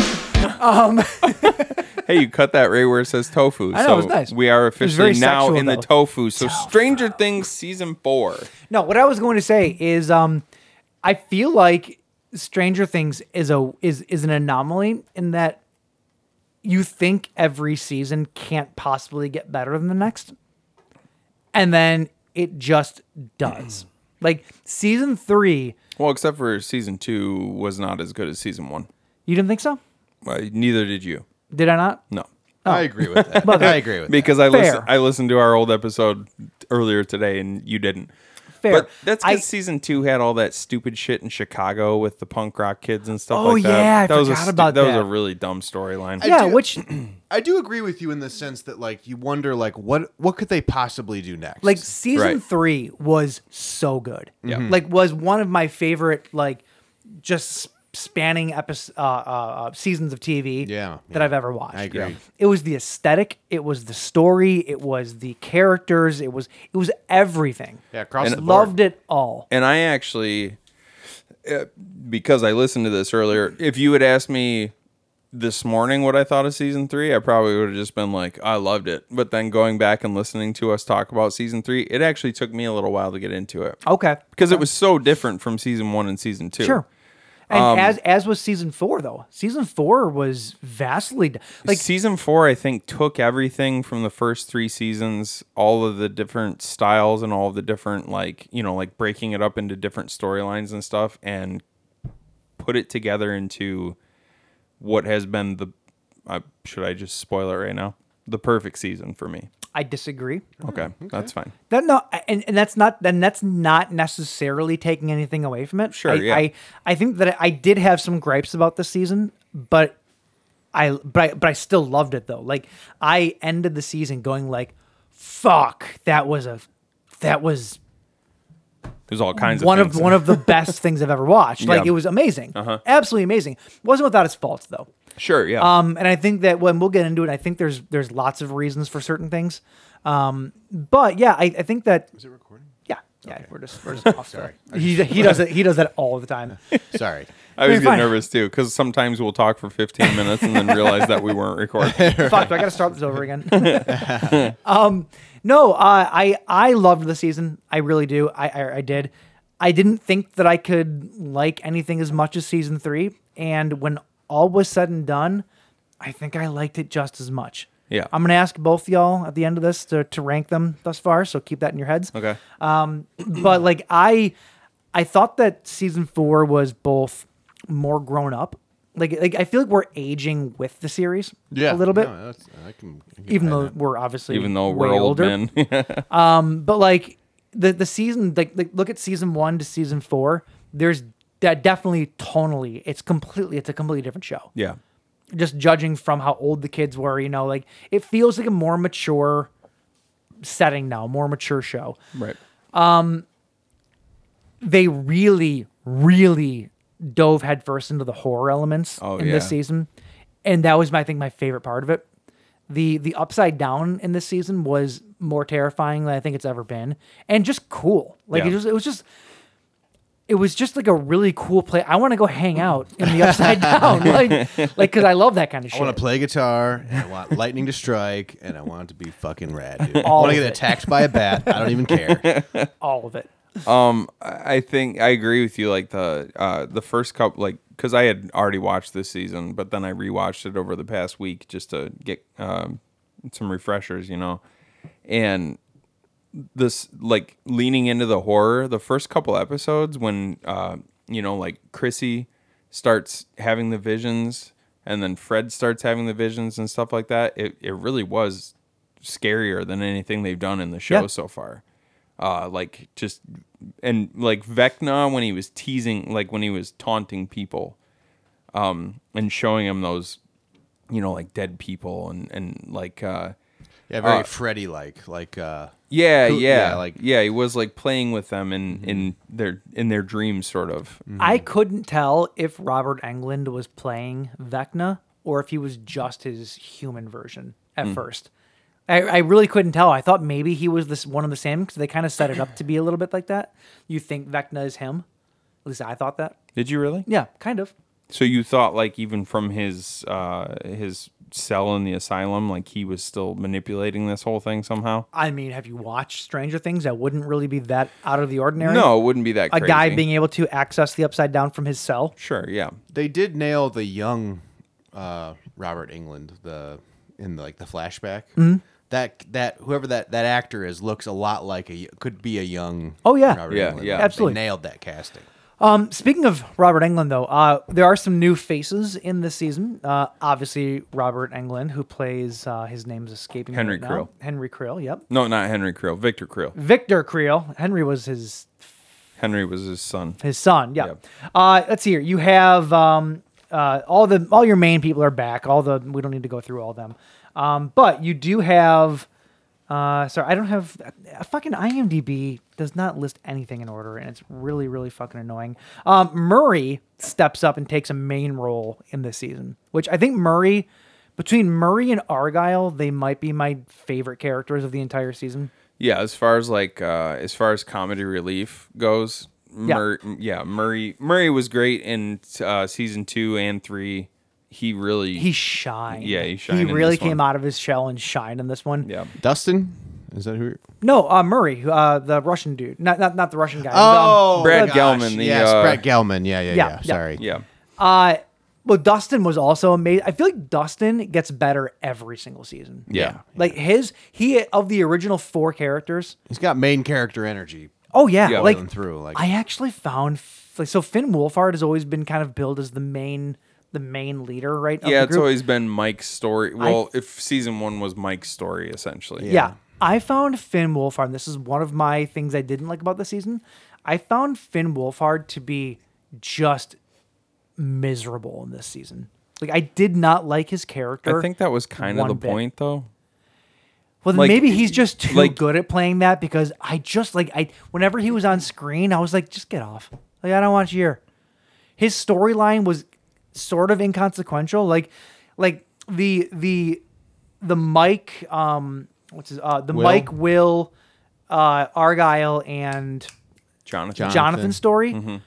[SPEAKER 2] Hey, you cut that right where it says tofu.
[SPEAKER 5] I know,
[SPEAKER 2] so
[SPEAKER 5] it was nice.
[SPEAKER 2] we are
[SPEAKER 5] It was very
[SPEAKER 2] officially now
[SPEAKER 5] sexual,
[SPEAKER 2] in the
[SPEAKER 5] though.
[SPEAKER 2] tofu. So Stranger Things season four.
[SPEAKER 5] no. What I was going to say is, um, I feel like Stranger Things is a is is an anomaly in that you think every season can't possibly get better than the next, and then it just does. like season three,
[SPEAKER 2] Well, except for season two was not as good as season one.
[SPEAKER 5] you didn't think so?
[SPEAKER 2] Uh, neither did you.
[SPEAKER 5] Did I not?
[SPEAKER 2] No,
[SPEAKER 6] I agree with that. I agree with that.
[SPEAKER 2] because I
[SPEAKER 5] Fair.
[SPEAKER 2] listened. I listened to our old episode earlier today, and you didn't.
[SPEAKER 5] fair.
[SPEAKER 2] But that's because season two had all that stupid shit in Chicago with the punk rock kids and stuff
[SPEAKER 5] Oh,
[SPEAKER 2] like that.
[SPEAKER 5] yeah, I
[SPEAKER 2] that was a
[SPEAKER 5] forgot about
[SPEAKER 2] that was a
[SPEAKER 5] that.
[SPEAKER 2] really dumb storyline.
[SPEAKER 5] I, yeah, which
[SPEAKER 6] I do agree with you in the sense that like you wonder like what what could they possibly do next?
[SPEAKER 5] like season
[SPEAKER 2] Right.
[SPEAKER 5] three was so good.
[SPEAKER 2] Yeah.
[SPEAKER 6] Mm-hmm.
[SPEAKER 2] Mhm.
[SPEAKER 5] like was one of my favorite like just spanning epis uh, uh, uh, seasons of TV.
[SPEAKER 6] Yeah,
[SPEAKER 5] that
[SPEAKER 6] yeah.
[SPEAKER 5] I've ever watched.
[SPEAKER 6] I agree. Yeah.
[SPEAKER 5] It was the aesthetic. It was the story. It was the characters. It was it was everything.
[SPEAKER 6] Yeah, across
[SPEAKER 5] I
[SPEAKER 6] the board.
[SPEAKER 5] loved it all.
[SPEAKER 2] And I actually, uh, because I listened to this earlier, if you had asked me this morning what I thought of season three, I probably would have just been like, I loved it. But then going back and listening to us talk about season three, it actually took me a little while to get into it
[SPEAKER 5] Okay,
[SPEAKER 2] because it was so different from season one and season two.
[SPEAKER 5] Oh,
[SPEAKER 2] Um,
[SPEAKER 5] Sure. And as as was season four though. Season four was vastly d- like
[SPEAKER 2] like season four i think took everything from the first three seasons all of the different styles and all of the different like you know like breaking it up into different storylines and stuff and put it together into what has been the uh, should i just spoil it right now the perfect season for me
[SPEAKER 5] I disagree.
[SPEAKER 2] okay, that's fine
[SPEAKER 5] That no, and, and that's not then that's not necessarily taking anything away from it.
[SPEAKER 2] Sure,
[SPEAKER 5] I,
[SPEAKER 2] yeah.
[SPEAKER 5] I I think that I did have some gripes about this season, but I but I, but I still loved it though. Like I ended the season going like, "Fuck, that was a that was
[SPEAKER 2] there's all kinds
[SPEAKER 5] one
[SPEAKER 2] of
[SPEAKER 5] of
[SPEAKER 2] things.
[SPEAKER 5] one of the best things I've ever watched. Like
[SPEAKER 2] Yeah. Uh-huh.
[SPEAKER 5] it was amazing, absolutely amazing. wasn't without its faults though.
[SPEAKER 2] sure yeah
[SPEAKER 5] Um, and I think that when we'll get into it, I think there's there's lots of reasons for certain things. Um, but yeah, I, I think that is it recording? Yeah, yeah. We're just we're just off. Sorry, he, he does it. He does that all the time.
[SPEAKER 6] Sorry.
[SPEAKER 2] i was
[SPEAKER 5] you're
[SPEAKER 2] getting
[SPEAKER 5] fine.
[SPEAKER 2] nervous too because sometimes we'll talk for 15 minutes and then realize that we weren't recording
[SPEAKER 5] Fuck, do I got to start this over again? um, no, uh, I I loved the season. I really do. I, I I did. I didn't think that I could like anything as much as season three, and when all was said and done, I think I liked it just as much.
[SPEAKER 2] Yeah.
[SPEAKER 5] I'm gonna ask both y'all at the end of this to, to rank them thus far, so keep that in your heads
[SPEAKER 2] okay
[SPEAKER 5] Um, but like I, I thought that season four was both more grown up. Like, like I feel like we're aging with the series a little bit,
[SPEAKER 6] No, that's, I can, I can get
[SPEAKER 5] even
[SPEAKER 6] behind
[SPEAKER 5] though
[SPEAKER 6] that.
[SPEAKER 5] we're obviously
[SPEAKER 2] even though
[SPEAKER 5] way
[SPEAKER 2] we're old
[SPEAKER 5] older.
[SPEAKER 2] men
[SPEAKER 5] But like the the season, like, like look at season one to season four. There's that definitely tonally, it's completely, it's a completely different show.
[SPEAKER 2] yeah
[SPEAKER 5] Just judging from how old the kids were, you know, like it feels like a more mature setting now, more mature show.
[SPEAKER 2] right
[SPEAKER 5] they really, really dove headfirst into the horror elements
[SPEAKER 2] Oh,
[SPEAKER 5] in
[SPEAKER 2] yeah.
[SPEAKER 5] this season, and that was my I think my favorite part of it. the The upside down in this season was more terrifying than I think it's ever been, and just cool. Like it
[SPEAKER 2] Yeah.
[SPEAKER 5] was, it was just. It was just like a really cool play. I want to go hang out in the upside down, like, like because I love that kind of
[SPEAKER 6] I
[SPEAKER 5] shit.
[SPEAKER 6] want to play guitar, and I want lightning to strike, and I want it to be fucking rad, dude. I
[SPEAKER 5] All
[SPEAKER 6] want to
[SPEAKER 5] of
[SPEAKER 6] get
[SPEAKER 5] it.
[SPEAKER 6] attacked by a bat. I don't even care.
[SPEAKER 5] All of it.
[SPEAKER 2] I think I agree with you. Like the uh, the first couple, like because I had already watched this season, but then I rewatched it over the past week just to get um, some refreshers, you know. And this like leaning into the horror, the first couple episodes when uh, you know like Chrissy starts having the visions, and then Fred starts having the visions and stuff like that. It it really was scarier than anything they've done in the show
[SPEAKER 5] Yeah.
[SPEAKER 2] so far uh like just and like Vecna when he was teasing like when he was taunting people um and showing him those you know like dead people and and like uh
[SPEAKER 6] Yeah, very
[SPEAKER 2] Uh,
[SPEAKER 6] Freddy like, like uh,
[SPEAKER 2] yeah
[SPEAKER 6] Who-
[SPEAKER 2] yeah,
[SPEAKER 6] yeah, like-
[SPEAKER 2] like yeah he was like playing with them in in their in their dreams sort of
[SPEAKER 5] I couldn't tell if Robert Englund was playing Vecna or if he was just his human version at
[SPEAKER 2] Hmm.
[SPEAKER 5] first. I, I really couldn't tell. I thought maybe he was this one of the same because they kind of set it up to be a little bit like that. You think Vecna is him? At least I thought that.
[SPEAKER 2] did you really
[SPEAKER 5] Yeah, kind of.
[SPEAKER 2] so you thought like even from his uh his cell in the asylum like he was still manipulating this whole thing somehow
[SPEAKER 5] I mean, have you watched Stranger Things? That wouldn't really be that out of the ordinary.
[SPEAKER 2] no it wouldn't be that
[SPEAKER 5] Uh, a
[SPEAKER 2] crazy.
[SPEAKER 5] guy being able to access the upside down from his cell.
[SPEAKER 2] sure yeah
[SPEAKER 6] they did nail the young uh, Robert England the in like the flashback.
[SPEAKER 5] Mm-hmm.
[SPEAKER 6] That that whoever that that actor is looks a lot like a could be a young.
[SPEAKER 5] Oh, yeah.
[SPEAKER 6] Robert
[SPEAKER 2] Yeah,
[SPEAKER 6] Englund.
[SPEAKER 2] yeah.
[SPEAKER 6] They
[SPEAKER 5] Absolutely.
[SPEAKER 6] nailed that casting.
[SPEAKER 5] Um, speaking of Robert Englund, though, uh, there are some new faces in this season. Uh, obviously, Robert Englund, who plays uh, his name's escaping me
[SPEAKER 2] Henry
[SPEAKER 5] right now.
[SPEAKER 2] Creel.
[SPEAKER 5] Henry Creel. Yep.
[SPEAKER 2] No, not Henry Creel. Victor Creel.
[SPEAKER 5] Victor Creel. Henry was his
[SPEAKER 2] Henry was his son.
[SPEAKER 5] his son. Yeah. Uh, let's see here. You have um, uh, all the all your main people are back. All the we don't need to go through all them, um, but you do have. Uh, sorry, I don't have. Uh, fucking IMDb does not list anything in order, and it's really, really fucking annoying. Um, Murray steps up and takes a main role in this season, which I think Murray, between Murray and Argyle, they might be my favorite characters of the entire season.
[SPEAKER 2] Yeah, as far as like uh, as far as comedy relief goes,
[SPEAKER 5] Yeah.
[SPEAKER 2] Mur- yeah, Murray Murray was great in uh, season two and three. He really
[SPEAKER 5] He shined.
[SPEAKER 2] Yeah, he shined
[SPEAKER 5] He
[SPEAKER 2] in
[SPEAKER 5] really
[SPEAKER 2] this
[SPEAKER 5] came
[SPEAKER 2] one.
[SPEAKER 5] out of his shell and shined in this one.
[SPEAKER 2] yeah.
[SPEAKER 6] Dustin, is that who? You're...
[SPEAKER 5] No, uh, Murray, who, uh, the Russian dude. Not not not the Russian guy. Um,
[SPEAKER 2] Brad
[SPEAKER 5] uh,
[SPEAKER 2] Gelman, the,
[SPEAKER 6] yes,
[SPEAKER 2] uh,
[SPEAKER 6] Brad Gelman. Yeah, yeah,
[SPEAKER 5] Yeah,
[SPEAKER 6] yeah.
[SPEAKER 5] yeah.
[SPEAKER 6] Sorry.
[SPEAKER 2] Yeah.
[SPEAKER 5] Uh, well, Dustin was also amazing. I feel like Dustin gets better every single season.
[SPEAKER 2] Yeah.
[SPEAKER 5] Like his he of the original four characters.
[SPEAKER 6] He's got main character energy.
[SPEAKER 5] Oh yeah,
[SPEAKER 2] Yeah,
[SPEAKER 5] like
[SPEAKER 6] going through, like-
[SPEAKER 5] I actually found f- like so Finn Wolfhard has always been kind of billed as the main the main leader, right? of
[SPEAKER 2] Yeah,
[SPEAKER 5] the
[SPEAKER 2] it's
[SPEAKER 5] group.
[SPEAKER 2] always been Mike's story. Well, if season one was Mike's story, essentially.
[SPEAKER 5] Yeah. I found Finn Wolfhard. and This is one of my things I didn't like about the season. I found Finn Wolfhard to be just miserable in this season. Like I did not like his character.
[SPEAKER 2] I think that was kind of
[SPEAKER 5] one
[SPEAKER 2] the
[SPEAKER 5] bit.
[SPEAKER 2] point, though.
[SPEAKER 5] Well, then
[SPEAKER 2] like,
[SPEAKER 5] maybe he's just too
[SPEAKER 2] like-
[SPEAKER 5] good at playing that because I just like I. Whenever he was on screen, I was like, just get off. Like I don't want you here. His storyline was sort of inconsequential. Like, like the the the Mike um what's his uh the
[SPEAKER 6] Will?
[SPEAKER 5] Mike Will uh Argyle and
[SPEAKER 2] Jonathan. Mm-hmm.
[SPEAKER 5] Jonathan, story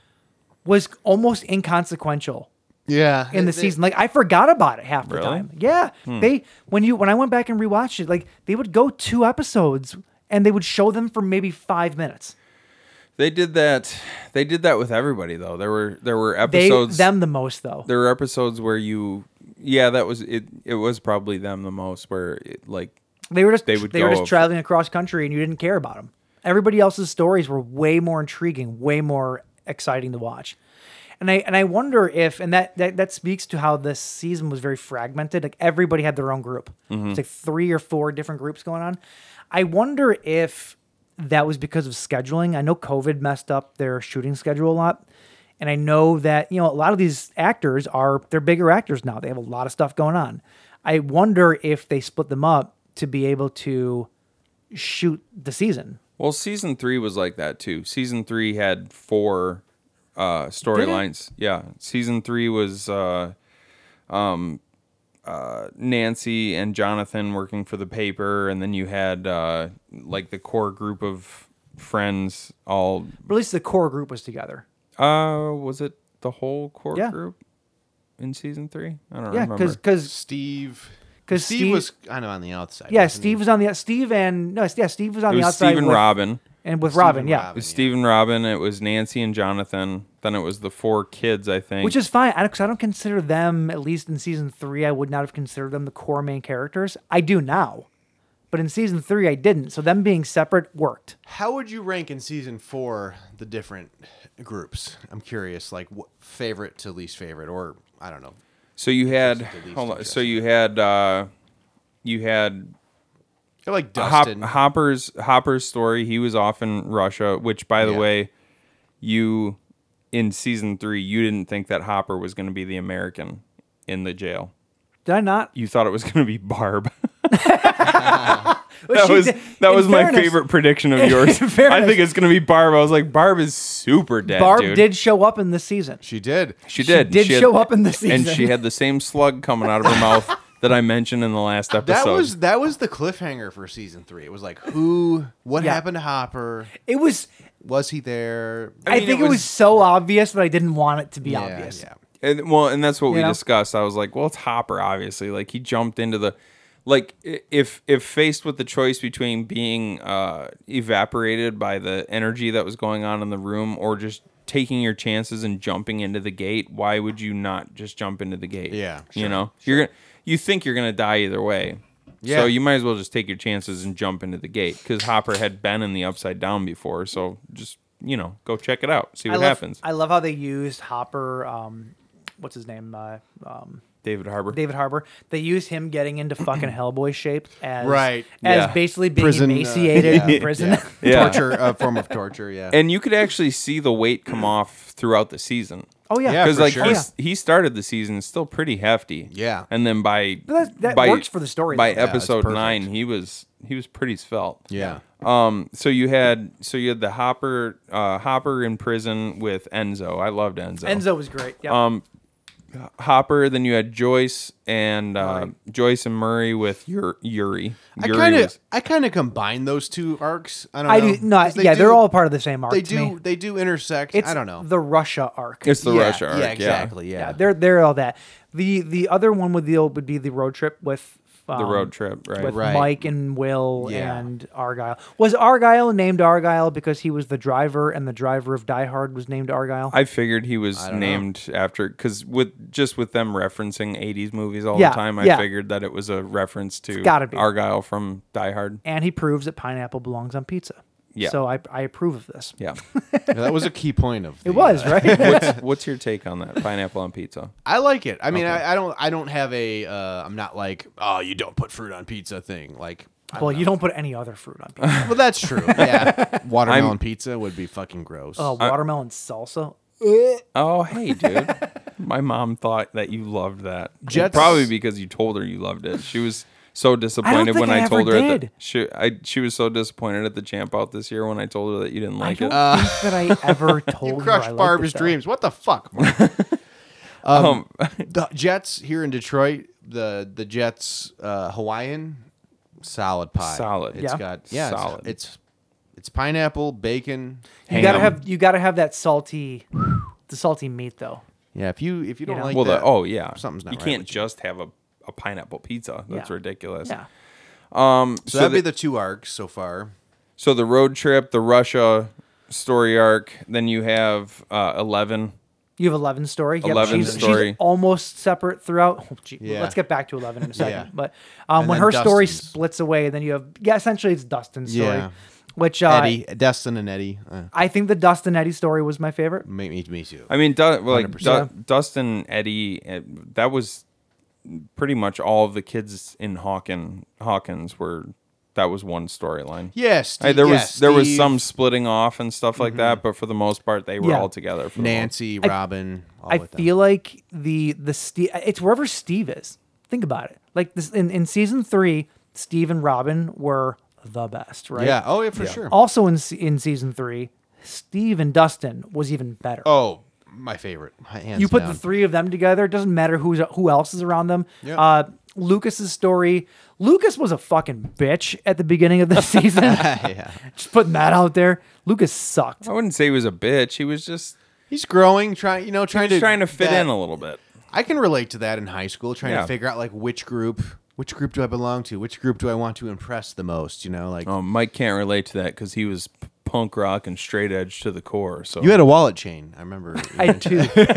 [SPEAKER 5] was almost inconsequential
[SPEAKER 6] Yeah.
[SPEAKER 5] in the season. Like I forgot about it half the
[SPEAKER 2] Really? Hmm.
[SPEAKER 5] time. Yeah, they when you when I went back and rewatched it, like they would go two episodes and they would show them for maybe five minutes.
[SPEAKER 2] They did that. They did that with everybody, though. There were there were
[SPEAKER 5] They
[SPEAKER 2] episodes.
[SPEAKER 5] them the most though.
[SPEAKER 2] there were episodes where you. Yeah, that was it. It was probably them the most. Where it, like
[SPEAKER 5] They were just
[SPEAKER 2] they
[SPEAKER 5] they,
[SPEAKER 2] would
[SPEAKER 5] were
[SPEAKER 2] go
[SPEAKER 5] just
[SPEAKER 2] of-
[SPEAKER 5] traveling across country and you didn't care about them. Everybody else's stories were way more intriguing, way more exciting to watch. And I and I wonder if and that that, that speaks to how this season was very fragmented. Like everybody had their own group.
[SPEAKER 2] Mm-hmm.
[SPEAKER 5] It's like three or four different groups going on. I wonder if that was because of scheduling. I know COVID messed up their shooting schedule a lot. And I know that, you know, a lot of these actors are they're bigger actors now. They have a lot of stuff going on. I wonder if they split them up to be able to shoot the season.
[SPEAKER 2] Well, season three was like that too. Season three had four uh, storylines. Yeah, season three was uh, um, uh, Nancy and Jonathan working for the paper, and then you had uh, like the core group of friends. All
[SPEAKER 5] Or at least the core group was together.
[SPEAKER 2] uh, was it the whole core
[SPEAKER 5] Yeah.
[SPEAKER 2] group in season three? I don't
[SPEAKER 5] Yeah,
[SPEAKER 2] remember.
[SPEAKER 5] because because
[SPEAKER 6] Steve.
[SPEAKER 5] 'Cause
[SPEAKER 6] Steve,
[SPEAKER 5] Steve-
[SPEAKER 6] was kind of on the outside.
[SPEAKER 5] yeah,
[SPEAKER 6] wasn't he?
[SPEAKER 5] Steve was on the Steve and no, yeah, Steve was on
[SPEAKER 2] it
[SPEAKER 5] the
[SPEAKER 2] was
[SPEAKER 5] outside
[SPEAKER 2] Steve and
[SPEAKER 5] with-
[SPEAKER 2] Robin.
[SPEAKER 5] and with
[SPEAKER 6] Steve
[SPEAKER 5] Robin,
[SPEAKER 6] and
[SPEAKER 5] yeah,
[SPEAKER 2] It
[SPEAKER 6] Robin.
[SPEAKER 2] was Steve and Robin. It was Nancy and Jonathan. Then it was the four kids. I think.
[SPEAKER 5] which is fine. I don't, 'cause I don't consider them at least in season three. I would not have considered them the core main characters. I do now, but in season three, I didn't. So them being separate worked.
[SPEAKER 6] How would you rank in season four the different groups? I'm curious, like what favorite to least favorite, or I don't know.
[SPEAKER 2] So you had
[SPEAKER 6] the least
[SPEAKER 2] hold on, so
[SPEAKER 6] interesting.
[SPEAKER 2] you had uh you had
[SPEAKER 6] I like
[SPEAKER 2] Hop,
[SPEAKER 6] Dustin.
[SPEAKER 2] Hopper's Hopper's story. He was off in Russia, which by the
[SPEAKER 6] Yeah.
[SPEAKER 2] way, you in season 3 you didn't think that Hopper was going to be the American in the jail.
[SPEAKER 5] Did I not?
[SPEAKER 2] You thought it was going to be Barb.
[SPEAKER 5] Well,
[SPEAKER 2] that
[SPEAKER 5] she
[SPEAKER 2] was
[SPEAKER 5] did-
[SPEAKER 2] that
[SPEAKER 5] in
[SPEAKER 2] was my
[SPEAKER 5] fairness,
[SPEAKER 2] favorite prediction of yours. I
[SPEAKER 5] fairness-
[SPEAKER 2] think it's going to be Barb. I was like Barb is super dead,
[SPEAKER 5] Barb
[SPEAKER 2] dude.
[SPEAKER 5] did show up in this season.
[SPEAKER 6] she did.
[SPEAKER 2] She did.
[SPEAKER 5] did show up in the
[SPEAKER 2] And
[SPEAKER 5] season.
[SPEAKER 2] she had the same slug coming out of her mouth that I mentioned in the last episode.
[SPEAKER 6] That was that was the cliffhanger for season three. It was like who, what
[SPEAKER 5] Yeah.
[SPEAKER 6] happened to Hopper?
[SPEAKER 5] It was.
[SPEAKER 6] Was he there?
[SPEAKER 5] I,
[SPEAKER 2] mean,
[SPEAKER 5] think
[SPEAKER 2] it
[SPEAKER 5] it was,
[SPEAKER 2] was-
[SPEAKER 5] so obvious that I didn't want it to be
[SPEAKER 6] Yeah,
[SPEAKER 5] obvious.
[SPEAKER 6] yeah.
[SPEAKER 2] And well, and that's what we
[SPEAKER 5] know?
[SPEAKER 2] discussed. I was like, well, it's Hopper, obviously. Like he jumped into the, like i- if if faced with the choice between being uh, evaporated by the energy that was going on in the room or just taking your chances and jumping into the gate, why would you not just jump into the gate?
[SPEAKER 6] Yeah,
[SPEAKER 2] you know, you're gonna you think you're gonna die either way.
[SPEAKER 6] Yeah.
[SPEAKER 2] So you might as well just take your chances and jump into the gate because Hopper had been in the upside down before. So just you know, go check it out, see
[SPEAKER 5] I
[SPEAKER 2] what
[SPEAKER 5] love,
[SPEAKER 2] happens.
[SPEAKER 5] I love how they used Hopper. Um, what's his name? Uh, um,
[SPEAKER 2] David Harbor.
[SPEAKER 5] David Harbor. They used him getting into fucking Hellboy shape as
[SPEAKER 6] Right.
[SPEAKER 5] as
[SPEAKER 2] Yeah.
[SPEAKER 5] basically being
[SPEAKER 6] Prison, uh,
[SPEAKER 5] emaciated
[SPEAKER 6] yeah,
[SPEAKER 5] in prison.
[SPEAKER 6] yeah.
[SPEAKER 2] Yeah.
[SPEAKER 6] torture, a form of torture. Yeah,
[SPEAKER 2] and you could actually see the weight come off throughout the season.
[SPEAKER 5] Oh yeah,
[SPEAKER 6] Yeah,
[SPEAKER 2] because
[SPEAKER 6] for
[SPEAKER 2] like
[SPEAKER 6] sure.
[SPEAKER 2] he
[SPEAKER 5] Oh, yeah.
[SPEAKER 2] he started the season still pretty hefty.
[SPEAKER 6] Yeah.
[SPEAKER 2] and then by
[SPEAKER 5] But that- that
[SPEAKER 2] by-
[SPEAKER 5] works for the story,
[SPEAKER 2] By
[SPEAKER 5] though.
[SPEAKER 6] it's
[SPEAKER 2] episode
[SPEAKER 6] perfect.
[SPEAKER 2] nine, he was he was pretty svelte.
[SPEAKER 6] yeah,
[SPEAKER 2] Um. So you had so you had the Hopper uh, Hopper in prison with Enzo. I loved Enzo.
[SPEAKER 5] Enzo was great. Yeah.
[SPEAKER 2] Um, Hopper. Then you had Joyce and uh, Joyce and Murray with Yur- Yuri.
[SPEAKER 6] I
[SPEAKER 2] Yuri
[SPEAKER 6] kind of,
[SPEAKER 2] was-
[SPEAKER 6] I kind of combine those two arcs. I don't.
[SPEAKER 5] I
[SPEAKER 6] know.
[SPEAKER 5] Um, do not.
[SPEAKER 6] 'Cause they
[SPEAKER 5] yeah,
[SPEAKER 6] do-
[SPEAKER 5] they're all part of the same arc.
[SPEAKER 6] They
[SPEAKER 5] to
[SPEAKER 6] do,
[SPEAKER 5] me.
[SPEAKER 6] they do intersect.
[SPEAKER 5] It's
[SPEAKER 6] I don't know.
[SPEAKER 5] the Russia arc.
[SPEAKER 2] it's the
[SPEAKER 6] yeah,
[SPEAKER 2] Rush arc.
[SPEAKER 6] Yeah, exactly. Yeah,
[SPEAKER 5] yeah, they're they're all that. The the other one would the would be the road trip with um,
[SPEAKER 2] The road trip, right?
[SPEAKER 5] with
[SPEAKER 6] Right.
[SPEAKER 5] Mike and Will
[SPEAKER 6] Yeah.
[SPEAKER 5] and Argyle. Was Argyle named Argyle because he was the driver and the driver of Die Hard was named Argyle?
[SPEAKER 2] I figured he was named after because with just with them referencing '80s movies all
[SPEAKER 5] Yeah,
[SPEAKER 2] the time, I
[SPEAKER 5] yeah.
[SPEAKER 2] figured that it was a reference to
[SPEAKER 5] gotta be.
[SPEAKER 2] Argyle from Die Hard.
[SPEAKER 5] and he proves that pineapple belongs on pizza.
[SPEAKER 2] Yeah.
[SPEAKER 5] So I, I approve of this.
[SPEAKER 2] Yeah.
[SPEAKER 6] Yeah, that was a key point of. The,
[SPEAKER 5] It was,
[SPEAKER 6] uh,
[SPEAKER 5] right?
[SPEAKER 2] what's, what's your take on that pineapple on pizza?
[SPEAKER 6] I like it. I mean, I, I don't. I don't have a. Uh, I'm not like, oh, you don't put fruit on pizza thing. Like, I-
[SPEAKER 5] well, you don't put any other fruit on pizza.
[SPEAKER 6] well, that's true. Yeah, watermelon pizza would be fucking gross.
[SPEAKER 5] Oh, watermelon salsa.
[SPEAKER 2] Oh, hey, dude. My mom thought that you loved that.
[SPEAKER 6] Jets-
[SPEAKER 2] Probably because you told her you loved it. She was so disappointed
[SPEAKER 5] think
[SPEAKER 2] when
[SPEAKER 5] I
[SPEAKER 2] I,
[SPEAKER 5] ever
[SPEAKER 2] told her at the,
[SPEAKER 5] did.
[SPEAKER 2] she I she was so disappointed at the champ out this year when I told her that you didn't
[SPEAKER 5] I
[SPEAKER 2] like
[SPEAKER 5] don't
[SPEAKER 2] it.
[SPEAKER 5] think that I ever told
[SPEAKER 6] Uh,
[SPEAKER 5] her
[SPEAKER 6] you
[SPEAKER 5] I
[SPEAKER 6] crushed
[SPEAKER 5] liked
[SPEAKER 6] Barbara's
[SPEAKER 5] it, though.
[SPEAKER 6] dreams. What the fuck? Mark? um,
[SPEAKER 2] Um,
[SPEAKER 6] the Jets here in Detroit. The the Jets uh, Hawaiian solid pie.
[SPEAKER 2] Solid.
[SPEAKER 6] It's
[SPEAKER 5] Yeah.
[SPEAKER 6] got yeah. it's-
[SPEAKER 2] Solid.
[SPEAKER 6] It's, it's pineapple bacon.
[SPEAKER 5] You gotta
[SPEAKER 2] Ham.
[SPEAKER 5] have you gotta have that salty, the salty meat though.
[SPEAKER 6] Yeah. If you if you don't
[SPEAKER 5] know?
[SPEAKER 6] like
[SPEAKER 2] well,
[SPEAKER 6] that,
[SPEAKER 2] the, oh yeah,
[SPEAKER 6] something's not
[SPEAKER 2] You
[SPEAKER 6] right
[SPEAKER 2] can't
[SPEAKER 6] with you.
[SPEAKER 2] just have a, a pineapple pizza. That's
[SPEAKER 5] Yeah.
[SPEAKER 2] ridiculous.
[SPEAKER 5] Yeah.
[SPEAKER 6] So,
[SPEAKER 2] So
[SPEAKER 6] that'd
[SPEAKER 2] the-
[SPEAKER 6] be the two arcs so far.
[SPEAKER 2] So the road trip, the Russia story arc, then you have uh, Eleven.
[SPEAKER 5] You have Eleven story. Yep,
[SPEAKER 2] 11
[SPEAKER 5] she's, She's
[SPEAKER 2] story.
[SPEAKER 5] almost separate throughout. Oh, gee,
[SPEAKER 6] Yeah.
[SPEAKER 5] Let's get back to Eleven in a second.
[SPEAKER 6] Yeah.
[SPEAKER 5] But um,
[SPEAKER 6] And
[SPEAKER 5] when
[SPEAKER 6] then
[SPEAKER 5] her story
[SPEAKER 6] Dustin's.
[SPEAKER 5] splits away, then you have yeah. Essentially, it's Dustin's story,
[SPEAKER 6] Yeah.
[SPEAKER 5] which uh,
[SPEAKER 6] Eddie, Destin, and Eddie. Uh,
[SPEAKER 5] I think the Dustin Eddie story was my favorite.
[SPEAKER 6] me, me, me too.
[SPEAKER 2] I mean, du- like Du-
[SPEAKER 6] 100%.
[SPEAKER 2] Dustin, Eddie, eh, that was pretty much all of the kids in Hawkins. Hawkins were that was one storyline.
[SPEAKER 6] yeah, Steve,
[SPEAKER 2] Eh, there
[SPEAKER 6] yeah,
[SPEAKER 2] was there was
[SPEAKER 6] Steve,
[SPEAKER 2] some splitting off and stuff like that, but for the most part, they were
[SPEAKER 5] Yeah.
[SPEAKER 2] all together. For the most-
[SPEAKER 6] Nancy, Robin. all
[SPEAKER 5] I
[SPEAKER 6] with them.
[SPEAKER 5] feel like the the Steve. It's wherever Steve is. Think about it. Like this in in season three, Steve and Robin were the best, right?
[SPEAKER 6] Yeah. Oh yeah, for sure.
[SPEAKER 5] Also in se- in season three, Steve and Dustin was even better.
[SPEAKER 6] Oh, my favorite. Hands
[SPEAKER 5] you put
[SPEAKER 6] down.
[SPEAKER 5] the three of them together. It doesn't matter who's who else is around them.
[SPEAKER 6] Yeah.
[SPEAKER 5] Uh, Lucas's story. Lucas was a fucking bitch at the beginning of the season.
[SPEAKER 6] yeah.
[SPEAKER 5] Just putting that out there. Lucas sucked.
[SPEAKER 6] Oh.
[SPEAKER 2] I wouldn't say he was a bitch. He was just
[SPEAKER 6] He's growing, trying you know, trying to
[SPEAKER 2] just trying to fit
[SPEAKER 6] that-
[SPEAKER 2] in a little bit.
[SPEAKER 6] I can relate to that in high school, trying
[SPEAKER 2] Yeah.
[SPEAKER 6] to figure out like which group, which group do I belong to, which group do I want to impress the most, you know, like
[SPEAKER 2] Um, Mike can't relate to that because he was p- punk rock and straight edge to the core. So
[SPEAKER 6] you had a wallet chain. I remember.
[SPEAKER 5] I had two. I had two.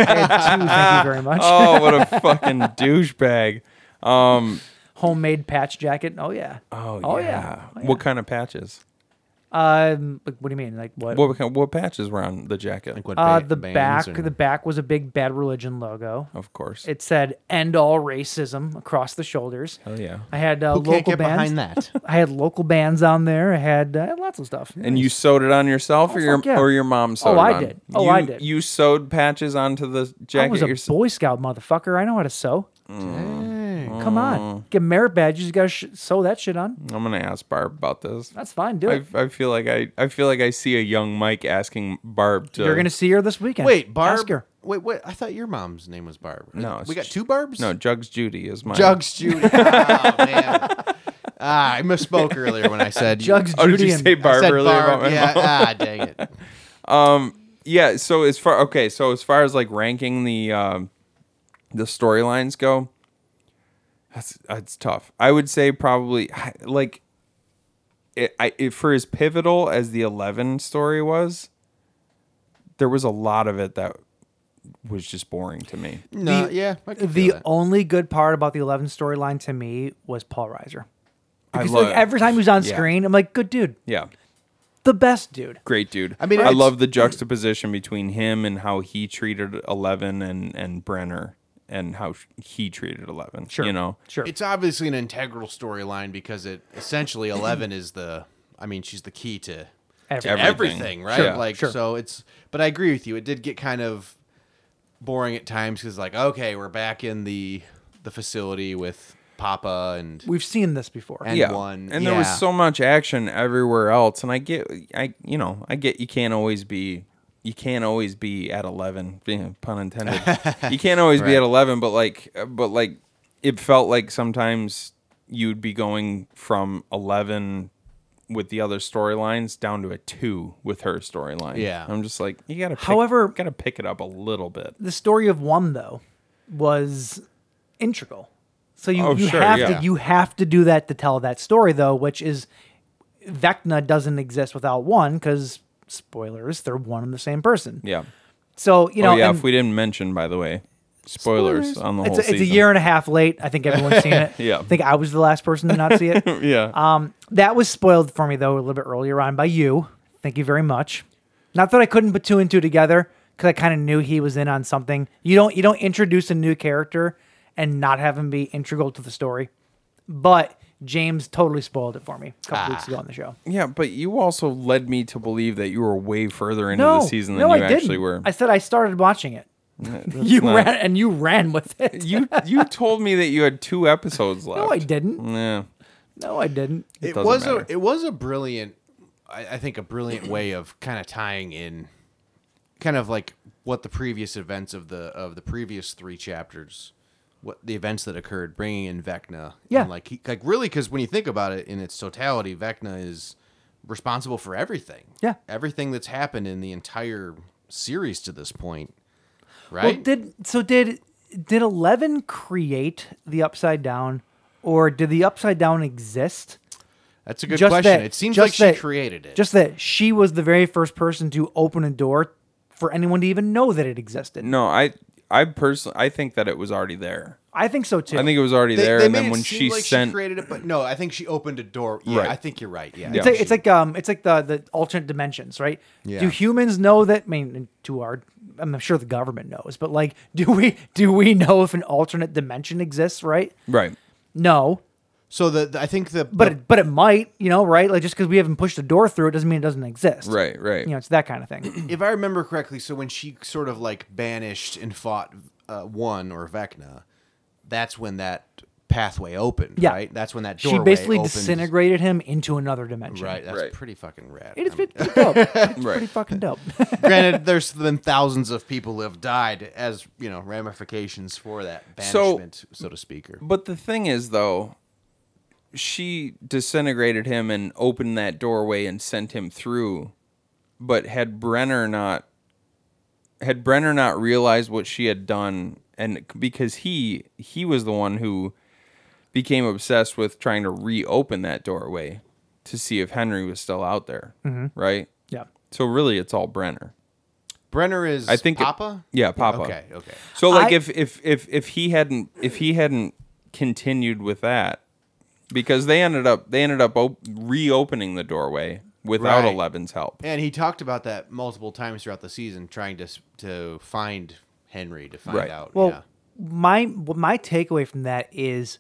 [SPEAKER 5] Thank you very much.
[SPEAKER 2] oh, what a fucking douchebag.
[SPEAKER 5] Homemade patch jacket. Oh yeah. Oh, yeah. Oh, yeah.
[SPEAKER 2] What kind of patches?
[SPEAKER 5] Um, like, what do you mean? Like what?
[SPEAKER 2] What kind, what patches were on the jacket?
[SPEAKER 6] like, what
[SPEAKER 5] uh,
[SPEAKER 6] ba-
[SPEAKER 5] the
[SPEAKER 6] bands
[SPEAKER 5] back.
[SPEAKER 6] and-
[SPEAKER 5] The back was a big bad religion logo.
[SPEAKER 2] of course.
[SPEAKER 5] It said "End all racism" across the shoulders.
[SPEAKER 2] Hell yeah.
[SPEAKER 5] I had uh,
[SPEAKER 6] Who
[SPEAKER 5] local
[SPEAKER 6] can't get
[SPEAKER 5] bands.
[SPEAKER 6] behind that?
[SPEAKER 5] I had local bands on there. I had, uh, lots of stuff.
[SPEAKER 2] And you sewed it on yourself, or your
[SPEAKER 5] Oh, fuck yeah.
[SPEAKER 2] or your mom sewed.
[SPEAKER 5] I
[SPEAKER 2] it on?
[SPEAKER 5] did. Oh,
[SPEAKER 2] you,
[SPEAKER 5] I did.
[SPEAKER 2] You sewed patches onto the
[SPEAKER 5] I
[SPEAKER 2] jacket
[SPEAKER 5] was a
[SPEAKER 2] yourself.
[SPEAKER 5] Boy Scout motherfucker. I know how to sew. Come on, get merit badges. You gotta sh- sew that shit on.
[SPEAKER 2] I'm gonna ask Barb about this.
[SPEAKER 5] That's fine. Do
[SPEAKER 2] I,
[SPEAKER 5] it.
[SPEAKER 2] I feel like I I feel like I see a young Mike asking Barb to.
[SPEAKER 5] You're gonna see her this weekend.
[SPEAKER 6] Wait, Barb.
[SPEAKER 5] Ask her.
[SPEAKER 6] Wait, wait. I thought your mom's name was Barb.
[SPEAKER 2] No,
[SPEAKER 6] we
[SPEAKER 2] it's
[SPEAKER 6] got
[SPEAKER 2] Ju-
[SPEAKER 6] two Barbs.
[SPEAKER 2] No, Jugs Judy is my
[SPEAKER 6] Jugs Judy. oh man. Ah, I misspoke earlier when I said
[SPEAKER 5] Jugs
[SPEAKER 2] Oh, did
[SPEAKER 5] Judy
[SPEAKER 2] you
[SPEAKER 5] and
[SPEAKER 2] say
[SPEAKER 6] I
[SPEAKER 2] Barb
[SPEAKER 6] said
[SPEAKER 2] earlier
[SPEAKER 6] Barb,
[SPEAKER 2] about my
[SPEAKER 6] yeah.
[SPEAKER 2] mom?
[SPEAKER 6] Ah, dang it.
[SPEAKER 2] yeah so as far okay so as far as like ranking the um the storylines go that's that's tough i would say probably like it, I, it for as pivotal as the 11 story was there was a lot of it that was just boring to me
[SPEAKER 6] No, yeah. I can feel
[SPEAKER 5] The
[SPEAKER 6] that.
[SPEAKER 5] only good part about the Eleven storyline to me was Paul Reiser.
[SPEAKER 2] I
[SPEAKER 5] Because
[SPEAKER 2] love-
[SPEAKER 5] like every time he was on
[SPEAKER 2] yeah.
[SPEAKER 5] screen, I'm like, good dude.
[SPEAKER 2] yeah
[SPEAKER 5] the best dude.
[SPEAKER 2] Great dude.
[SPEAKER 6] I mean,
[SPEAKER 2] I
[SPEAKER 6] it's-
[SPEAKER 2] love the juxtaposition between him and how he treated Eleven and and Brenner and how sh- he treated Eleven. Sure, you know,
[SPEAKER 5] Sure.
[SPEAKER 6] It's obviously an integral storyline because it essentially Eleven is the. I mean, she's the key to
[SPEAKER 5] Everything.
[SPEAKER 6] everything, right?
[SPEAKER 2] Sure,
[SPEAKER 6] like
[SPEAKER 5] sure.
[SPEAKER 6] so, it's. But I agree with you. It did get kind of boring at times because, like, okay, we're back in the the facility with Papa and
[SPEAKER 5] We've seen this before.
[SPEAKER 6] and
[SPEAKER 2] yeah.
[SPEAKER 6] one.
[SPEAKER 2] And there was
[SPEAKER 6] yeah.
[SPEAKER 2] so much action everywhere else. And I get, I you know, I get you can't always be, you can't always be at eleven. yeah, Pun intended. you can't always be at eleven, but like, but like, it felt like sometimes you'd be going from eleven with the other storylines down to a two with her storyline.
[SPEAKER 6] Yeah.
[SPEAKER 2] I'm just like, you gotta. Pick,
[SPEAKER 5] However-
[SPEAKER 2] gotta pick it up a little bit.
[SPEAKER 5] the story of one though was integral. So you,
[SPEAKER 2] Oh,
[SPEAKER 5] you
[SPEAKER 2] sure,
[SPEAKER 5] have
[SPEAKER 2] yeah.
[SPEAKER 5] to you have to do that to tell that story though, which is Vecna doesn't exist without one because spoilers, they're one and the same person.
[SPEAKER 2] Yeah.
[SPEAKER 5] So you know,
[SPEAKER 2] oh yeah.
[SPEAKER 5] and
[SPEAKER 2] If we didn't mention, by the way, spoilers, on the
[SPEAKER 5] it's,
[SPEAKER 2] whole
[SPEAKER 5] a, it's a
[SPEAKER 2] season.
[SPEAKER 5] year and a half late. I think everyone's seen it.
[SPEAKER 2] Yeah.
[SPEAKER 5] I think I was the last person to not see it.
[SPEAKER 2] Yeah.
[SPEAKER 5] Um, that was spoiled for me though a little bit earlier on by you. Thank you very much. Not that I couldn't put two and two together because I kind of knew he was in on something. You don't you don't introduce a new character and not have him be integral to the story. But James totally spoiled it for me a couple weeks ago on the show.
[SPEAKER 2] Yeah, but Ah. you also led me to believe that you were way further into the season than
[SPEAKER 5] no,
[SPEAKER 2] you
[SPEAKER 5] I
[SPEAKER 2] actually
[SPEAKER 5] didn't.
[SPEAKER 2] were.
[SPEAKER 5] I said I started watching it. you
[SPEAKER 2] not-
[SPEAKER 5] ran and you ran with it.
[SPEAKER 2] you you told me that you had two episodes left.
[SPEAKER 5] no, I didn't.
[SPEAKER 2] Yeah.
[SPEAKER 5] No, I didn't.
[SPEAKER 6] it
[SPEAKER 2] doesn't
[SPEAKER 6] was
[SPEAKER 2] matter.
[SPEAKER 6] a it was a brilliant I, I think a brilliant way of kind of tying in kind of like what the previous events of the of the previous three chapters what the events that occurred bringing in Vecna
[SPEAKER 5] Yeah.
[SPEAKER 6] and like he, like really cuz when you think about it in its totality Vecna is responsible for everything
[SPEAKER 5] Yeah.
[SPEAKER 6] everything that's happened in the entire series to this point right
[SPEAKER 5] Well, did so did did Eleven create the Upside Down, or did the Upside Down exist?
[SPEAKER 6] that's a good question it seems like she
[SPEAKER 5] that-
[SPEAKER 6] created it
[SPEAKER 5] Just that she was the very first person to open a door for anyone to even know that it existed.
[SPEAKER 2] No, I I personally I think that it was already there.
[SPEAKER 5] I think so too.
[SPEAKER 2] I think it was already there, and
[SPEAKER 6] made
[SPEAKER 2] then
[SPEAKER 6] it
[SPEAKER 2] when
[SPEAKER 6] seem
[SPEAKER 2] she
[SPEAKER 6] like
[SPEAKER 2] sent,
[SPEAKER 6] she created it, but no, I think she opened a door. Yeah,
[SPEAKER 2] Right.
[SPEAKER 6] I think you're right. Yeah,
[SPEAKER 2] Yeah.
[SPEAKER 5] it's like, it's like um it's like the the alternate dimensions, right?
[SPEAKER 6] Yeah.
[SPEAKER 5] Do humans know that? I mean, to our I'm sure the government knows, but like, do we do we know if an alternate dimension exists? Right?
[SPEAKER 2] right,
[SPEAKER 5] No,
[SPEAKER 6] so. The, the- I think the
[SPEAKER 5] but
[SPEAKER 6] the-
[SPEAKER 5] it, but it might, you know, right? Like just because we haven't pushed a door through it doesn't mean it doesn't exist.
[SPEAKER 2] right, right.
[SPEAKER 5] You know, it's that kind of thing.
[SPEAKER 6] if I remember correctly, so when she sort of like banished and fought uh, one or Vecna, that's when that pathway opened.
[SPEAKER 5] Yeah.
[SPEAKER 6] right. That's when that
[SPEAKER 5] she
[SPEAKER 6] doorway
[SPEAKER 5] basically
[SPEAKER 6] opened.
[SPEAKER 5] disintegrated him into another dimension.
[SPEAKER 6] Right, that's
[SPEAKER 2] Right.
[SPEAKER 6] pretty fucking rad.
[SPEAKER 5] It is
[SPEAKER 6] I
[SPEAKER 5] pretty
[SPEAKER 6] mean,
[SPEAKER 5] dope. It's
[SPEAKER 2] Right.
[SPEAKER 5] pretty fucking dope.
[SPEAKER 6] granted, there's been thousands of people who have died as you know ramifications for that
[SPEAKER 2] So-
[SPEAKER 6] banishment, so, to speak. or-
[SPEAKER 2] But the thing is, though, she disintegrated him and opened that doorway and sent him through. But had Brenner not, had Brenner not realized what she had done, and because he he was the one who became obsessed with trying to reopen that doorway to see if Henry was still out there, right?
[SPEAKER 5] yeah.
[SPEAKER 2] So really, it's all Brenner.
[SPEAKER 6] Brenner is
[SPEAKER 2] I think
[SPEAKER 6] Papa.
[SPEAKER 2] yeah, Papa.
[SPEAKER 6] Okay, okay.
[SPEAKER 2] So like
[SPEAKER 5] I-
[SPEAKER 2] if if if if he hadn't if he hadn't continued with that because they ended up they ended up op- reopening the doorway without
[SPEAKER 6] Right.
[SPEAKER 2] Eleven's help.
[SPEAKER 6] And he talked about that multiple times throughout the season, trying to s- to find Henry to find
[SPEAKER 2] Right.
[SPEAKER 6] out.
[SPEAKER 5] Well,
[SPEAKER 6] yeah.
[SPEAKER 5] my my takeaway from that is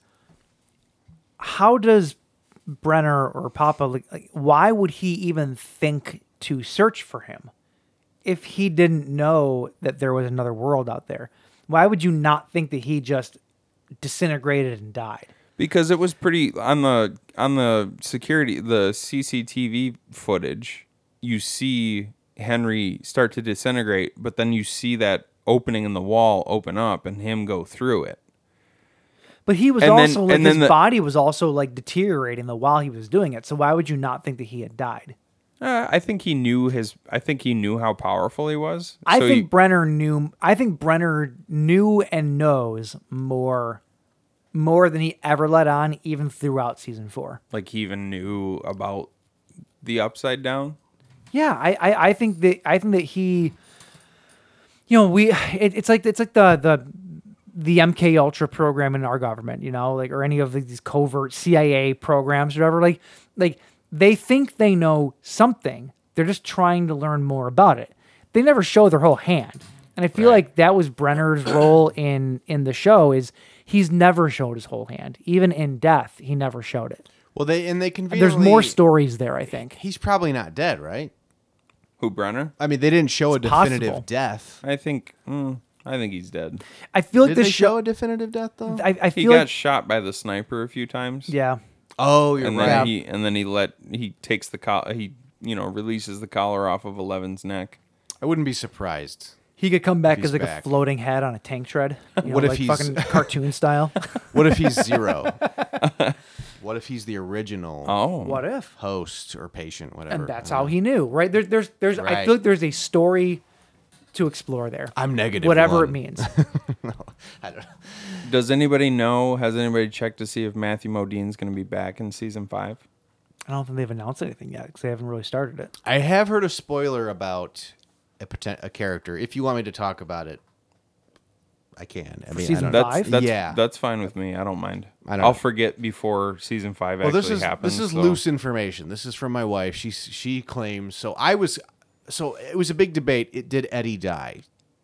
[SPEAKER 5] how does Brenner or Papa like, like, why would he even think to search for him if he didn't know that there was another world out there? Why would you not think that he just disintegrated and died?
[SPEAKER 2] because it was pretty on the on the security the CCTV footage you see Henry start to disintegrate but then you see that opening in the wall open up and him go through it
[SPEAKER 5] But he was
[SPEAKER 2] And then-
[SPEAKER 5] also like
[SPEAKER 2] and then
[SPEAKER 5] his
[SPEAKER 2] the-
[SPEAKER 5] body was also like deteriorating the while he was doing it. So why would you not think that he had died?
[SPEAKER 2] uh, I think he knew his I think he knew how powerful he was
[SPEAKER 5] I
[SPEAKER 2] So
[SPEAKER 5] think
[SPEAKER 2] he-
[SPEAKER 5] Brenner knew. I think Brenner knew and knows more, more than he ever let on, even throughout season four.
[SPEAKER 2] like he even knew about the upside down.
[SPEAKER 5] Yeah, I, I, I think that I think that he, you know, we it, it's like it's like the the the MK Ultra program in our government, you know, like or any of these covert CIA programs, or whatever. Like like they think they know something. They're just trying to learn more about it. They never show their whole hand. And I feel like that was Brenner's role in in the show is he's never showed his whole hand. Even in death, he never showed it.
[SPEAKER 6] Well, they and they conveniently
[SPEAKER 5] There's more stories there, I think.
[SPEAKER 6] He's probably not dead, right?
[SPEAKER 2] Who Brenner?
[SPEAKER 6] I mean, they didn't show a definitive
[SPEAKER 5] possible.
[SPEAKER 6] death.
[SPEAKER 2] I think. Mm, I think he's dead.
[SPEAKER 5] I feel like
[SPEAKER 6] Did
[SPEAKER 5] this
[SPEAKER 6] they show
[SPEAKER 5] show
[SPEAKER 6] a definitive death though?
[SPEAKER 5] I, I
[SPEAKER 2] He
[SPEAKER 5] feel
[SPEAKER 2] got
[SPEAKER 5] like
[SPEAKER 2] shot by the sniper a few times.
[SPEAKER 5] yeah.
[SPEAKER 6] oh, you're
[SPEAKER 2] and
[SPEAKER 6] right.
[SPEAKER 2] then he and then he let he takes the collar he you know releases the collar off of Eleven's neck.
[SPEAKER 6] I wouldn't be surprised.
[SPEAKER 5] He could come back
[SPEAKER 6] He's
[SPEAKER 5] as like
[SPEAKER 6] back.
[SPEAKER 5] a floating head on a tank tread. You know,
[SPEAKER 6] What if
[SPEAKER 5] like
[SPEAKER 6] he's-
[SPEAKER 5] fucking cartoon style?
[SPEAKER 6] What if he's zero? what if he's the original
[SPEAKER 2] Oh,
[SPEAKER 5] what if?
[SPEAKER 6] host or patient, whatever?
[SPEAKER 5] And that's how he knew, right? There's, there's, there's. I
[SPEAKER 6] Right.
[SPEAKER 5] feel like there's a story to explore there.
[SPEAKER 6] I'm negative
[SPEAKER 5] Whatever
[SPEAKER 6] one.
[SPEAKER 5] it means.
[SPEAKER 6] I don't know.
[SPEAKER 2] does anybody know? Has anybody checked to see if Matthew Modine's going to be back in season five?
[SPEAKER 5] I don't think they've announced anything yet because they haven't really started it.
[SPEAKER 6] I have heard a spoiler about a poten- a character. If you want me to talk about it, I can. I mean,
[SPEAKER 5] season
[SPEAKER 6] I don't know.
[SPEAKER 2] That's
[SPEAKER 5] Five?
[SPEAKER 2] that's
[SPEAKER 6] Yeah.
[SPEAKER 2] that's fine with me. I don't mind.
[SPEAKER 6] I don't
[SPEAKER 2] I'll
[SPEAKER 6] know.
[SPEAKER 2] forget before season five
[SPEAKER 6] Well,
[SPEAKER 2] actually
[SPEAKER 6] this is
[SPEAKER 2] happens.
[SPEAKER 6] this is
[SPEAKER 2] so-
[SPEAKER 6] loose information. This is from my wife. She she claims. So I was. So it was a big debate. It did Eddie die?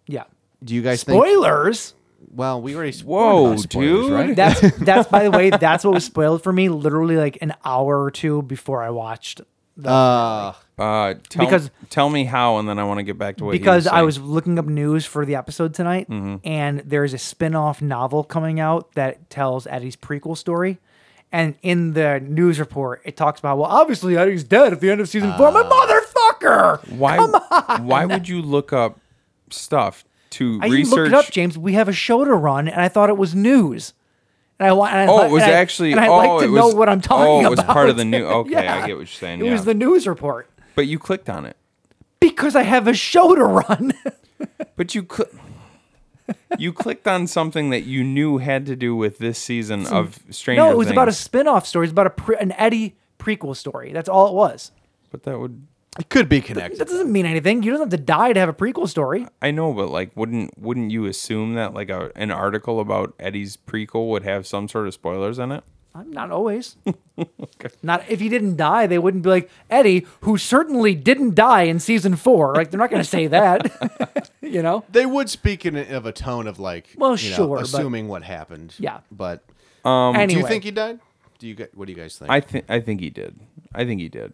[SPEAKER 5] Yeah.
[SPEAKER 6] Do you guys think?
[SPEAKER 5] Spoilers.
[SPEAKER 6] Well, we already. sp-
[SPEAKER 2] Whoa,
[SPEAKER 6] not spoilers,
[SPEAKER 2] dude.
[SPEAKER 6] right?
[SPEAKER 5] That's that's by the way. That's what was spoiled for me. Literally like an hour or two before I watched
[SPEAKER 6] Uh,
[SPEAKER 2] Uh, tell,
[SPEAKER 5] Because-
[SPEAKER 2] tell me how, and then I want to get back to what you were
[SPEAKER 5] because I
[SPEAKER 2] saying. Mm-hmm.
[SPEAKER 5] was looking up news for the episode tonight, and there's a spin-off novel coming out that tells Eddie's prequel story. And in the news report, it talks about well, obviously Eddie's dead at the end of season four. My
[SPEAKER 2] Ah.
[SPEAKER 5] motherfucker!
[SPEAKER 2] why why would you look up stuff to
[SPEAKER 5] I didn't
[SPEAKER 2] research?
[SPEAKER 5] look it up, James. We have a show to run, and I thought it was news. And I want. and I
[SPEAKER 2] Oh,
[SPEAKER 5] li-
[SPEAKER 2] it was
[SPEAKER 5] and I-
[SPEAKER 2] actually.
[SPEAKER 5] And I
[SPEAKER 2] oh,
[SPEAKER 5] like to
[SPEAKER 2] it
[SPEAKER 5] know
[SPEAKER 2] was-
[SPEAKER 5] what I'm talking
[SPEAKER 2] Oh,
[SPEAKER 5] about.
[SPEAKER 2] it was part of the new. Okay,
[SPEAKER 5] Yeah.
[SPEAKER 2] I get what you're saying.
[SPEAKER 5] It
[SPEAKER 2] yeah.
[SPEAKER 5] was the news report
[SPEAKER 2] but you clicked on it.
[SPEAKER 5] because I have a show to run.
[SPEAKER 2] But you cl- you clicked on something that you knew had to do with this season of Stranger
[SPEAKER 5] no, it was about a
[SPEAKER 2] Things,
[SPEAKER 5] spin-off story. It's about a pre- an Eddie prequel story. That's all it was.
[SPEAKER 2] But that would
[SPEAKER 6] it could be connected.
[SPEAKER 5] That doesn't mean anything. You don't have to die to have a prequel story.
[SPEAKER 2] I know, but like, wouldn't wouldn't you assume that like a, an article about Eddie's prequel would have some sort of spoilers in it?
[SPEAKER 5] I'm not always. Not if he didn't die, they wouldn't be like Eddie, who certainly didn't die in season four. Like they're not going to say that, you know.
[SPEAKER 6] They would speak in a, of a tone of like,
[SPEAKER 5] Well,
[SPEAKER 6] you know,
[SPEAKER 5] sure, but-
[SPEAKER 6] assuming what happened.
[SPEAKER 5] Yeah.
[SPEAKER 6] but
[SPEAKER 5] anyway,
[SPEAKER 6] Um, do you think he died? Do you? gu- What do you guys think?
[SPEAKER 2] I think I think he did. I think he did.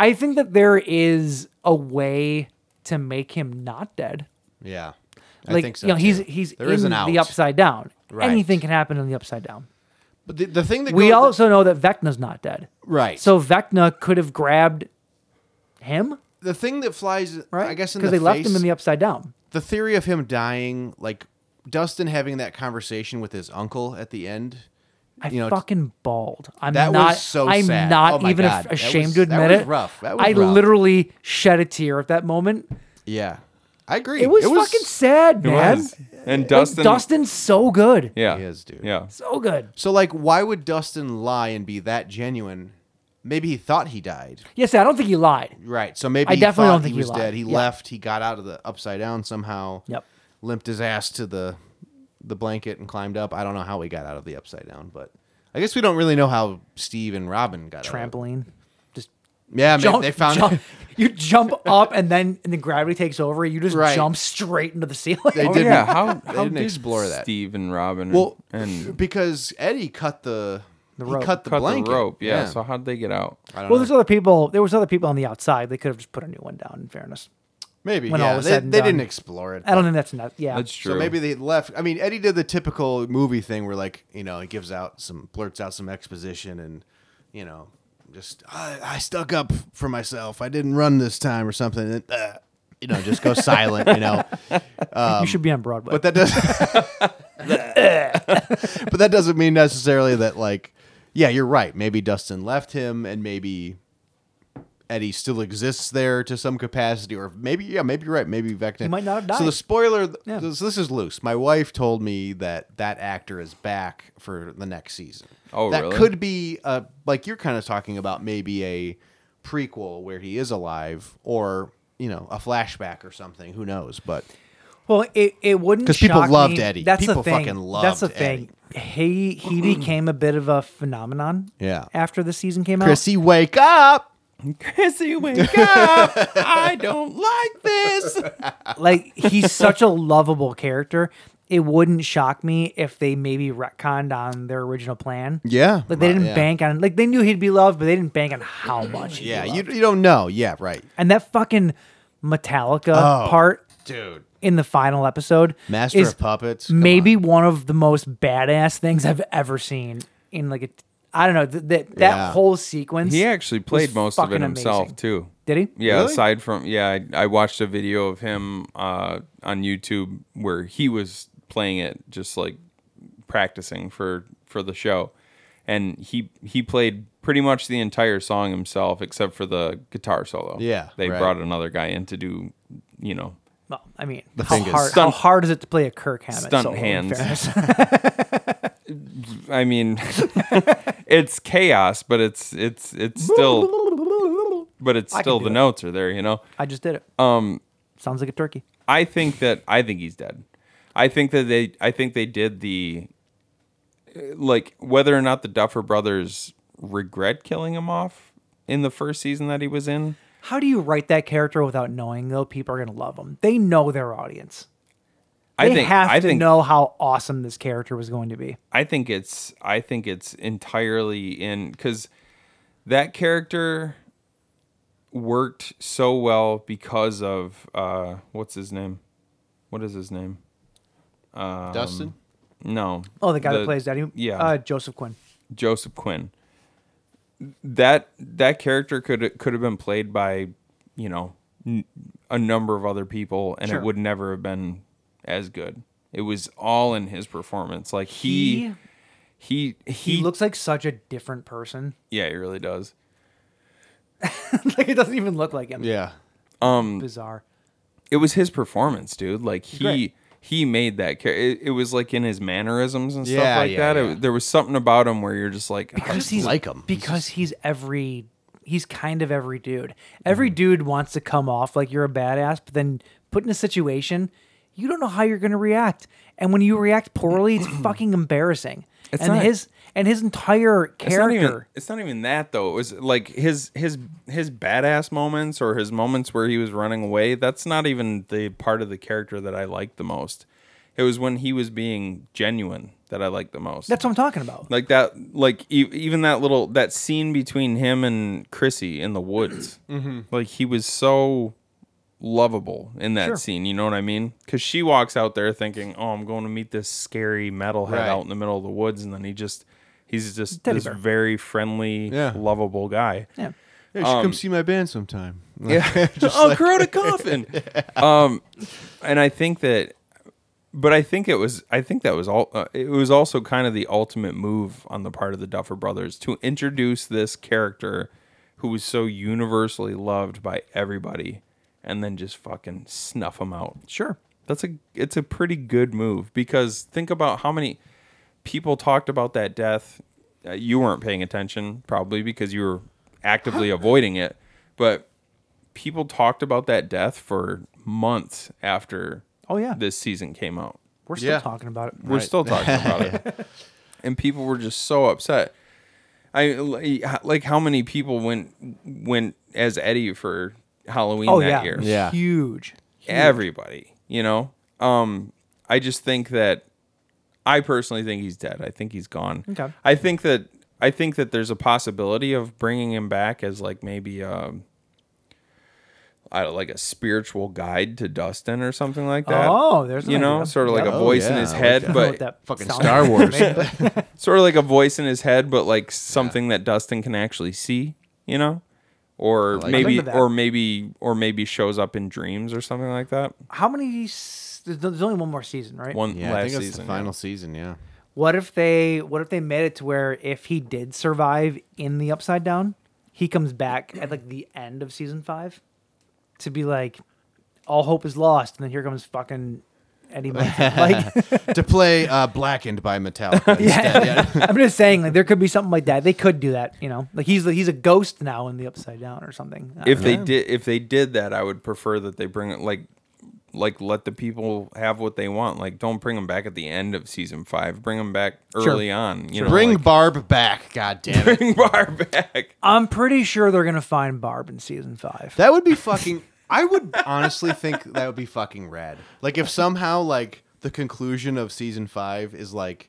[SPEAKER 5] I think that there is a way to make him not dead.
[SPEAKER 6] yeah,
[SPEAKER 5] Like
[SPEAKER 6] I think so.
[SPEAKER 5] you know, he's
[SPEAKER 6] too.
[SPEAKER 5] he's
[SPEAKER 6] There
[SPEAKER 5] in
[SPEAKER 6] is an out.
[SPEAKER 5] the upside down.
[SPEAKER 6] Right.
[SPEAKER 5] Anything can happen in the upside down.
[SPEAKER 6] But the, the thing that
[SPEAKER 5] We
[SPEAKER 6] goes-
[SPEAKER 5] also know that Vecna's not dead.
[SPEAKER 6] right.
[SPEAKER 5] So Vecna could have grabbed him,
[SPEAKER 6] the thing that flies,
[SPEAKER 5] right?
[SPEAKER 6] I guess, in the
[SPEAKER 5] because they left him
[SPEAKER 6] face-
[SPEAKER 5] in the upside down.
[SPEAKER 6] the theory of him dying, like Dustin having that conversation with his uncle at the end.
[SPEAKER 5] I
[SPEAKER 6] you know,
[SPEAKER 5] fucking bawled. I'm
[SPEAKER 6] That was
[SPEAKER 5] not.
[SPEAKER 6] so
[SPEAKER 5] I'm
[SPEAKER 6] sad. Oh
[SPEAKER 5] not
[SPEAKER 6] my
[SPEAKER 5] even
[SPEAKER 6] God.
[SPEAKER 5] af-
[SPEAKER 6] That
[SPEAKER 5] ashamed
[SPEAKER 6] was-
[SPEAKER 5] to
[SPEAKER 6] that
[SPEAKER 5] admit
[SPEAKER 6] was
[SPEAKER 5] it.
[SPEAKER 6] rough. That was
[SPEAKER 5] I
[SPEAKER 6] rough.
[SPEAKER 5] literally shed a tear at that moment.
[SPEAKER 6] yeah, I agree.
[SPEAKER 5] It was, fucking sad,
[SPEAKER 2] It
[SPEAKER 5] man.
[SPEAKER 2] was. And
[SPEAKER 5] Like,
[SPEAKER 2] Dustin.
[SPEAKER 5] Dustin's so good.
[SPEAKER 2] Yeah.
[SPEAKER 6] He is, dude.
[SPEAKER 2] Yeah.
[SPEAKER 5] So good.
[SPEAKER 6] So, like, why would Dustin lie and be that genuine? Maybe he thought he died.
[SPEAKER 5] Yes, I don't think he lied.
[SPEAKER 6] Right. So maybe
[SPEAKER 5] I
[SPEAKER 6] he
[SPEAKER 5] definitely
[SPEAKER 6] thought
[SPEAKER 5] don't think
[SPEAKER 6] he
[SPEAKER 5] he
[SPEAKER 6] was
[SPEAKER 5] lied.
[SPEAKER 6] dead. He
[SPEAKER 5] Yeah.
[SPEAKER 6] left. He got out of the upside down somehow.
[SPEAKER 5] Yep.
[SPEAKER 6] Limped his ass to the the blanket and climbed up. I don't know how he got out of the upside down, but I guess we don't really know how Steve and Robin got out.
[SPEAKER 5] Trampoline. Just
[SPEAKER 6] of it. Yeah, man.
[SPEAKER 5] jump.
[SPEAKER 6] they found
[SPEAKER 5] jump. you jump up, and then and then gravity takes over. You just
[SPEAKER 6] Right.
[SPEAKER 5] jump straight into the ceiling.
[SPEAKER 6] they
[SPEAKER 2] Oh
[SPEAKER 6] didn't
[SPEAKER 2] yeah. How,
[SPEAKER 6] they
[SPEAKER 2] how
[SPEAKER 6] didn't
[SPEAKER 2] did
[SPEAKER 6] explore that.
[SPEAKER 2] Steve and Robin.
[SPEAKER 6] Well,
[SPEAKER 2] and
[SPEAKER 6] because Eddie cut the, he
[SPEAKER 5] rope.
[SPEAKER 6] cut the
[SPEAKER 2] cut
[SPEAKER 6] blanket.
[SPEAKER 2] the rope. Yeah. So how'd they get out?
[SPEAKER 6] I don't
[SPEAKER 5] well,
[SPEAKER 6] know.
[SPEAKER 5] there's other people. There was other people on the outside. They could have just put a new one down. In fairness,
[SPEAKER 6] maybe
[SPEAKER 5] when
[SPEAKER 6] yeah.
[SPEAKER 5] all was
[SPEAKER 6] they
[SPEAKER 5] said and
[SPEAKER 6] they
[SPEAKER 5] done.
[SPEAKER 6] didn't explore it.
[SPEAKER 5] I don't think that's enough. Yeah,
[SPEAKER 2] That's true.
[SPEAKER 6] So maybe they left. I mean, Eddie did the typical movie thing where, like, you know, he gives out some, blurts out some exposition and, you know, just, I, I stuck up for myself. I didn't run this time or something. And, uh, you know, just go silent, you know.
[SPEAKER 5] you should be on Broadway.
[SPEAKER 6] But that doesn't. but that doesn't mean necessarily that, like, yeah, you're right. Maybe Dustin left him, and maybe Eddie still exists there to some capacity, or maybe yeah, maybe you're right. Maybe Vecna.
[SPEAKER 5] might not have
[SPEAKER 6] So the
[SPEAKER 5] died.
[SPEAKER 6] spoiler.
[SPEAKER 5] Yeah.
[SPEAKER 6] This, this is loose. My wife told me that that actor is back for the next season.
[SPEAKER 2] Oh,
[SPEAKER 6] that
[SPEAKER 2] really?
[SPEAKER 6] could be uh like you're kind of talking about maybe a prequel where he is alive, or you know a flashback or something. Who knows? But
[SPEAKER 5] Well, it, it wouldn't
[SPEAKER 6] 'Cause people
[SPEAKER 5] shock
[SPEAKER 6] loved
[SPEAKER 5] me.
[SPEAKER 6] Eddie.
[SPEAKER 5] That's the
[SPEAKER 6] People
[SPEAKER 5] thing.
[SPEAKER 6] fucking
[SPEAKER 5] That's
[SPEAKER 6] loved
[SPEAKER 5] the thing. He he became a bit of a phenomenon.
[SPEAKER 6] Yeah.
[SPEAKER 5] After the season came
[SPEAKER 6] Chrissy, wake up.
[SPEAKER 2] Chrissy, wake up! I don't like this.
[SPEAKER 5] out, like he's such a lovable character. It wouldn't shock me if they maybe retconned on their original plan.
[SPEAKER 6] Yeah.
[SPEAKER 5] Like they didn't
[SPEAKER 6] Yeah.
[SPEAKER 5] bank on like they knew he'd be loved, but they didn't bank on how much. he'd
[SPEAKER 6] Yeah,
[SPEAKER 5] be
[SPEAKER 6] you,
[SPEAKER 5] loved.
[SPEAKER 6] you don't know. Yeah, right.
[SPEAKER 5] and that fucking Metallica
[SPEAKER 6] Oh.
[SPEAKER 5] part
[SPEAKER 6] Dude.
[SPEAKER 5] in the final episode
[SPEAKER 6] Master
[SPEAKER 5] is
[SPEAKER 6] of Puppets. Come
[SPEAKER 5] maybe one of the most badass things I've ever seen in like a I don't know th- that that
[SPEAKER 6] Yeah.
[SPEAKER 5] whole sequence.
[SPEAKER 2] He actually played
[SPEAKER 5] was
[SPEAKER 2] most of it
[SPEAKER 5] fucking
[SPEAKER 2] himself
[SPEAKER 5] amazing.
[SPEAKER 2] too.
[SPEAKER 5] Did he?
[SPEAKER 2] Yeah,
[SPEAKER 6] Really?
[SPEAKER 2] aside from yeah, I, I watched a video of him uh, on YouTube where he was playing it, just like practicing for for the show, and he he played pretty much the entire song himself except for the guitar solo.
[SPEAKER 6] Yeah,
[SPEAKER 2] they
[SPEAKER 6] right.
[SPEAKER 2] brought another guy in to do, you know,
[SPEAKER 5] Well, I mean,
[SPEAKER 6] The
[SPEAKER 5] how
[SPEAKER 6] thing is-
[SPEAKER 5] hard,
[SPEAKER 2] Stunt-
[SPEAKER 5] how hard is it to play a Kirk Hammett?
[SPEAKER 2] Stunt
[SPEAKER 5] solo, in
[SPEAKER 2] hands.
[SPEAKER 5] fairness?
[SPEAKER 2] I mean, it's chaos, but it's it's it's still, but it's
[SPEAKER 5] I can
[SPEAKER 2] still
[SPEAKER 5] do
[SPEAKER 2] the
[SPEAKER 5] it.
[SPEAKER 2] notes are there, you know.
[SPEAKER 5] I just did it. Um, sounds like a turkey.
[SPEAKER 2] I think that I think he's dead. I think that they I think they did the uh, like whether or not the Duffer brothers regret killing him off in the first season that he was in.
[SPEAKER 5] How do you write that character without knowing though? People are gonna love him. They know their audience. They
[SPEAKER 2] I think
[SPEAKER 5] have
[SPEAKER 2] I
[SPEAKER 5] to
[SPEAKER 2] think
[SPEAKER 5] know how awesome this character was going to be.
[SPEAKER 2] I think it's I think it's entirely in cuz that character worked so well because of uh what's his name? What is his name?
[SPEAKER 6] on. Dustin?
[SPEAKER 2] No.
[SPEAKER 5] Oh, the guy that plays Eddie,
[SPEAKER 2] yeah.
[SPEAKER 5] uh, Joseph Quinn.
[SPEAKER 2] Joseph Quinn. That that character could could have been played by, you know, n- a number of other people, and
[SPEAKER 5] Sure.
[SPEAKER 2] it would never have been as good. It was all in his performance. Like he he he,
[SPEAKER 5] he he looks like such a different person.
[SPEAKER 2] yeah, he really does.
[SPEAKER 5] like it doesn't even look like him.
[SPEAKER 6] Yeah.
[SPEAKER 5] Bizarre.
[SPEAKER 2] It was his performance, dude. Like he
[SPEAKER 5] Great.
[SPEAKER 2] he made that character. It, it was like in his mannerisms and stuff
[SPEAKER 6] Yeah,
[SPEAKER 2] like
[SPEAKER 6] yeah,
[SPEAKER 2] that. It-
[SPEAKER 6] yeah.
[SPEAKER 2] there was something about him where you're just like
[SPEAKER 5] Because he's
[SPEAKER 6] like him. He's
[SPEAKER 5] Because he's every he's kind of every dude. Every dude wants to come off like you're a badass, but then put in a situation, you don't know how you're gonna react. And when you react poorly, it's fucking embarrassing.
[SPEAKER 2] It's
[SPEAKER 5] and
[SPEAKER 2] not-
[SPEAKER 5] his and his entire
[SPEAKER 2] It's
[SPEAKER 5] character
[SPEAKER 2] not even, it's not even that though. It was like his his his badass moments or his moments where he was running away. That's not even the part of the character that I liked the most. It was when he was being genuine that I liked the most.
[SPEAKER 5] that's what I'm talking about.
[SPEAKER 2] like that, like e- even that little that scene between him and Chrissy in the woods. Like he was so lovable in that scene. You know what I mean? Because she walks out there thinking, "Oh, I'm going to meet this scary metalhead
[SPEAKER 6] Right.
[SPEAKER 2] out in the middle of the woods," and then he just he's just
[SPEAKER 5] Teddy
[SPEAKER 2] this
[SPEAKER 5] bear.
[SPEAKER 2] very friendly,
[SPEAKER 6] Yeah.
[SPEAKER 2] lovable guy.
[SPEAKER 5] yeah.
[SPEAKER 6] Hey, you should come see my band sometime.
[SPEAKER 2] oh, Corona Coffin. um, and I think that, but I think it was, I think that was all. Uh, it was also kind of the ultimate move on the part of the Duffer Brothers to introduce this character who was so universally loved by everybody, and then just fucking snuff him out.
[SPEAKER 5] Sure.
[SPEAKER 2] That's a it's a pretty good move because think about how many people talked about that death. Uh, you weren't paying attention probably because you were actively avoiding it, but people talked about that death for months after
[SPEAKER 5] Oh, yeah.
[SPEAKER 2] this season came out.
[SPEAKER 5] We're still
[SPEAKER 6] Yeah.
[SPEAKER 5] talking about it.
[SPEAKER 2] We're still talking about it. And people were just so upset. I like how many people went went as Eddie for Halloween
[SPEAKER 5] Oh
[SPEAKER 2] that
[SPEAKER 5] yeah.
[SPEAKER 2] year
[SPEAKER 6] Yeah.
[SPEAKER 5] Huge.
[SPEAKER 2] everybody you know um i just think that i personally think he's dead i think he's gone
[SPEAKER 5] Okay.
[SPEAKER 2] i think that i think that there's a possibility of bringing him back as like maybe um I don't like a spiritual guide to Dustin or something like that.
[SPEAKER 5] Oh, there's an
[SPEAKER 2] you know,
[SPEAKER 5] idea.
[SPEAKER 2] sort of like
[SPEAKER 5] Yep.
[SPEAKER 2] a
[SPEAKER 5] Oh,
[SPEAKER 2] voice in
[SPEAKER 6] yeah,
[SPEAKER 2] his
[SPEAKER 6] I like
[SPEAKER 2] head,
[SPEAKER 5] I don't know what
[SPEAKER 2] but
[SPEAKER 5] that
[SPEAKER 6] fucking
[SPEAKER 5] sounds
[SPEAKER 6] Star
[SPEAKER 5] like to
[SPEAKER 6] Wars.
[SPEAKER 5] me, but-
[SPEAKER 2] sort of like a voice in his head, but like something that Dustin can actually see, you know, or
[SPEAKER 6] like
[SPEAKER 2] maybe,
[SPEAKER 5] it. I'm into that.
[SPEAKER 2] or maybe, or maybe shows up in dreams or something like that.
[SPEAKER 5] How many? s- There's there's only one more season, right?
[SPEAKER 2] One
[SPEAKER 6] Yeah,
[SPEAKER 2] last
[SPEAKER 6] I think it's
[SPEAKER 2] season,
[SPEAKER 6] the
[SPEAKER 2] yeah.
[SPEAKER 6] final season. Yeah.
[SPEAKER 5] What if they what if they made it to where if he did survive in the upside down, he comes back at like the end of season five to be like, all hope is lost, and then here comes fucking Eddie Munson. Like
[SPEAKER 6] to play uh, Blackened by Metallica.
[SPEAKER 5] yeah. I'm just saying, like there could be something like that. They could do that, you know. Like he's he's a ghost now in the upside down or something. I don't
[SPEAKER 2] if
[SPEAKER 5] know.
[SPEAKER 2] they did if they did that i would prefer that they bring it like like let the people have what they want. Like, don't bring them back at the end of season five. Bring them back
[SPEAKER 5] Sure.
[SPEAKER 2] early on. You know,
[SPEAKER 6] Bring
[SPEAKER 2] like,
[SPEAKER 6] Barb back, god damn it.
[SPEAKER 2] bring Bar back.
[SPEAKER 5] I'm pretty sure they're gonna find Barb in season five.
[SPEAKER 6] That would be fucking. I would honestly think that would be fucking rad. Like if somehow like the conclusion of season five is like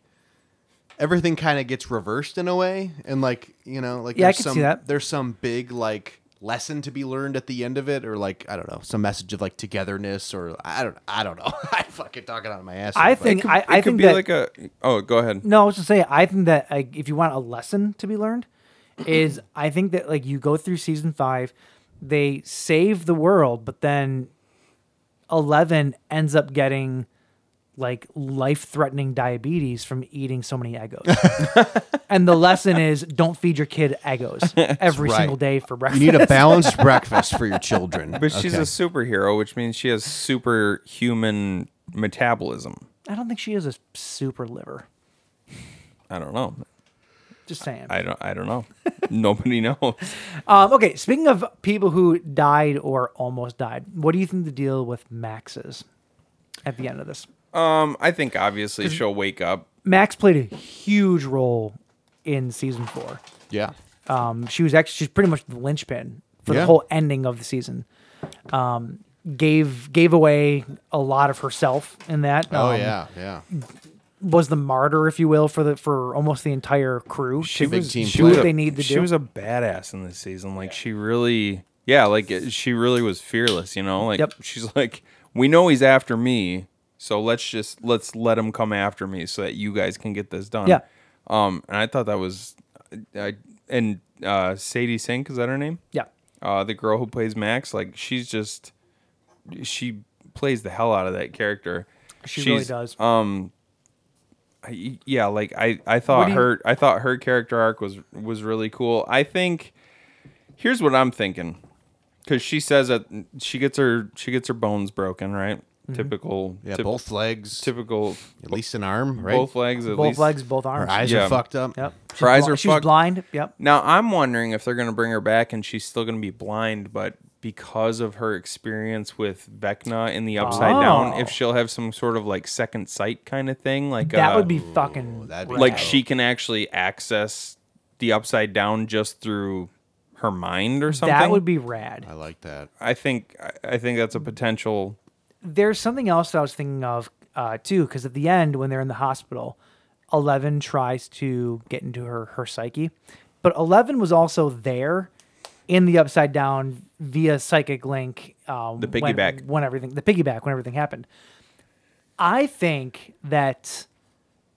[SPEAKER 6] everything kind of gets reversed in a way, and like you know like
[SPEAKER 5] Yeah, I
[SPEAKER 6] there's
[SPEAKER 5] could
[SPEAKER 6] some
[SPEAKER 5] see that.
[SPEAKER 6] there's some big like lesson to be learned at the end of it, or like I don't know some message of like togetherness, or I don't I don't know. I fucking talking out of my ass.
[SPEAKER 5] I
[SPEAKER 6] here, but-
[SPEAKER 5] think I, I
[SPEAKER 2] it could
[SPEAKER 5] think
[SPEAKER 2] be
[SPEAKER 5] that
[SPEAKER 2] like a. Oh, go ahead.
[SPEAKER 5] no, I was to say I think that like, if you want a lesson to be learned, is I think that like you go through season five, they save the world, but then Eleven ends up getting like life-threatening diabetes from eating so many egos. and the lesson is don't feed your kid egos every
[SPEAKER 6] right.
[SPEAKER 5] single day for
[SPEAKER 6] you
[SPEAKER 5] breakfast.
[SPEAKER 6] need a balanced breakfast for your children.
[SPEAKER 2] But she's a
[SPEAKER 6] Okay.
[SPEAKER 2] superhero, which means she has superhuman metabolism.
[SPEAKER 5] I don't think she has a super liver.
[SPEAKER 2] I don't know.
[SPEAKER 5] Just saying.
[SPEAKER 2] I don't. I don't know. Nobody knows.
[SPEAKER 5] Um, okay, speaking of people who died or almost died, what do you think the deal with Max is at the end of this?
[SPEAKER 2] Um, I think obviously she'll wake up.
[SPEAKER 5] Max played a huge role in season four.
[SPEAKER 6] yeah.
[SPEAKER 5] Um, she was actually she's pretty much the linchpin for the
[SPEAKER 6] Yeah.
[SPEAKER 5] whole ending of the season. Um, gave gave away a lot of herself in that.
[SPEAKER 6] Oh
[SPEAKER 5] um,
[SPEAKER 6] yeah, yeah.
[SPEAKER 5] was the martyr, if you will, for the for almost the entire crew.
[SPEAKER 2] She
[SPEAKER 6] Big team
[SPEAKER 2] she
[SPEAKER 6] play.
[SPEAKER 5] What they need to
[SPEAKER 2] she
[SPEAKER 5] do.
[SPEAKER 2] was a badass in this season. Like she really, yeah, like it- she really was fearless. You know, like
[SPEAKER 5] Yep.
[SPEAKER 2] she's like, we know he's after me, so let's just let's let him come after me so that you guys can get this done.
[SPEAKER 5] Yeah.
[SPEAKER 2] Um, and I thought that was, I and uh, Sadie Sink is that her name?
[SPEAKER 5] yeah,
[SPEAKER 2] uh, the girl who plays Max, like she's just she plays the hell out of that character.
[SPEAKER 5] she
[SPEAKER 2] She's- um,
[SPEAKER 5] really does.
[SPEAKER 2] I, yeah, like I I thought
[SPEAKER 5] do you-
[SPEAKER 2] her I thought her character arc was was really cool. I think here's what I'm thinking because she says that she gets her she gets her bones broken, right?
[SPEAKER 5] Mm-hmm.
[SPEAKER 2] Typical,
[SPEAKER 6] Yeah,
[SPEAKER 2] typ-
[SPEAKER 6] both legs,
[SPEAKER 2] typical,
[SPEAKER 6] at least an arm, right?
[SPEAKER 2] both legs, at
[SPEAKER 5] both
[SPEAKER 2] least.
[SPEAKER 5] legs, both arms.
[SPEAKER 6] Her eyes
[SPEAKER 2] Yeah.
[SPEAKER 6] are fucked up.
[SPEAKER 5] Yep. She's
[SPEAKER 2] Her eyes
[SPEAKER 5] bli-
[SPEAKER 2] are
[SPEAKER 5] she was
[SPEAKER 2] fucked.
[SPEAKER 5] blind. Yep.
[SPEAKER 2] Now I'm wondering if they're gonna bring her back and she's still gonna be blind, but because of her experience with Vecna in the Upside Down, if
[SPEAKER 5] Oh.
[SPEAKER 2] she'll have some sort of like second sight kind of thing, like
[SPEAKER 5] That
[SPEAKER 2] uh,
[SPEAKER 5] would be fucking
[SPEAKER 6] that'd be
[SPEAKER 2] like
[SPEAKER 6] Wow.
[SPEAKER 2] she can actually access the Upside Down just through her mind or something.
[SPEAKER 5] That would be rad.
[SPEAKER 6] I like that.
[SPEAKER 2] I think. I- I think that's a potential.
[SPEAKER 5] There's something else that I was thinking of uh, too, because at the end, when they're in the hospital, Eleven tries to get into her her psyche, but Eleven was also there in the Upside Down via psychic link. Um,
[SPEAKER 2] The
[SPEAKER 5] when-
[SPEAKER 2] piggyback.
[SPEAKER 5] when, everything the piggyback when everything happened. I think that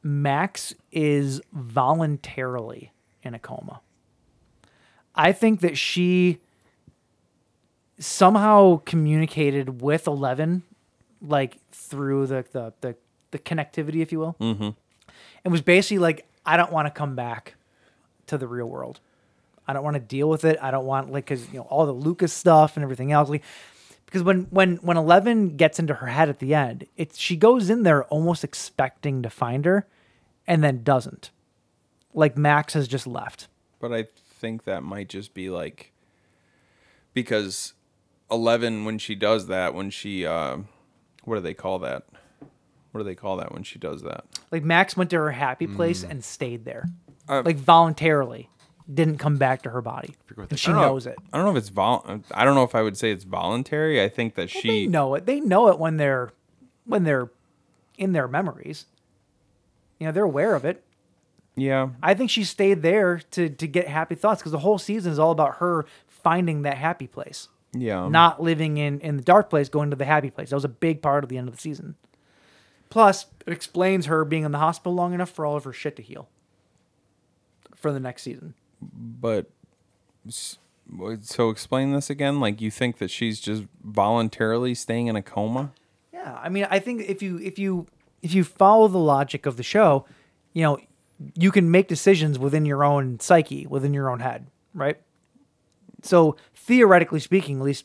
[SPEAKER 5] Max is voluntarily in a coma. I think that she somehow communicated with Eleven, like through the the the, the connectivity, if you will, mm-hmm. and was basically like, "I don't want to come back to the real world. I don't want to deal with it. I don't want like because you know all the Lucas stuff and everything else. Like, because when when when Eleven gets into her head at the end, it's she goes in there almost expecting to find her, and then doesn't. Like Max has just left.
[SPEAKER 2] but I think that might just be like because eleven when she does that when she uh, what do they call that? What do they call that when she does that?
[SPEAKER 5] Like Max went to her happy place and stayed there, like voluntarily, didn't come back to her body, and she
[SPEAKER 2] I don't know-
[SPEAKER 5] knows it.
[SPEAKER 2] I don't know if it's vol. I don't know if I would say it's voluntary. I think that
[SPEAKER 5] They
[SPEAKER 2] she.
[SPEAKER 5] know it. They know it when they're when they're in their memories. You know they're aware of it.
[SPEAKER 2] Yeah,
[SPEAKER 5] I think she stayed there to to get happy thoughts because the whole season is all about her finding that happy place,
[SPEAKER 2] yeah.
[SPEAKER 5] not living in in the dark place, going to the happy place. That was a big part of the end of the season. Plus, it explains her being in the hospital long enough for all of her shit to heal for the next season.
[SPEAKER 2] but s- wait, so explain this again. Like you think that she's just voluntarily staying in a coma?
[SPEAKER 5] Yeah, I mean, I think if you if you if you follow the logic of the show, you know, you can make decisions within your own psyche, within your own head, right? So theoretically speaking, at least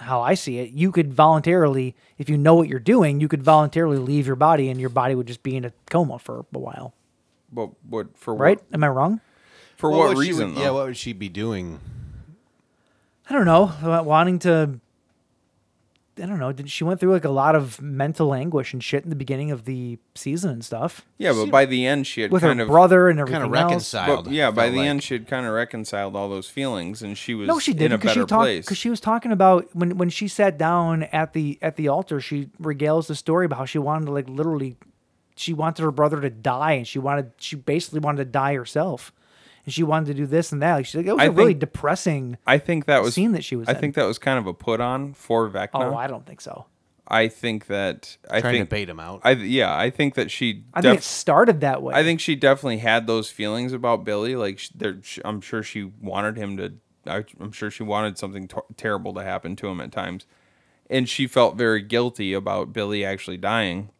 [SPEAKER 5] how I see it, you could voluntarily, if you know what you're doing, you could voluntarily leave your body, and your body would just be in a coma for a while,
[SPEAKER 2] But what for?
[SPEAKER 5] right?
[SPEAKER 2] What,
[SPEAKER 5] Am I wrong?
[SPEAKER 2] for
[SPEAKER 6] Well,
[SPEAKER 2] what
[SPEAKER 6] would she-
[SPEAKER 2] reason? though?
[SPEAKER 6] yeah, what would she be doing?
[SPEAKER 5] I don't know. Wanting to uh, I don't know. Did she went through like a lot of mental anguish and shit in the beginning of the season and stuff?
[SPEAKER 2] Yeah, but by the end, she had
[SPEAKER 5] with her
[SPEAKER 2] kind of
[SPEAKER 5] brother and
[SPEAKER 6] Kinda
[SPEAKER 5] everything else.
[SPEAKER 2] but
[SPEAKER 6] reconciled.
[SPEAKER 2] yeah, by
[SPEAKER 6] felt
[SPEAKER 2] the
[SPEAKER 6] like.
[SPEAKER 2] end, she had kind of reconciled all those feelings, and she was
[SPEAKER 5] No, she
[SPEAKER 2] in a
[SPEAKER 5] didn't because
[SPEAKER 2] better
[SPEAKER 5] she talked
[SPEAKER 2] place.
[SPEAKER 5] because she was talking about when when she sat down at the at the altar. She regales the story about how she wanted to like literally, she wanted her brother to die, and she wanted she basically wanted to die herself, and she wanted to do this and that. Like she like it was
[SPEAKER 2] I
[SPEAKER 5] a really
[SPEAKER 2] think-
[SPEAKER 5] depressing.
[SPEAKER 2] I think that was
[SPEAKER 5] scene that she was
[SPEAKER 2] I
[SPEAKER 5] in.
[SPEAKER 2] think that was kind of a put on for Vecna.
[SPEAKER 5] Oh, I don't think so.
[SPEAKER 2] I think that I
[SPEAKER 6] Trying to
[SPEAKER 2] think
[SPEAKER 6] bait him out.
[SPEAKER 2] I yeah, I think that she.
[SPEAKER 5] I think
[SPEAKER 2] def-
[SPEAKER 5] it started that way.
[SPEAKER 2] I think she definitely had those feelings about Billy. Like, sh- there, sh- I'm sure she wanted him to. I, I'm sure she wanted something tor- terrible to happen to him at times, and she felt very guilty about Billy actually dying.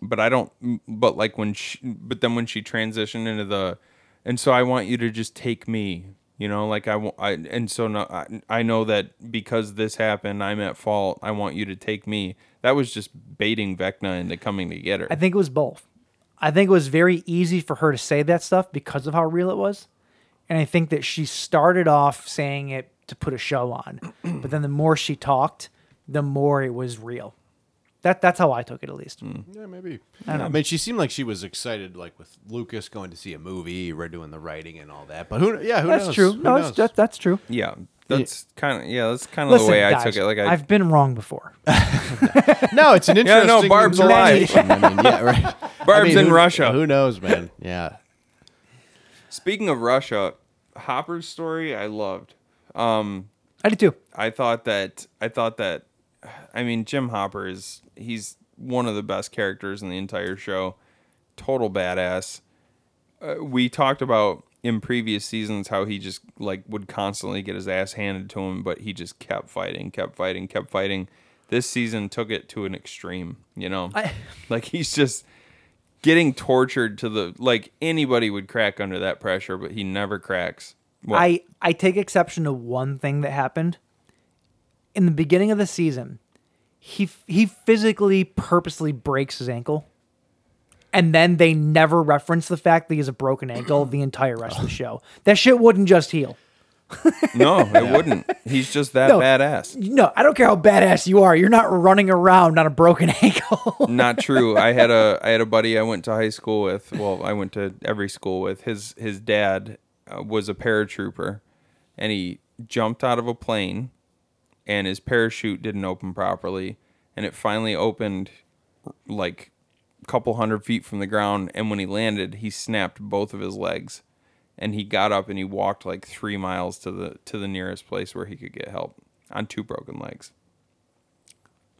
[SPEAKER 2] But I don't. m- But like when she. But then when she transitioned into the, and so I want you to just take me. You know, like I want. I and so no, I, I know that because this happened, I'm at fault. I want you to take me. That was just baiting Vecna into coming to get her.
[SPEAKER 5] I think it was both. I think it was very easy for her to say that stuff because of how real it was. And I think that she started off saying it to put a show on. but then the more she talked, the more it was real. That that's how I took it at least.
[SPEAKER 2] Hmm.
[SPEAKER 6] Yeah, maybe. I, mean, she seemed like she was excited, like with Lucas going to see a movie, we're doing the writing and all that. But who? Yeah, who
[SPEAKER 5] That's
[SPEAKER 6] knows?
[SPEAKER 5] true.
[SPEAKER 6] Who
[SPEAKER 5] No, it's,
[SPEAKER 6] knows?
[SPEAKER 5] that, that's true.
[SPEAKER 2] Yeah, that's kind of yeah, that's kind of the
[SPEAKER 5] Listen,
[SPEAKER 2] way I
[SPEAKER 5] guys,
[SPEAKER 2] took it. Like I,
[SPEAKER 5] have been wrong before.
[SPEAKER 6] no, it's an
[SPEAKER 2] Yeah, no,
[SPEAKER 6] interesting.
[SPEAKER 2] Barb's
[SPEAKER 6] observation. I mean, yeah, right.
[SPEAKER 2] Barb's
[SPEAKER 6] I mean,
[SPEAKER 2] in
[SPEAKER 6] who-
[SPEAKER 2] Russia.
[SPEAKER 6] Who knows, man? Yeah,
[SPEAKER 2] speaking of Russia, Hopper's story I loved.
[SPEAKER 5] I did too.
[SPEAKER 2] I thought that I thought that I mean Jim Hopper is he's one of the best characters in the entire show. Total badass. Uh, we talked about in previous seasons how he just like would constantly get his ass handed to him, but he just kept fighting, kept fighting, kept fighting. This season took it to an extreme, you know.
[SPEAKER 5] I-
[SPEAKER 2] like he's just getting tortured to the like anybody would crack under that pressure, but he never cracks. Well,
[SPEAKER 5] I, I take exception to one thing that happened. In the beginning of the season, he f- he physically purposely breaks his ankle. And then they never reference the fact that he has a broken ankle the entire rest of the show. That shit wouldn't just heal.
[SPEAKER 2] no, it wouldn't. He's just that
[SPEAKER 5] No.
[SPEAKER 2] badass.
[SPEAKER 5] No, I don't care how badass you are. You're not running around on a broken ankle.
[SPEAKER 2] not true. I had a I had a buddy I went to high school with. Well, I went to every school with. His his dad uh, was a paratrooper, and he jumped out of a plane, and his parachute didn't open properly, and it finally opened, like, a couple hundred feet from the ground. And when he landed, he snapped both of his legs, and he got up and he walked like three miles to the to the nearest place where he could get help on two broken legs.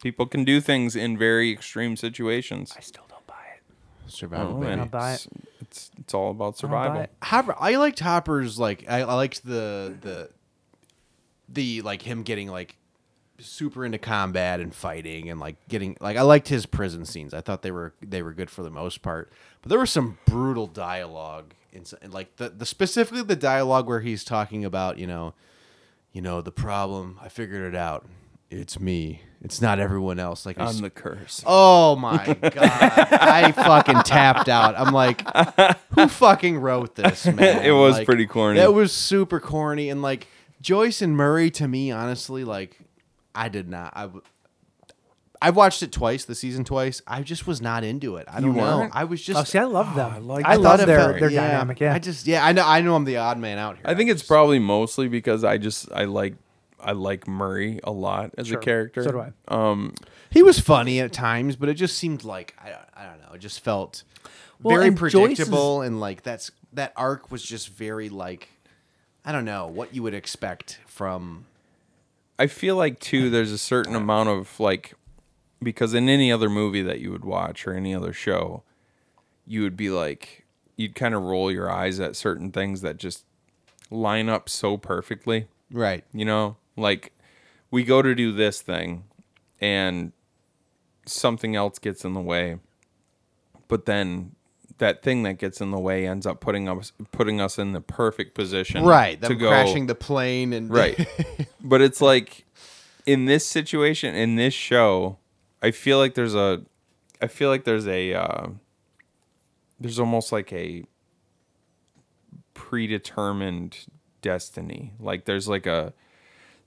[SPEAKER 2] People can do things in very extreme situations.
[SPEAKER 5] I still don't buy it.
[SPEAKER 6] survival.
[SPEAKER 2] Oh, man.
[SPEAKER 5] I'll buy
[SPEAKER 2] it's, it's it's all about
[SPEAKER 5] I don't buy
[SPEAKER 2] survival.
[SPEAKER 5] it.
[SPEAKER 6] Hopper, I liked Hopper's like I, I liked the the the like him getting like super into combat and fighting and like getting like I liked his prison scenes. I thought they were they were good for the most part, but there was some brutal dialogue in s- and like the, the specifically the dialogue where he's talking about you know you know the problem I figured it out. It's me. It's not everyone else. Like I
[SPEAKER 2] I'm
[SPEAKER 6] s-
[SPEAKER 2] the curse.
[SPEAKER 6] Oh my god! I fucking tapped out. I'm like, who fucking wrote this, man?
[SPEAKER 2] It was
[SPEAKER 6] Like,
[SPEAKER 2] pretty corny.
[SPEAKER 6] That was super corny, and like Joyce and Murray to me, honestly, like I did not. I w- I've watched it twice, the season twice. I just was not into it. I don't know.
[SPEAKER 2] weren't?
[SPEAKER 6] I was just.
[SPEAKER 5] Oh, see, I love them. I,
[SPEAKER 6] Ah, I thought
[SPEAKER 5] love
[SPEAKER 6] it
[SPEAKER 5] their,
[SPEAKER 6] felt-
[SPEAKER 5] their
[SPEAKER 6] yeah.
[SPEAKER 5] dynamic. Yeah.
[SPEAKER 6] I just yeah. I know. I know I'm the odd man out here.
[SPEAKER 2] I think it's
[SPEAKER 6] probably
[SPEAKER 2] probably mostly because I just I like I like Murray a lot as a character.
[SPEAKER 5] So do I.
[SPEAKER 6] he was funny at times, but it just seemed like I don't, I don't know. It just felt
[SPEAKER 5] Well,
[SPEAKER 6] very
[SPEAKER 5] and Joyce is-
[SPEAKER 6] predictable, and like that's that arc was just very like I don't know what you would expect from.
[SPEAKER 2] I feel like too there's a certain amount of like because in any other movie that you would watch or any other show, you would be like you'd kind of roll your eyes at certain things that just line up so perfectly.
[SPEAKER 6] Right.
[SPEAKER 2] You know, like we go to do this thing and something else gets in the way. But then that thing that gets in the way ends up putting us putting us in the perfect position
[SPEAKER 6] Right.
[SPEAKER 2] to
[SPEAKER 6] Them
[SPEAKER 2] go
[SPEAKER 6] crashing the plane and
[SPEAKER 2] right. but it's like in this situation in this show, I feel like there's a I feel like there's a uh, there's almost like a predetermined destiny. Like there's like a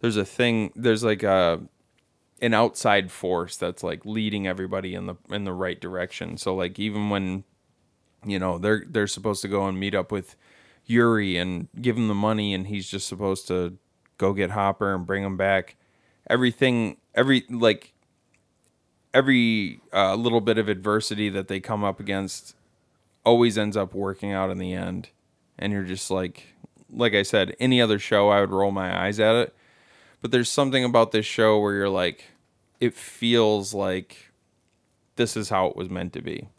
[SPEAKER 2] there's a thing there's like a an outside force that's like leading everybody in the in the right direction. So like even when you know they're they're supposed to go and meet up with Yuri and give him the money and he's just supposed to go get Hopper and bring him back. Everything every like every uh, little bit of adversity that they come up against always ends up working out in the end. And you're just like, like I said, any other show, I would roll my eyes at it. But there's something about this show where you're like, it feels like this is how it was meant to be.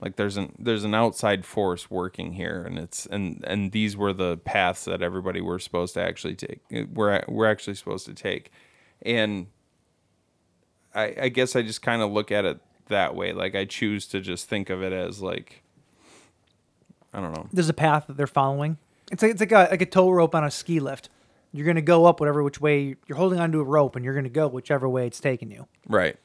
[SPEAKER 2] Like there's an there's an outside force working here, and it's and and these were the paths that everybody were supposed to actually take. eh, We're we're actually supposed to take, and I, I guess I just kind of look at it that way. Like I choose to just think of it as like, I don't know.
[SPEAKER 5] There's a path that they're following. It's like it's like a like a tow rope on a ski lift. You're gonna go up whatever which way you're holding onto a rope, and you're gonna go whichever way it's taking you,
[SPEAKER 2] Right.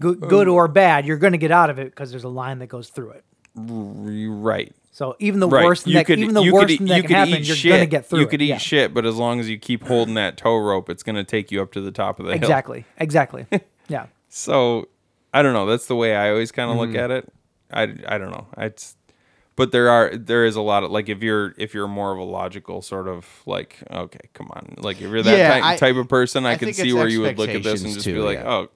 [SPEAKER 5] good,
[SPEAKER 2] Oh.
[SPEAKER 5] good or bad. You're gonna get out of it because there's a line that goes through it.
[SPEAKER 2] You're right.
[SPEAKER 5] So even the
[SPEAKER 2] Right.
[SPEAKER 5] worst thing that, even the
[SPEAKER 2] you
[SPEAKER 5] worst
[SPEAKER 2] e-
[SPEAKER 5] thing that can happen, you're gonna get through.
[SPEAKER 2] You
[SPEAKER 5] it.
[SPEAKER 2] could eat
[SPEAKER 5] Yeah.
[SPEAKER 2] shit, but as long as you keep holding that tow rope, it's gonna take you up to the top of the hill.
[SPEAKER 5] Exactly. Exactly. yeah.
[SPEAKER 2] So I don't know. That's the way I always kind of look at
[SPEAKER 6] Mm-hmm.
[SPEAKER 2] it. I, I don't know. It's but there are there is a lot of like if you're if you're more of a logical sort of like okay come on like if you're that
[SPEAKER 6] Yeah,
[SPEAKER 2] type,
[SPEAKER 6] I-
[SPEAKER 2] type of person I,
[SPEAKER 6] I
[SPEAKER 2] can
[SPEAKER 6] think
[SPEAKER 2] see
[SPEAKER 6] it's
[SPEAKER 2] where you would look at this and
[SPEAKER 6] expectations
[SPEAKER 2] just be
[SPEAKER 6] too,
[SPEAKER 2] like
[SPEAKER 6] yeah.
[SPEAKER 2] oh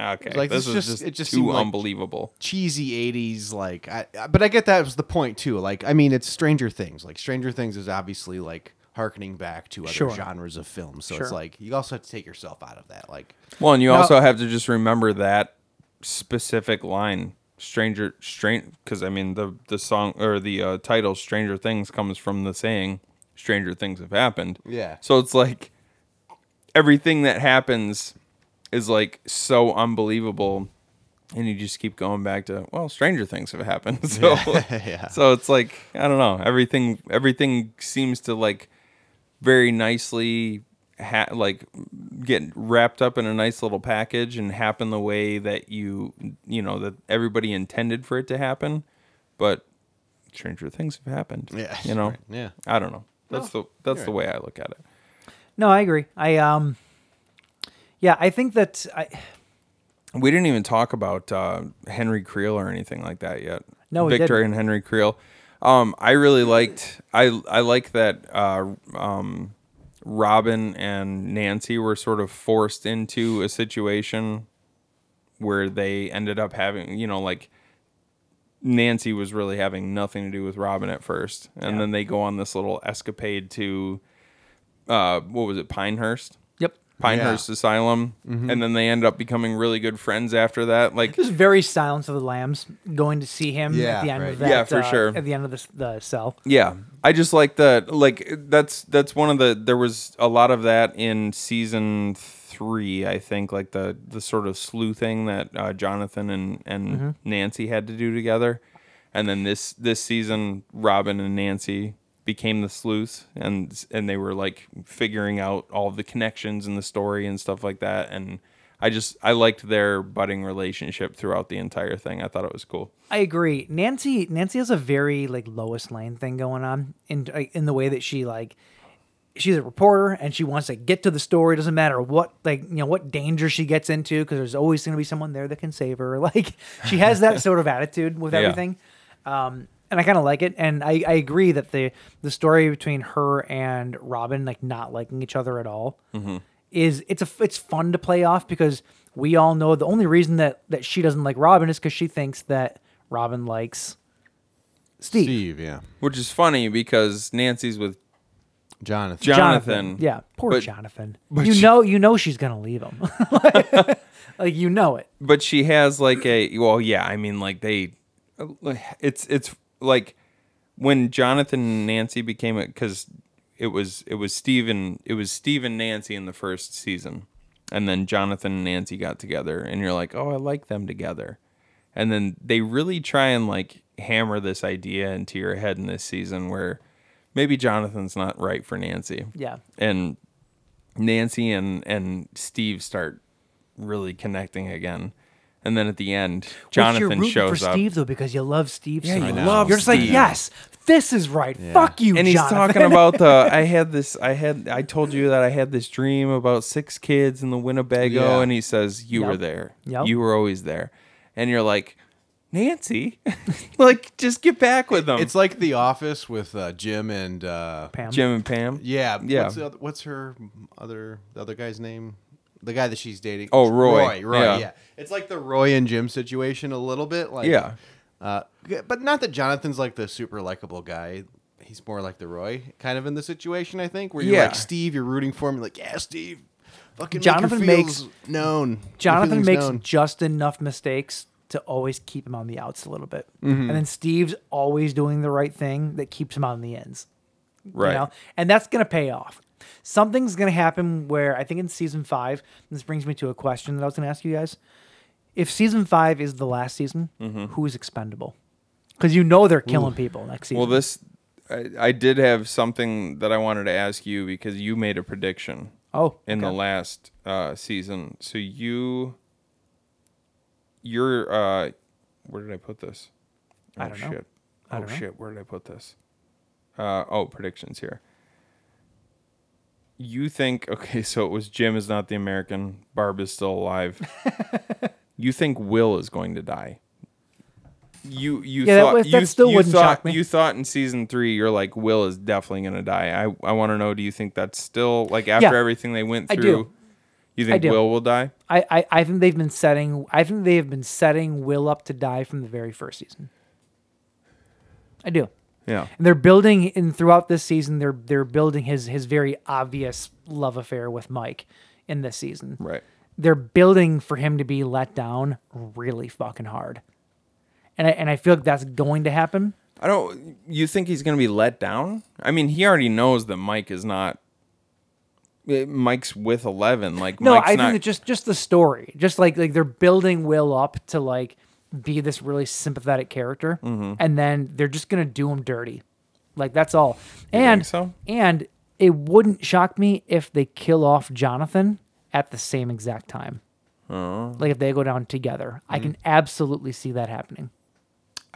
[SPEAKER 2] oh okay
[SPEAKER 6] Like,
[SPEAKER 2] this
[SPEAKER 6] this
[SPEAKER 2] is
[SPEAKER 6] just-
[SPEAKER 2] just
[SPEAKER 6] it just
[SPEAKER 2] too
[SPEAKER 6] seemed like-
[SPEAKER 2] unbelievable
[SPEAKER 6] cheesy 80s like I, I- but i get that was the point too like i mean it's stranger things like stranger things is obviously like harkening back to other
[SPEAKER 5] Sure.
[SPEAKER 6] genres of film so
[SPEAKER 5] Sure.
[SPEAKER 6] it's like you also have to take yourself out of that like
[SPEAKER 2] Well, and you
[SPEAKER 5] Now-
[SPEAKER 2] also have to just remember that specific line, "Stranger," "Strange," because I mean the the song or the uh, title "Stranger Things" comes from the saying "Stranger things have happened."
[SPEAKER 6] Yeah.
[SPEAKER 2] So it's like everything that happens is like so unbelievable, and you just keep going back to, "Well, stranger things have happened." So so it's like I don't know. Everything everything seems to like very nicely ha- like get wrapped up in a nice little package and happen the way that you you know that everybody intended for it to happen but stranger things have happened
[SPEAKER 6] Yeah,
[SPEAKER 2] you know
[SPEAKER 6] right, yeah.
[SPEAKER 2] i don't know that's the that's the way i look at it
[SPEAKER 5] No, I agree. I um. Yeah, I think that I
[SPEAKER 2] we didn't even talk about uh, henry creel or anything like that yet
[SPEAKER 5] No, we
[SPEAKER 2] victor
[SPEAKER 5] didn't.
[SPEAKER 2] and henry creel um i really liked i i like that uh um robin and nancy were sort of forced into a situation where they ended up having, you know, like Nancy was really having nothing to do with Robin at first, and then they go on this little escapade to, uh, what was it, Pinehurst?
[SPEAKER 5] yep.
[SPEAKER 2] Pinehurst Asylum, and then they end up becoming really good friends after that. Like,
[SPEAKER 5] Just very Silence of the Lambs, going to see him
[SPEAKER 6] Yeah,
[SPEAKER 5] at the end of that.
[SPEAKER 2] right. Yeah, for
[SPEAKER 5] uh,
[SPEAKER 2] sure.
[SPEAKER 5] At the end of the, the cell.
[SPEAKER 2] Yeah, I just like that. Like that's that's one of the there was a lot of that in season three, I think. Like the the sort of sleuthing that uh, Jonathan and and Nancy had to do together, and then this this season, Robin and Nancy became the sleuths, and and they were like figuring out all the connections in the story and stuff like that, and. I just I liked their budding relationship throughout the entire thing. I thought it was cool.
[SPEAKER 5] I agree. Nancy Nancy has a very like Lois Lane thing going on in like, in the way that she like she's a reporter and she wants to get to the story. Doesn't matter what like you know what danger she gets into because there's always going to be someone there that can save her. Like she has that sort of attitude with
[SPEAKER 2] Yeah.
[SPEAKER 5] everything, um, and I kind of like it. And I, I agree that the the story between her and Robin like not liking each other at all is it's a it's fun to play off because we all know the only reason that that she doesn't like Robin is because she thinks that Robin likes Steve.
[SPEAKER 6] steve yeah
[SPEAKER 2] Which is funny because Nancy's with
[SPEAKER 6] jonathan
[SPEAKER 2] Jonathan.
[SPEAKER 5] Yeah, poor
[SPEAKER 2] But-
[SPEAKER 5] Jonathan. you know, you know she's gonna leave him. like, like, you know it.
[SPEAKER 2] but she has like a well yeah i mean like they it's it's like when jonathan and nancy became it because it was it was steven it was steve and nancy in the first season and then jonathan and nancy got together and you're like oh i like them together and then they really try and like hammer this idea into your head in this season where maybe jonathan's not right for nancy
[SPEAKER 5] Yeah.
[SPEAKER 2] and Nancy and and Steve start really connecting again, And then at the end,
[SPEAKER 5] Which you're
[SPEAKER 2] Jonathan
[SPEAKER 5] rooting
[SPEAKER 2] shows
[SPEAKER 5] for
[SPEAKER 2] up.
[SPEAKER 5] Steve though because you love Steve.
[SPEAKER 2] Yeah,
[SPEAKER 5] so
[SPEAKER 2] you
[SPEAKER 5] much.
[SPEAKER 2] love
[SPEAKER 5] You're just like,
[SPEAKER 2] Steve.
[SPEAKER 5] yes, this is right. Fuck you,
[SPEAKER 2] and he's
[SPEAKER 5] Jonathan.
[SPEAKER 2] talking about the I had this I had I told you that I had this dream about six kids in the Winnebago
[SPEAKER 6] Yeah.
[SPEAKER 2] and he says you were
[SPEAKER 5] Yep.
[SPEAKER 2] there.
[SPEAKER 5] Yep.
[SPEAKER 2] You were always there. And you're like, "Nancy, like just get back with them."
[SPEAKER 6] It's like The Office with uh, Jim and uh,
[SPEAKER 5] Pam.
[SPEAKER 2] Jim and Pam.
[SPEAKER 6] Yeah,
[SPEAKER 2] Yeah.
[SPEAKER 6] What's, the other, what's her other the other guy's name? The guy that she's dating.
[SPEAKER 2] Oh, Roy.
[SPEAKER 6] Roy. Roy,
[SPEAKER 2] Yeah.
[SPEAKER 6] yeah. It's like the Roy and Jim situation a little bit. Like
[SPEAKER 2] Yeah.
[SPEAKER 6] Uh, g- but not that Jonathan's like the super likable guy. He's more like the Roy kind of in the situation, I think, where you're
[SPEAKER 2] Yeah.
[SPEAKER 6] like Steve, you're rooting for him, you're like yeah, Steve. Fucking
[SPEAKER 5] Jonathan
[SPEAKER 6] Jonathan
[SPEAKER 5] makes-
[SPEAKER 6] makes known. Your
[SPEAKER 5] Jonathan
[SPEAKER 6] feelings
[SPEAKER 5] makes
[SPEAKER 6] known.
[SPEAKER 5] just enough mistakes to always keep him on the outs a little bit,
[SPEAKER 2] Mm-hmm.
[SPEAKER 5] and then Steve's always doing the right thing that keeps him on the ends.
[SPEAKER 2] Right.
[SPEAKER 5] You know? And that's going to pay off. Something's going to happen where I think in season five, this brings me to a question that I was going to ask you guys. If season five is the last season,
[SPEAKER 2] Mm-hmm.
[SPEAKER 5] who's expendable? Because you know they're killing people next season.
[SPEAKER 2] Well, this I, I did have something that I wanted to ask you because you made a prediction.
[SPEAKER 5] Oh,
[SPEAKER 2] in the
[SPEAKER 5] okay.
[SPEAKER 2] last uh, season. So you, you're, uh, where did I put this? Oh,
[SPEAKER 5] don't know.
[SPEAKER 2] shit. oh, shit. Where did I put this? Uh, oh, predictions here. You think, okay, so it was Jim is not the American, Barb is still alive. you think Will is going to die. You you
[SPEAKER 5] Yeah, that
[SPEAKER 2] thought
[SPEAKER 5] was- that
[SPEAKER 2] you,
[SPEAKER 5] still
[SPEAKER 2] you
[SPEAKER 5] wouldn't
[SPEAKER 2] thought
[SPEAKER 5] shock me.
[SPEAKER 2] you thought in season three you're like Will is definitely gonna die. I, I want to know. Do you think that's still like after
[SPEAKER 5] Yeah.
[SPEAKER 2] everything they went
[SPEAKER 5] I do.
[SPEAKER 2] through? You think
[SPEAKER 5] do.
[SPEAKER 2] Will will die?
[SPEAKER 5] I, I, I think they've been setting I think they have been setting Will up to die from the very first season. I do.
[SPEAKER 2] Yeah.
[SPEAKER 5] And they're building and throughout this season they're they're building his his very obvious love affair with Mike in this season.
[SPEAKER 2] Right.
[SPEAKER 5] They're building for him to be let down really fucking hard. And I and I feel like that's going to happen.
[SPEAKER 2] I don't. You think he's gonna be let down? I mean, he already knows that Mike is not. eh, Mike's with eleven. Like
[SPEAKER 5] No,
[SPEAKER 2] Mike's
[SPEAKER 5] I
[SPEAKER 2] not,
[SPEAKER 5] think that just just the story, just like like they're building Will up to like be this really sympathetic character,
[SPEAKER 2] Mm-hmm.
[SPEAKER 5] and then they're just gonna do him dirty, like that's all. and
[SPEAKER 2] so?
[SPEAKER 5] and it wouldn't shock me if they kill off Jonathan at the same exact time.
[SPEAKER 2] Oh.
[SPEAKER 5] Like if they go down together,
[SPEAKER 2] Mm-hmm.
[SPEAKER 5] I can absolutely see that happening.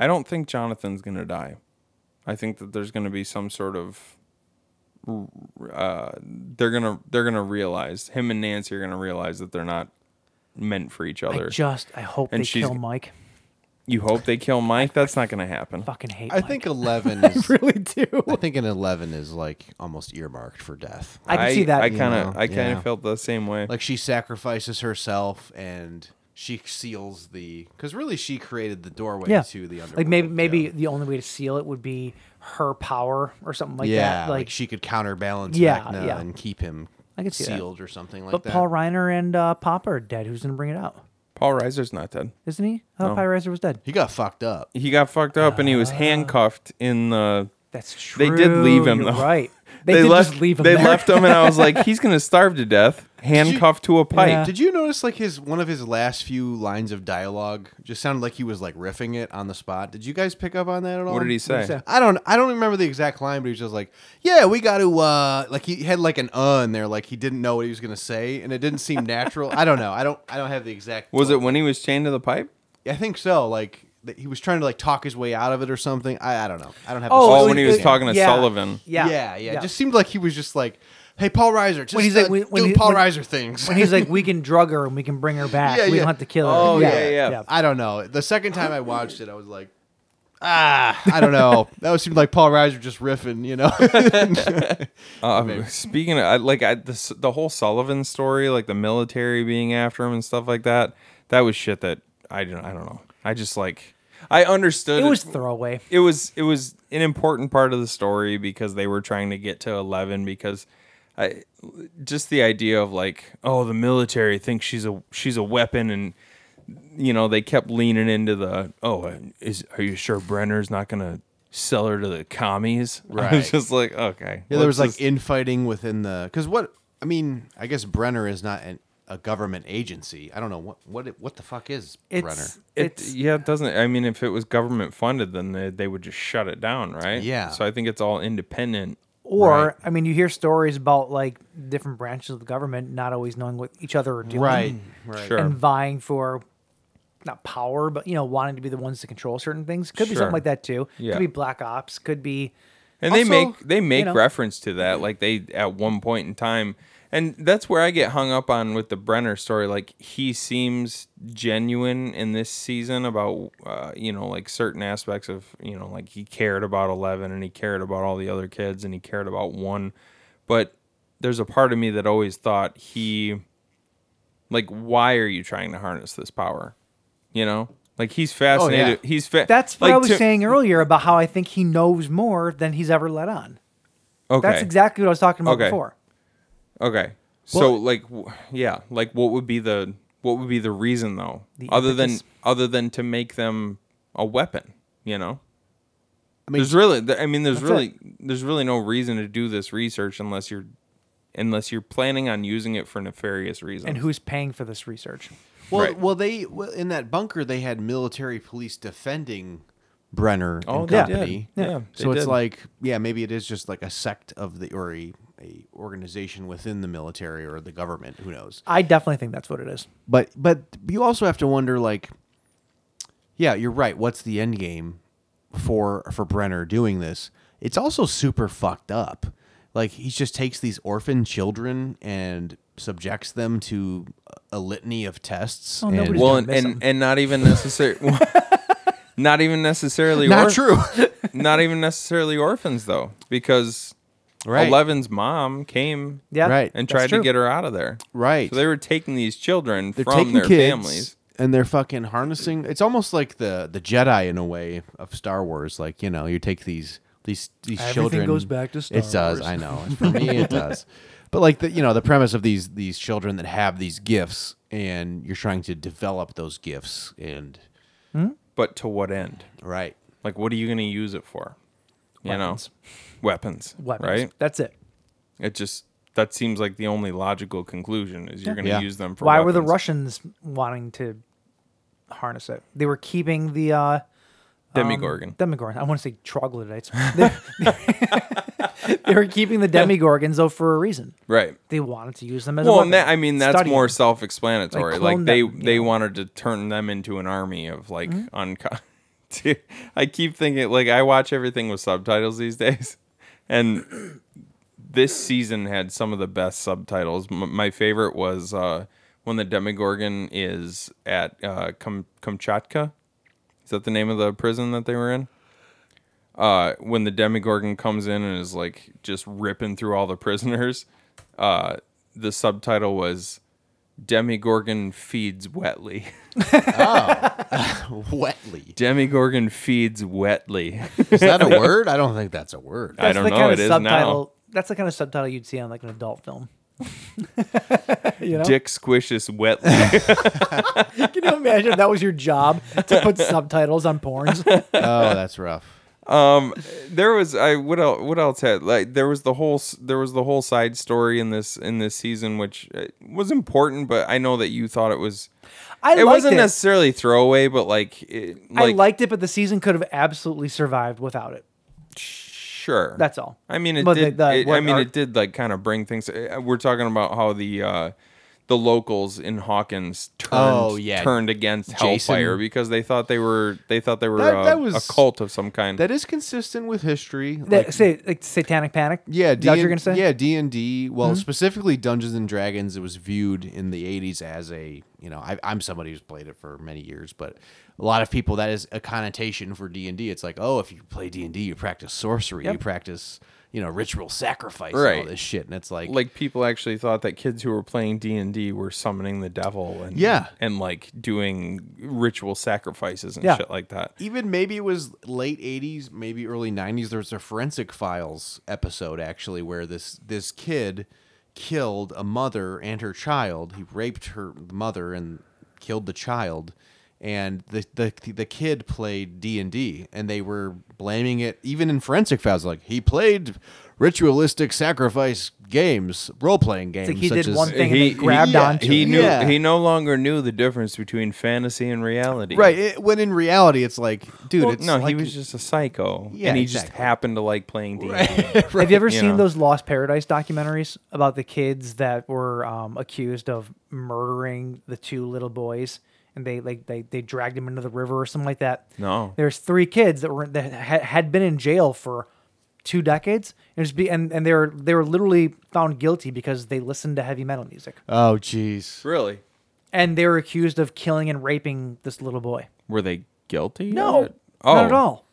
[SPEAKER 2] I don't think Jonathan's gonna die. I think that there's gonna be some sort of. Uh, they're gonna they're gonna realize him and Nancy are gonna realize that they're not meant for each
[SPEAKER 5] I
[SPEAKER 2] other.
[SPEAKER 5] just I hope
[SPEAKER 2] And
[SPEAKER 5] they
[SPEAKER 2] she's-
[SPEAKER 5] kill Mike.
[SPEAKER 2] you hope they kill Mike. That's not gonna happen.
[SPEAKER 5] Fucking hate.
[SPEAKER 6] I
[SPEAKER 5] Mike.
[SPEAKER 6] think eleven is
[SPEAKER 5] really do.
[SPEAKER 6] I think an eleven is like almost earmarked for death.
[SPEAKER 5] I can see that.
[SPEAKER 2] I kind of
[SPEAKER 6] know,
[SPEAKER 2] I kind of
[SPEAKER 6] yeah.
[SPEAKER 2] felt the same way.
[SPEAKER 6] like she sacrifices herself and she seals the because really she created the doorway
[SPEAKER 5] yeah.
[SPEAKER 6] to the underworld.
[SPEAKER 5] like maybe maybe
[SPEAKER 6] yeah.
[SPEAKER 5] the only way to seal it would be her power or something like
[SPEAKER 6] yeah,
[SPEAKER 5] that.
[SPEAKER 6] like, she could counterbalance
[SPEAKER 5] Yeah,
[SPEAKER 6] Vecna
[SPEAKER 5] yeah.
[SPEAKER 6] and keep him
[SPEAKER 5] I could see that.
[SPEAKER 6] sealed or something like
[SPEAKER 5] But
[SPEAKER 6] that.
[SPEAKER 5] Paul Reiner and uh, Papa are dead. Who's gonna bring it out?
[SPEAKER 2] Paul Reiser's not dead.
[SPEAKER 5] Isn't he? I thought Paul Reiser was dead.
[SPEAKER 6] he got fucked up.
[SPEAKER 2] He got fucked up and he
[SPEAKER 5] Uh,
[SPEAKER 2] was handcuffed in the.
[SPEAKER 5] That's true.
[SPEAKER 2] They did leave him
[SPEAKER 5] You're
[SPEAKER 2] though.
[SPEAKER 5] Right. They, did
[SPEAKER 2] left,
[SPEAKER 5] just leave him.
[SPEAKER 2] They
[SPEAKER 5] there.
[SPEAKER 2] left him and I was like, he's gonna starve to death, handcuffed to a pipe.
[SPEAKER 5] Yeah.
[SPEAKER 6] Did you notice like his one of his last few lines of dialogue just sounded like he was like riffing it on the spot? Did you guys pick up on that at all?
[SPEAKER 2] What did he say?
[SPEAKER 5] say?
[SPEAKER 6] I don't I don't remember the exact line, but he was just like, "Yeah, we got to uh like he had like an uh in there like he didn't know what he was going to say and it didn't seem natural. I don't know. I don't I don't have the exact
[SPEAKER 2] Was it when he was chained to the pipe?
[SPEAKER 6] I think so. Like that he was trying to like talk his way out of it or something. I, I don't know. I don't have the
[SPEAKER 2] Oh,
[SPEAKER 5] it
[SPEAKER 6] specific
[SPEAKER 2] when he was
[SPEAKER 5] it-
[SPEAKER 6] example.
[SPEAKER 2] talking to Sullivan.
[SPEAKER 5] Yeah.
[SPEAKER 6] Yeah, yeah. It just seemed like he was just like, "Hey, Paul Reiser, just
[SPEAKER 5] he's
[SPEAKER 6] uh,
[SPEAKER 5] like- when- when
[SPEAKER 6] do
[SPEAKER 5] he-
[SPEAKER 6] Paul
[SPEAKER 5] when-
[SPEAKER 6] Reiser things."
[SPEAKER 5] when he's like, we can drug her and we can bring her back.
[SPEAKER 6] Yeah,
[SPEAKER 5] we
[SPEAKER 6] yeah.
[SPEAKER 5] don't have to kill her.
[SPEAKER 2] Oh, yeah, yeah.
[SPEAKER 6] I don't know. The second time I watched it, I was like, "Ah, I don't know." that seemed like Paul Reiser just riffing, you know.
[SPEAKER 2] Uh, speaking of I- like I, the s- the whole Sullivan story, like the military being after him and stuff like that, that was shit that I don't I don't know. I just like I understood
[SPEAKER 5] It was throwaway.
[SPEAKER 2] it was it was an important part of the story because they were trying to get to 11 because I just the idea of like oh the military thinks she's a she's a weapon and you know they kept leaning into the oh is are you sure Brenner's not going to sell her to the commies I
[SPEAKER 6] Right.
[SPEAKER 2] was just like okay
[SPEAKER 6] Yeah, there was
[SPEAKER 2] let's
[SPEAKER 6] like
[SPEAKER 2] just-
[SPEAKER 6] infighting within the because what I mean, I guess Brenner is not an, a government agency. I don't know what what it- what the fuck is Brenner.
[SPEAKER 5] It's
[SPEAKER 2] it,
[SPEAKER 5] it's
[SPEAKER 2] yeah, it doesn't. I mean, if it was government funded, then they, they would just shut it down, right?
[SPEAKER 6] Yeah.
[SPEAKER 2] So I think it's all independent.
[SPEAKER 5] or I mean, you hear stories about like different
[SPEAKER 6] Mm,
[SPEAKER 5] branches of the government not always knowing what each other are doing
[SPEAKER 6] right.
[SPEAKER 2] Sure.
[SPEAKER 5] and vying for not power, but you know, wanting to be the ones to control certain things. Could be
[SPEAKER 2] Sure.
[SPEAKER 5] something like that too.
[SPEAKER 2] Yeah.
[SPEAKER 5] Could be Black Ops. Could be.
[SPEAKER 2] And
[SPEAKER 5] Also,
[SPEAKER 2] they make they
[SPEAKER 5] you
[SPEAKER 2] make
[SPEAKER 5] know,
[SPEAKER 2] reference to that, like they at one point in time, and that's where I get hung up on with the Brenner story. Like he seems genuine in this season about, uh, you know, like certain aspects of, you know, like he cared about Eleven and he cared about all the other kids and he cared about one, but there's a part of me that always thought he, like, why are you trying to harness this power? You know, like he's fascinated. He's fa-
[SPEAKER 5] That's what
[SPEAKER 2] like,
[SPEAKER 5] I was
[SPEAKER 2] to-
[SPEAKER 5] saying earlier about how I think he knows more than he's ever let on.
[SPEAKER 2] Okay.
[SPEAKER 5] That's exactly what I was talking about
[SPEAKER 2] Okay.
[SPEAKER 5] before.
[SPEAKER 2] Okay. So like w- yeah, like what would be the what would be the reason though?
[SPEAKER 5] The
[SPEAKER 2] other
[SPEAKER 5] impetus?
[SPEAKER 2] than other than to make them a weapon, you know? I mean, there's really th- I mean there's
[SPEAKER 5] That's
[SPEAKER 2] really there's really no reason to do this research unless you're unless you're planning on using it for nefarious reasons.
[SPEAKER 5] And who's paying for this research?
[SPEAKER 6] Well,
[SPEAKER 2] Right.
[SPEAKER 6] well, they well, in that bunker they had military police defending Brenner
[SPEAKER 2] Oh,
[SPEAKER 6] and
[SPEAKER 2] they did.
[SPEAKER 6] company.
[SPEAKER 2] Yeah. Yeah,
[SPEAKER 6] so
[SPEAKER 2] they
[SPEAKER 6] it's
[SPEAKER 2] did.
[SPEAKER 6] like, yeah, maybe it is just like a sect of the or a, a organization within the military or the government. Who knows?
[SPEAKER 5] I definitely think that's what it is.
[SPEAKER 6] But but you also have to wonder, like, yeah, you're right. What's the end game for for Brenner doing this? It's also super fucked up. Like he just takes these orphan children and subjects them to a litany of tests.
[SPEAKER 5] Oh,
[SPEAKER 6] and-
[SPEAKER 5] nobody's
[SPEAKER 2] well
[SPEAKER 5] gonna
[SPEAKER 2] and,
[SPEAKER 5] miss
[SPEAKER 2] and,
[SPEAKER 5] 'em.
[SPEAKER 2] and not even necessary not even necessarily
[SPEAKER 6] not
[SPEAKER 2] orph-
[SPEAKER 6] true.
[SPEAKER 2] not even necessarily orphans though because
[SPEAKER 6] Right.
[SPEAKER 2] Eleven's mom came
[SPEAKER 5] Yeah.
[SPEAKER 6] Right.
[SPEAKER 2] and
[SPEAKER 5] that's
[SPEAKER 2] tried to
[SPEAKER 5] true.
[SPEAKER 2] get her out of there.
[SPEAKER 6] Right.
[SPEAKER 2] So they were taking these children
[SPEAKER 6] They're
[SPEAKER 2] from
[SPEAKER 6] taking
[SPEAKER 2] their
[SPEAKER 6] kids
[SPEAKER 2] families.
[SPEAKER 6] and they're fucking harnessing. It's almost like the the Jedi in a way of Star Wars. Like you know, you take these these these
[SPEAKER 5] Everything
[SPEAKER 6] children.
[SPEAKER 5] goes back to Star
[SPEAKER 6] It does.
[SPEAKER 5] Wars.
[SPEAKER 6] I know. For me, it does. But like the you know the premise of these these children that have these gifts, and you're trying to develop those gifts, and
[SPEAKER 2] But to what end?
[SPEAKER 6] right.
[SPEAKER 2] Like, what are you going to use it for? You
[SPEAKER 5] Weapons.
[SPEAKER 2] know, weapons.
[SPEAKER 5] Weapons.
[SPEAKER 2] Right.
[SPEAKER 5] That's it.
[SPEAKER 2] It just that seems like the only logical conclusion is you're going to
[SPEAKER 6] Yeah.
[SPEAKER 2] use them for.
[SPEAKER 5] Why were the
[SPEAKER 2] weapons.
[SPEAKER 5] Russians wanting to harness it? They were keeping the uh, um,
[SPEAKER 2] Demigorgon?
[SPEAKER 5] Demigorgon. I want to say troglodytes. they, they were keeping the Demigorgons though for a reason.
[SPEAKER 2] right.
[SPEAKER 5] They wanted to use them as a
[SPEAKER 2] Well,
[SPEAKER 5] weapon.
[SPEAKER 2] and that I mean that's
[SPEAKER 5] Study
[SPEAKER 2] more
[SPEAKER 5] them.
[SPEAKER 2] self-explanatory.
[SPEAKER 5] Like,
[SPEAKER 2] Like,
[SPEAKER 5] clone
[SPEAKER 2] they
[SPEAKER 5] them, Mm-hmm. you
[SPEAKER 2] they
[SPEAKER 5] know.
[SPEAKER 2] wanted to turn them into an army of like unco- Dude, I keep thinking like I watch everything with subtitles these days, and this season had some of the best subtitles. M- my favorite was uh, when the Demigorgon is at uh, Kam- Kamchatka. Is that the name of the prison that they were in? uh, when the Demigorgon comes in and is like just ripping through all the prisoners, uh, the subtitle was Demigorgon feeds wetly.
[SPEAKER 6] Wetly.
[SPEAKER 2] Demigorgon feeds wetly.
[SPEAKER 6] Is that a word? I don't think that's a word. Oh,
[SPEAKER 2] I don't
[SPEAKER 5] the
[SPEAKER 2] know.
[SPEAKER 5] Kind
[SPEAKER 2] it
[SPEAKER 5] of
[SPEAKER 2] is
[SPEAKER 5] subtitle,
[SPEAKER 2] now.
[SPEAKER 5] That's the kind of subtitle you'd see on like an adult film. you know?
[SPEAKER 2] Dick squishes wetly.
[SPEAKER 5] Can you imagine if that was your job to put subtitles on porns?
[SPEAKER 6] Oh, that's rough.
[SPEAKER 2] there was I what else? What else had like there was the whole s- there was the whole side story in this in this season which uh, was important, but I know that you thought it was.
[SPEAKER 5] I
[SPEAKER 2] it
[SPEAKER 5] liked
[SPEAKER 2] wasn't
[SPEAKER 5] it.
[SPEAKER 2] necessarily throwaway, but like, it, like
[SPEAKER 5] I liked it, but the season could have absolutely survived without it.
[SPEAKER 2] Sure.
[SPEAKER 5] That's all.
[SPEAKER 2] I mean, it
[SPEAKER 5] But the-
[SPEAKER 2] did.
[SPEAKER 5] the-
[SPEAKER 2] it- I
[SPEAKER 5] what
[SPEAKER 2] mean,
[SPEAKER 5] are-
[SPEAKER 2] it did like kind of bring things. uh, We're talking about how the uh, the locals in Hawkins turned
[SPEAKER 6] Oh, yeah.
[SPEAKER 2] turned against
[SPEAKER 6] Jason.
[SPEAKER 2] Hellfire because they thought they were they thought they were
[SPEAKER 6] That-
[SPEAKER 2] uh,
[SPEAKER 6] that was-
[SPEAKER 2] a cult of some kind.
[SPEAKER 6] That is consistent with history.
[SPEAKER 5] That-
[SPEAKER 6] Like,
[SPEAKER 5] say like Satanic Panic. Is
[SPEAKER 6] Yeah,
[SPEAKER 5] that what
[SPEAKER 6] D&D
[SPEAKER 5] you're gonna say? Mm-hmm.
[SPEAKER 6] Yeah, D and D. Well, specifically Dungeons and Dragons. It was viewed in the '80s as a you know I, I'm somebody who's played it for many years, but a lot of people that is a connotation for D and D. It's like oh, if you play D and D, you practice sorcery, you practice you know ritual sacrifice, and
[SPEAKER 2] Right.
[SPEAKER 6] all this shit, and it's like
[SPEAKER 2] like people actually thought that kids who were playing D and D were summoning the devil and
[SPEAKER 6] Yeah.
[SPEAKER 2] and like doing ritual sacrifices and
[SPEAKER 5] Yeah.
[SPEAKER 2] shit like that.
[SPEAKER 6] even maybe it was late 80s maybe early 90s there was a forensic files episode actually where this this kid killed a mother and her child he raped her mother and killed the child and the the, the kid played d&d and they were blaming it even in forensic files like he played ritualistic sacrifice games role-playing games
[SPEAKER 5] like he
[SPEAKER 6] such
[SPEAKER 5] did
[SPEAKER 6] as-
[SPEAKER 5] one thing and then grabbed
[SPEAKER 6] yeah,
[SPEAKER 5] onto
[SPEAKER 2] he
[SPEAKER 5] it.
[SPEAKER 2] knew
[SPEAKER 6] Yeah.
[SPEAKER 2] he no longer knew the difference between fantasy and reality.
[SPEAKER 6] right it, when in reality it's like dude
[SPEAKER 2] Well,
[SPEAKER 6] it's
[SPEAKER 2] no, he
[SPEAKER 6] like-
[SPEAKER 2] was just a psycho,
[SPEAKER 6] Yeah,
[SPEAKER 2] and he just
[SPEAKER 6] exactly.
[SPEAKER 2] happened to like playing D.
[SPEAKER 5] Have you ever
[SPEAKER 2] you
[SPEAKER 5] seen
[SPEAKER 2] know.
[SPEAKER 5] those Lost Paradise documentaries about the kids that were um, accused of murdering the two little boys and they like they they dragged him into the river or something like that.
[SPEAKER 2] No.
[SPEAKER 5] there's three kids that were that had, had been in jail for two decades and just be and, and they were they were literally found guilty because they listened to heavy metal music
[SPEAKER 6] Oh, jeez.
[SPEAKER 2] Really?
[SPEAKER 5] and they were accused of killing and raping this little boy.
[SPEAKER 2] Were they guilty?
[SPEAKER 5] No,
[SPEAKER 2] of it? Oh,
[SPEAKER 5] not at all.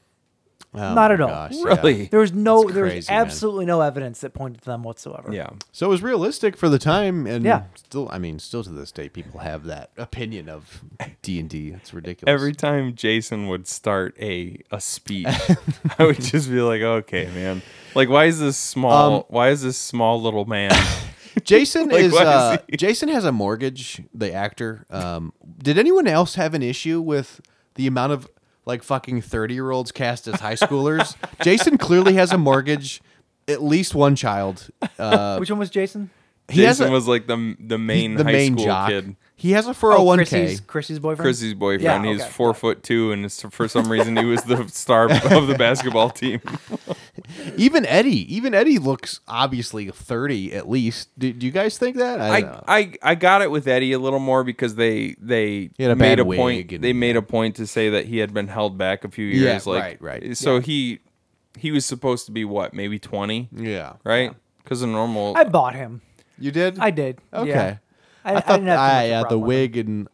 [SPEAKER 6] Oh,
[SPEAKER 5] Not
[SPEAKER 6] my
[SPEAKER 5] at all.
[SPEAKER 6] gosh, yeah.
[SPEAKER 2] Really?
[SPEAKER 5] There was no, there was
[SPEAKER 6] crazy, man.
[SPEAKER 5] absolutely no evidence that pointed to them whatsoever.
[SPEAKER 2] Yeah.
[SPEAKER 6] So it was realistic for the time, and
[SPEAKER 5] Yeah.
[SPEAKER 6] still, I mean, still to this day, people have that opinion of D and D. It's ridiculous.
[SPEAKER 2] Every time Jason would start a a speech, I would just be like, "Okay, man. Like, why is this
[SPEAKER 6] Um,
[SPEAKER 2] small? why is this small little man?"
[SPEAKER 6] Jason
[SPEAKER 2] Like,
[SPEAKER 6] is,
[SPEAKER 2] why is
[SPEAKER 6] uh,
[SPEAKER 2] he-
[SPEAKER 6] Jason has a mortgage. The actor. Um, did anyone else have an issue with the amount of like fucking thirty year olds cast as high schoolers? Jason clearly has a mortgage, at least one child. Uh,
[SPEAKER 5] Which one was Jason?
[SPEAKER 6] he has
[SPEAKER 2] Jason
[SPEAKER 6] a-
[SPEAKER 2] was like the the main
[SPEAKER 6] the
[SPEAKER 2] high
[SPEAKER 6] main
[SPEAKER 2] school
[SPEAKER 6] jock.
[SPEAKER 2] kid.
[SPEAKER 6] He has a
[SPEAKER 5] Oh,
[SPEAKER 6] 401k.
[SPEAKER 5] Chrissy's, Chrissy's boyfriend.
[SPEAKER 2] Chrissy's boyfriend.
[SPEAKER 5] Yeah,
[SPEAKER 2] he's
[SPEAKER 5] okay.
[SPEAKER 2] four foot two, and it's, for some reason he was the star of the basketball team.
[SPEAKER 6] Even Eddie, even Eddie looks obviously 30 at least. Do, do you guys think that? don't know.
[SPEAKER 2] I, I I got it with Eddie a little more because they they
[SPEAKER 6] had a
[SPEAKER 2] made
[SPEAKER 6] bad
[SPEAKER 2] a
[SPEAKER 6] wig
[SPEAKER 2] point.
[SPEAKER 6] and-
[SPEAKER 2] they made a point to say that he had been held back a few years.
[SPEAKER 6] Yeah,
[SPEAKER 2] like eh,
[SPEAKER 6] right, right.
[SPEAKER 2] So he he was supposed to be what, maybe twenty,
[SPEAKER 6] Yeah.
[SPEAKER 2] right? Because a normal.
[SPEAKER 5] I bought him.
[SPEAKER 6] You did?
[SPEAKER 5] I did.
[SPEAKER 6] Okay.
[SPEAKER 5] Yeah. I,
[SPEAKER 6] I,
[SPEAKER 5] I
[SPEAKER 6] thought
[SPEAKER 5] didn't have too
[SPEAKER 6] I,
[SPEAKER 5] much of a
[SPEAKER 6] uh, the
[SPEAKER 5] problem with him.
[SPEAKER 6] wig and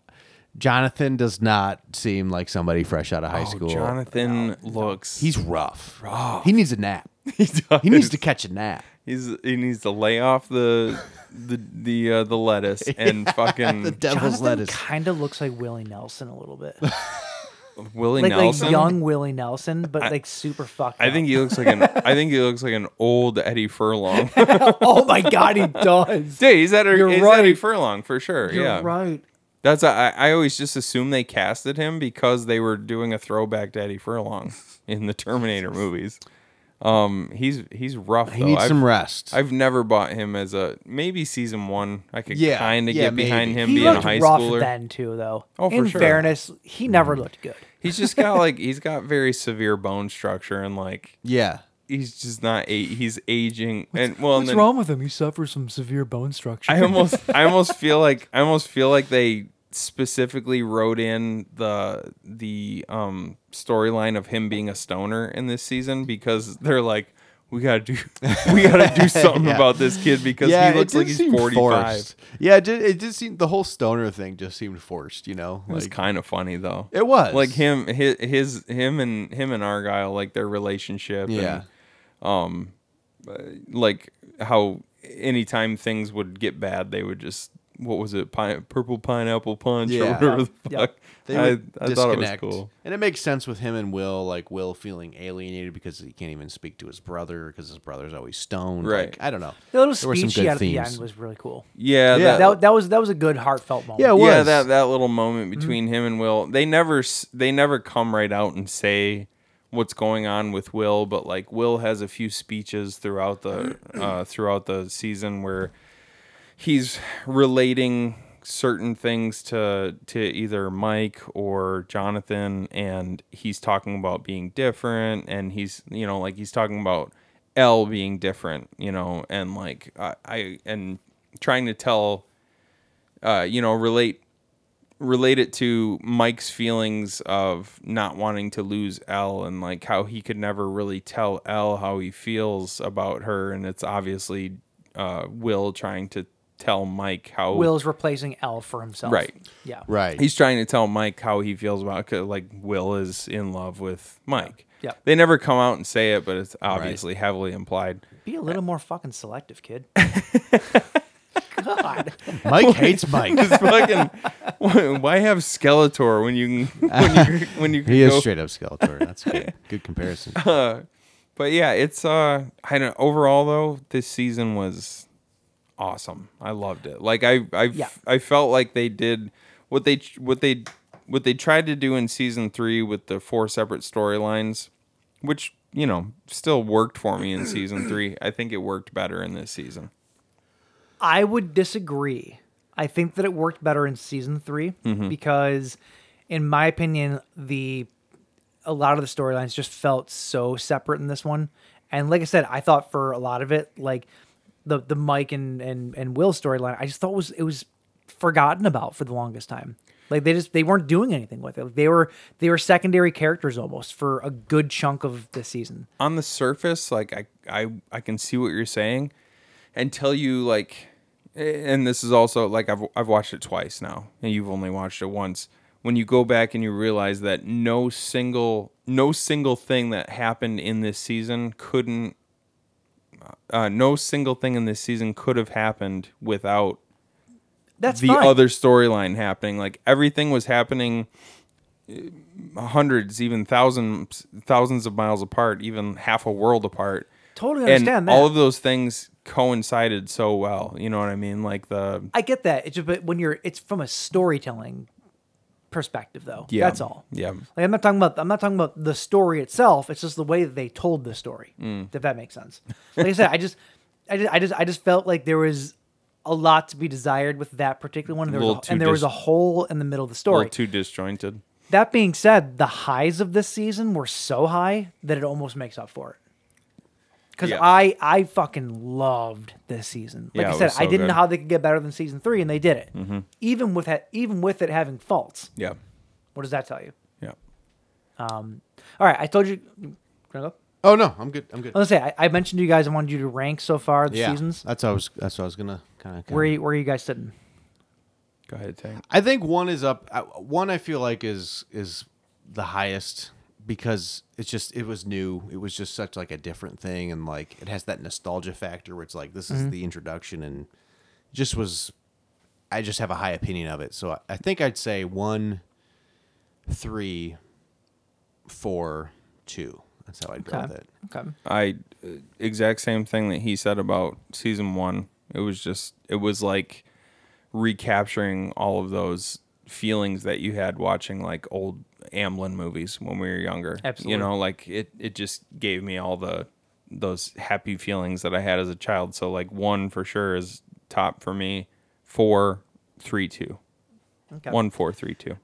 [SPEAKER 6] Jonathan does not seem like somebody fresh out of high school.
[SPEAKER 2] Oh, Jonathan looks.
[SPEAKER 6] He's rough. He needs a nap.
[SPEAKER 2] he, does.
[SPEAKER 6] He needs to catch a nap.
[SPEAKER 2] He's he needs to lay off the the the uh, the lettuce and fucking
[SPEAKER 6] The devil's
[SPEAKER 5] Jonathan
[SPEAKER 6] lettuce.
[SPEAKER 5] kind of looks like Willie Nelson a little bit,
[SPEAKER 2] Willie
[SPEAKER 5] like
[SPEAKER 2] Nelson.
[SPEAKER 5] like young Willie Nelson, but like super fucked.
[SPEAKER 2] I
[SPEAKER 5] up.
[SPEAKER 2] think he looks like an I think he looks like an old Eddie Furlong. Dude,
[SPEAKER 5] oh my god, he does.
[SPEAKER 2] he's at
[SPEAKER 5] You're
[SPEAKER 2] he's
[SPEAKER 5] right.
[SPEAKER 2] Eddie Furlong for sure.
[SPEAKER 5] You're
[SPEAKER 2] yeah.
[SPEAKER 5] right.
[SPEAKER 2] That's I, I always just assume they casted him because they were doing a throwback to Eddie Furlong in the Terminator movies. Um, he's he's rough.
[SPEAKER 6] He
[SPEAKER 2] though.
[SPEAKER 6] needs
[SPEAKER 2] Oh, I've,
[SPEAKER 6] some rest.
[SPEAKER 2] I've never bought him as a maybe season one. I could
[SPEAKER 6] Yeah,
[SPEAKER 2] kind of
[SPEAKER 6] yeah,
[SPEAKER 2] get behind
[SPEAKER 6] maybe.
[SPEAKER 2] him
[SPEAKER 5] He
[SPEAKER 2] being a
[SPEAKER 5] looked
[SPEAKER 2] high
[SPEAKER 5] rough
[SPEAKER 2] schooler.
[SPEAKER 5] then too, though.
[SPEAKER 2] Oh, for
[SPEAKER 5] In
[SPEAKER 2] sure.
[SPEAKER 5] fairness, he
[SPEAKER 6] Mm.
[SPEAKER 5] never looked good.
[SPEAKER 2] He's just got like he's got very severe bone structure and like
[SPEAKER 6] yeah.
[SPEAKER 2] he's just not a, he's aging and well and
[SPEAKER 5] What's
[SPEAKER 2] then-
[SPEAKER 5] wrong with him? He suffers from severe bone structure.
[SPEAKER 2] I almost I almost feel like I almost feel like they specifically wrote in the the um storyline of him being a stoner in this season because they're like we gotta do we gotta do something
[SPEAKER 6] Yeah.
[SPEAKER 2] about this kid because he looks
[SPEAKER 6] did
[SPEAKER 2] like he's
[SPEAKER 6] seem
[SPEAKER 2] 45
[SPEAKER 6] forced. Yeah, it did, it did seem the whole stoner thing just seemed forced, you know?
[SPEAKER 2] it was
[SPEAKER 6] Like,
[SPEAKER 2] kind of funny though
[SPEAKER 6] It was.
[SPEAKER 2] Mm. like him his, his him and him and argyle like their relationship
[SPEAKER 6] yeah.
[SPEAKER 2] and, like how anytime things would get bad, they would just what was it, pine, purple pineapple punch or
[SPEAKER 6] Yeah.
[SPEAKER 2] whatever the
[SPEAKER 5] Yeah.
[SPEAKER 2] fuck.
[SPEAKER 6] They
[SPEAKER 2] I,
[SPEAKER 6] would
[SPEAKER 2] I thought it was
[SPEAKER 6] disconnect.
[SPEAKER 2] cool.
[SPEAKER 6] And it makes sense with him and Will, like Will feeling alienated because he can't even speak to his brother because his brother's always stoned. Like,
[SPEAKER 2] Right.
[SPEAKER 6] I don't know.
[SPEAKER 5] The little
[SPEAKER 6] There were some
[SPEAKER 5] speech he
[SPEAKER 6] good
[SPEAKER 5] had at the
[SPEAKER 6] themes.
[SPEAKER 5] end was really cool.
[SPEAKER 2] Yeah,
[SPEAKER 6] Yeah.
[SPEAKER 2] that,
[SPEAKER 5] That, that was that was a good heartfelt moment.
[SPEAKER 6] Yeah, it
[SPEAKER 2] yeah,
[SPEAKER 6] was. Mm-hmm.
[SPEAKER 2] that that little moment between him and Will. They never s- they never come right out and say what's going on with Will, but like Will has a few speeches throughout the uh, throughout the season where he's relating certain things to to either Mike or Jonathan and he's talking about being different and he's you know like he's talking about L being different, you know, and like I, I and trying to tell uh, you know, relate relate it to Mike's feelings of not wanting to lose L and like how he could never really tell L how he feels about her, and it's obviously uh, Will trying to tell Mike how
[SPEAKER 5] Will's replacing L for himself.
[SPEAKER 2] Right.
[SPEAKER 5] Yeah.
[SPEAKER 6] Right.
[SPEAKER 2] He's trying to tell Mike how he feels about 'cause, like Will is in love with Mike.
[SPEAKER 5] Yeah.
[SPEAKER 2] They never come out and say it, but it's obviously heavily implied.
[SPEAKER 5] Be a little more fucking selective, kid. God.
[SPEAKER 6] Mike hates Mike.
[SPEAKER 2] It's fucking why why have Skeletor when you can when you when you can
[SPEAKER 6] He is
[SPEAKER 2] go-
[SPEAKER 6] straight up Skeletor. That's good. Good comparison.
[SPEAKER 2] But yeah, it's uh I don't overall though, this season was awesome. I loved it. Like I I
[SPEAKER 5] Yeah.
[SPEAKER 2] I felt like they did what they what they what they tried to do in season 3 with the four separate storylines, which, you know, still worked for me in season 3. I think it worked better in this season.
[SPEAKER 5] I would disagree. I think that it worked better in season 3
[SPEAKER 2] Mm-hmm.
[SPEAKER 5] because, in my opinion, the a lot of the storylines just felt so separate in this one. And like I said, I thought for a lot of it, like the the Mike and and and Will storyline, I just thought was it was forgotten about for the longest time. Like they just they weren't doing anything with it. Like, they were they were secondary characters almost for a good chunk of the season.
[SPEAKER 2] on the surface, like I, I, I can see what you're saying until you like, and this is also like I've, I've watched it twice now and you've only watched it once. When you go back and you realize that no single, no single thing that happened in this season couldn't, uh, no single thing in this season could have happened without
[SPEAKER 5] That's
[SPEAKER 2] the
[SPEAKER 5] fine.
[SPEAKER 2] other storyline happening. Like everything was happening uh, hundreds, even thousands, thousands of miles apart, even half a world apart.
[SPEAKER 5] Totally
[SPEAKER 2] and
[SPEAKER 5] understand that.
[SPEAKER 2] all of those things coincided so well. You know what I mean? Like the
[SPEAKER 5] I get that. It's just, but when you're, it's from a storytelling perspective, though.
[SPEAKER 2] yeah,
[SPEAKER 5] that's all.
[SPEAKER 2] Yeah,
[SPEAKER 5] Like I'm not talking about I'm not talking about the story itself. It's just the way that they told the story.
[SPEAKER 2] Mm.
[SPEAKER 5] If that makes sense. Like I said, I just, I just, I just, I just felt like there was a lot to be desired with that particular one. And there, was
[SPEAKER 2] Little
[SPEAKER 5] a,
[SPEAKER 2] too
[SPEAKER 5] and there was
[SPEAKER 2] dis-
[SPEAKER 5] a hole in the middle of the
[SPEAKER 2] a
[SPEAKER 5] story.
[SPEAKER 2] little too disjointed.
[SPEAKER 5] that being said, the highs of this season were so high that it almost makes up for it. Because
[SPEAKER 2] Yeah.
[SPEAKER 5] I I fucking loved this season. Like
[SPEAKER 2] Yeah,
[SPEAKER 5] I
[SPEAKER 2] it
[SPEAKER 5] said,
[SPEAKER 2] was
[SPEAKER 5] I
[SPEAKER 2] so
[SPEAKER 5] didn't know
[SPEAKER 2] good. Mm-hmm.
[SPEAKER 5] how they could get better than season three, and they did it. Even with ha- even with it having faults,
[SPEAKER 2] Yeah,
[SPEAKER 5] what does that tell you?
[SPEAKER 2] yeah.
[SPEAKER 5] All right, I told you. Can I go?
[SPEAKER 6] Oh no, I'm good. I'm good.
[SPEAKER 5] I was gonna say I, I mentioned to you guys I wanted you to rank so far the seasons.
[SPEAKER 6] That's what I was. That's what I was gonna kind of.
[SPEAKER 5] Where you- where are you guys sitting?
[SPEAKER 2] Go ahead, Tank.
[SPEAKER 6] I think one is up. I- One I feel like is is the highest because it's just it was new. It was just such like a different thing, and like it has that nostalgia factor where it's like this is the introduction, and just was. I just have a high opinion of it, so I, I think I'd say one, three, four, two. That's how I'd go with it.
[SPEAKER 5] Okay.
[SPEAKER 2] I uh, exact same thing that he said about season one. It was just it was like recapturing all of those feelings that you had watching like old Amblin movies when we were younger.
[SPEAKER 5] Absolutely.
[SPEAKER 2] You know, like it it just gave me all the those happy feelings that I had as a child. So like one for sure is top for me. Four, three, two.
[SPEAKER 5] Okay.
[SPEAKER 2] One, four, three, two.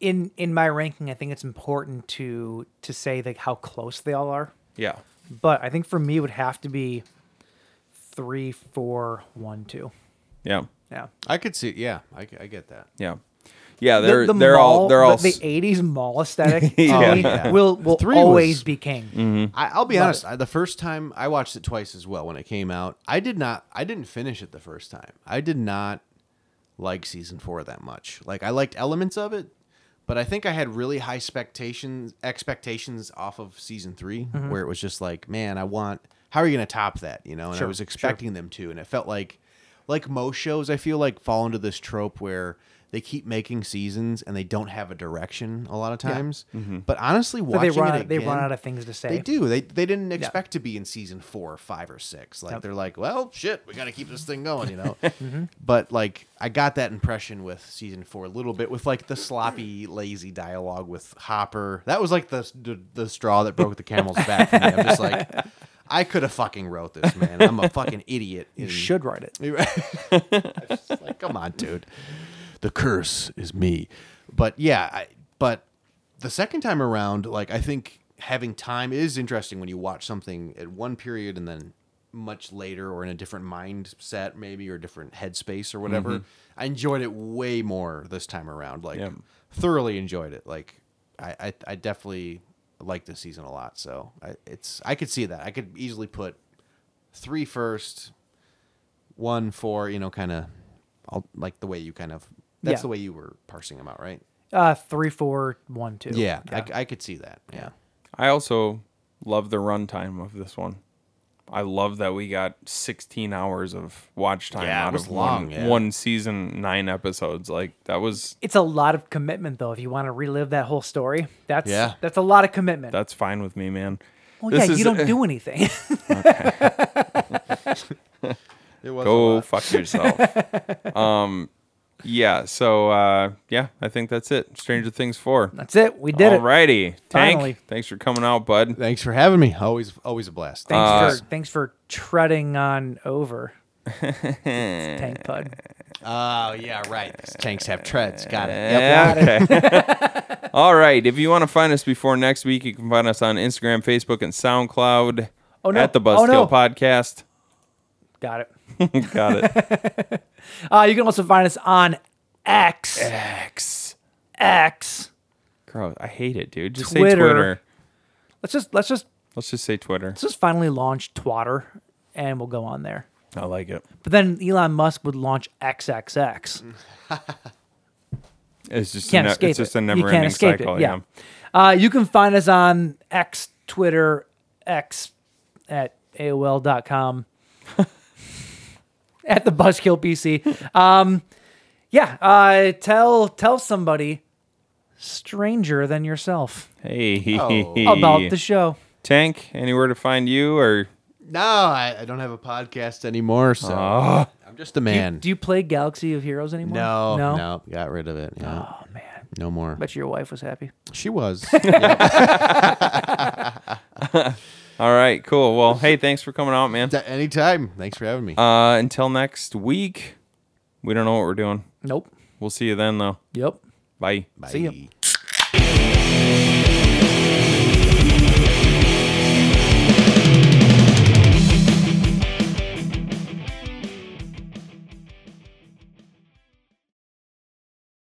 [SPEAKER 5] In in my ranking, I think it's important to to say like how close they all are.
[SPEAKER 2] Yeah.
[SPEAKER 5] But I think for me it would have to be three, four, one, two.
[SPEAKER 2] Yeah.
[SPEAKER 5] Yeah.
[SPEAKER 6] I could see. Yeah, I, I get that.
[SPEAKER 2] Yeah. Yeah, they're
[SPEAKER 5] the, the
[SPEAKER 2] they're all
[SPEAKER 5] mall-
[SPEAKER 2] they're all
[SPEAKER 5] the,
[SPEAKER 2] s-
[SPEAKER 5] the 80s mall aesthetic to
[SPEAKER 2] Yeah. Mm-hmm.
[SPEAKER 5] me
[SPEAKER 6] Yeah.
[SPEAKER 5] will will
[SPEAKER 6] Three was-
[SPEAKER 5] always be king.
[SPEAKER 6] I, I'll be honest. I, the first time I watched it twice as well when it came out. I did not. I didn't finish it the first time. I did not like season four that much. Like I liked elements of it, but I think I had really high expectations expectations off of season 3
[SPEAKER 5] Mm-hmm.
[SPEAKER 6] where it was just like, man, I want. How are you going to top that? You know, and I was expecting them to, and it felt like, like most shows, I feel like fall into this trope where they keep making seasons and they don't have a direction a lot of times. But honestly,
[SPEAKER 5] Mm-hmm. But
[SPEAKER 6] watching
[SPEAKER 5] they run
[SPEAKER 6] it
[SPEAKER 5] out, they run
[SPEAKER 6] again-
[SPEAKER 5] out of things to say.
[SPEAKER 6] they do. They they didn't expect to be in season four, or five, or six. Like
[SPEAKER 5] Yep. Mm-hmm.
[SPEAKER 6] they're like, well, shit, we got to keep this thing going, you know. But like, I got that impression with season four a little bit with like the sloppy, lazy dialogue with Hopper. That was like the the, the straw that broke the camel's back. For me. I'm just like, I could have fucking wrote this, man. I'm a fucking idiot.
[SPEAKER 5] You should write it.
[SPEAKER 6] like, come on, dude. The curse is me. But yeah, I, but the second time around, like I think having time is interesting when you watch something at one period and then much later or in a different mindset maybe or different headspace or whatever. I enjoyed it way more this time around. Like
[SPEAKER 2] Yeah.
[SPEAKER 6] thoroughly enjoyed it. Like I, I I definitely like this season a lot. So I, it's I could see that. I could easily put three first, one four. You know, kind of, like the way you kind of. That's
[SPEAKER 5] Yeah.
[SPEAKER 6] the way you were parsing them out, right?
[SPEAKER 5] Uh, three, four, one, two.
[SPEAKER 6] I, I could see that. Yeah,
[SPEAKER 2] I also love the runtime of this one. I love that we got 16 hours of watch time
[SPEAKER 6] Yeah, it
[SPEAKER 2] out
[SPEAKER 6] was
[SPEAKER 2] of
[SPEAKER 6] long,
[SPEAKER 2] one,
[SPEAKER 6] yeah.
[SPEAKER 2] one season, nine episodes. Like that was
[SPEAKER 5] It's a lot of commitment though. If you want to relive that whole story, that's
[SPEAKER 6] Yeah.
[SPEAKER 5] that's a lot of commitment.
[SPEAKER 2] that's fine with me, man.
[SPEAKER 5] well,
[SPEAKER 2] This
[SPEAKER 5] yeah,
[SPEAKER 2] is-
[SPEAKER 5] you don't do anything.
[SPEAKER 6] it was.
[SPEAKER 2] Go fuck yourself. um, yeah. So uh, yeah, I think that's it. Stranger Things four.
[SPEAKER 5] that's it. We did it.
[SPEAKER 2] Alrighty, Tank.
[SPEAKER 5] Finally.
[SPEAKER 2] Thanks for coming out, bud.
[SPEAKER 6] Thanks for having me. Always, always a blast.
[SPEAKER 5] Thanks
[SPEAKER 2] Uh,
[SPEAKER 5] for thanks for treading on over. Tank pud.
[SPEAKER 6] Oh yeah, right. These tanks have treads. Got it.
[SPEAKER 2] Yeah, okay. All right. If you want to find us before next week, you can find us on Instagram, Facebook, and SoundCloud
[SPEAKER 5] Oh, no.
[SPEAKER 2] at the Buzzkill
[SPEAKER 5] Oh, no.
[SPEAKER 2] Podcast.
[SPEAKER 5] Got it.
[SPEAKER 2] Got it. Eh.
[SPEAKER 5] Uh, you can also find us on X. X.
[SPEAKER 2] Gross. I hate it, dude. Just say
[SPEAKER 5] Twitter.
[SPEAKER 2] Twitter.
[SPEAKER 5] Let's just let's just
[SPEAKER 2] Let's just say Twitter.
[SPEAKER 5] let's just finally launch Twatter, and we'll go on there.
[SPEAKER 2] I like it.
[SPEAKER 5] But then Elon Musk would launch XXX.
[SPEAKER 2] Mm-hmm. It's just
[SPEAKER 5] Can't
[SPEAKER 2] a ne-
[SPEAKER 5] escape
[SPEAKER 2] it's just
[SPEAKER 5] it.
[SPEAKER 2] a
[SPEAKER 5] You can't
[SPEAKER 2] never-ending
[SPEAKER 5] escape it,
[SPEAKER 2] cycle.
[SPEAKER 5] yeah. Uh, you can find us on X, Twitter, X at AOL.com, at the Buzzkill PC. Um, yeah, uh, tell tell somebody stranger than yourself
[SPEAKER 2] Hey, Oh.
[SPEAKER 5] about the show.
[SPEAKER 2] Tank, anywhere to find you or
[SPEAKER 6] No, I, I don't have a podcast anymore, so I'm just a man.
[SPEAKER 5] Do you play Galaxy of Heroes anymore?
[SPEAKER 6] no,
[SPEAKER 5] no.
[SPEAKER 6] no, got rid of it. Yeah.
[SPEAKER 5] Oh man,
[SPEAKER 6] No more.
[SPEAKER 5] bet your wife was happy.
[SPEAKER 6] she was.
[SPEAKER 2] All right, cool. Well, hey, thanks for coming out, man.
[SPEAKER 6] Anytime. Thanks for having me.
[SPEAKER 2] Uh, until next week, we don't know what we're doing.
[SPEAKER 5] Nope.
[SPEAKER 2] We'll see you then, though.
[SPEAKER 5] Yep.
[SPEAKER 2] Bye.
[SPEAKER 6] Bye.
[SPEAKER 5] see ya.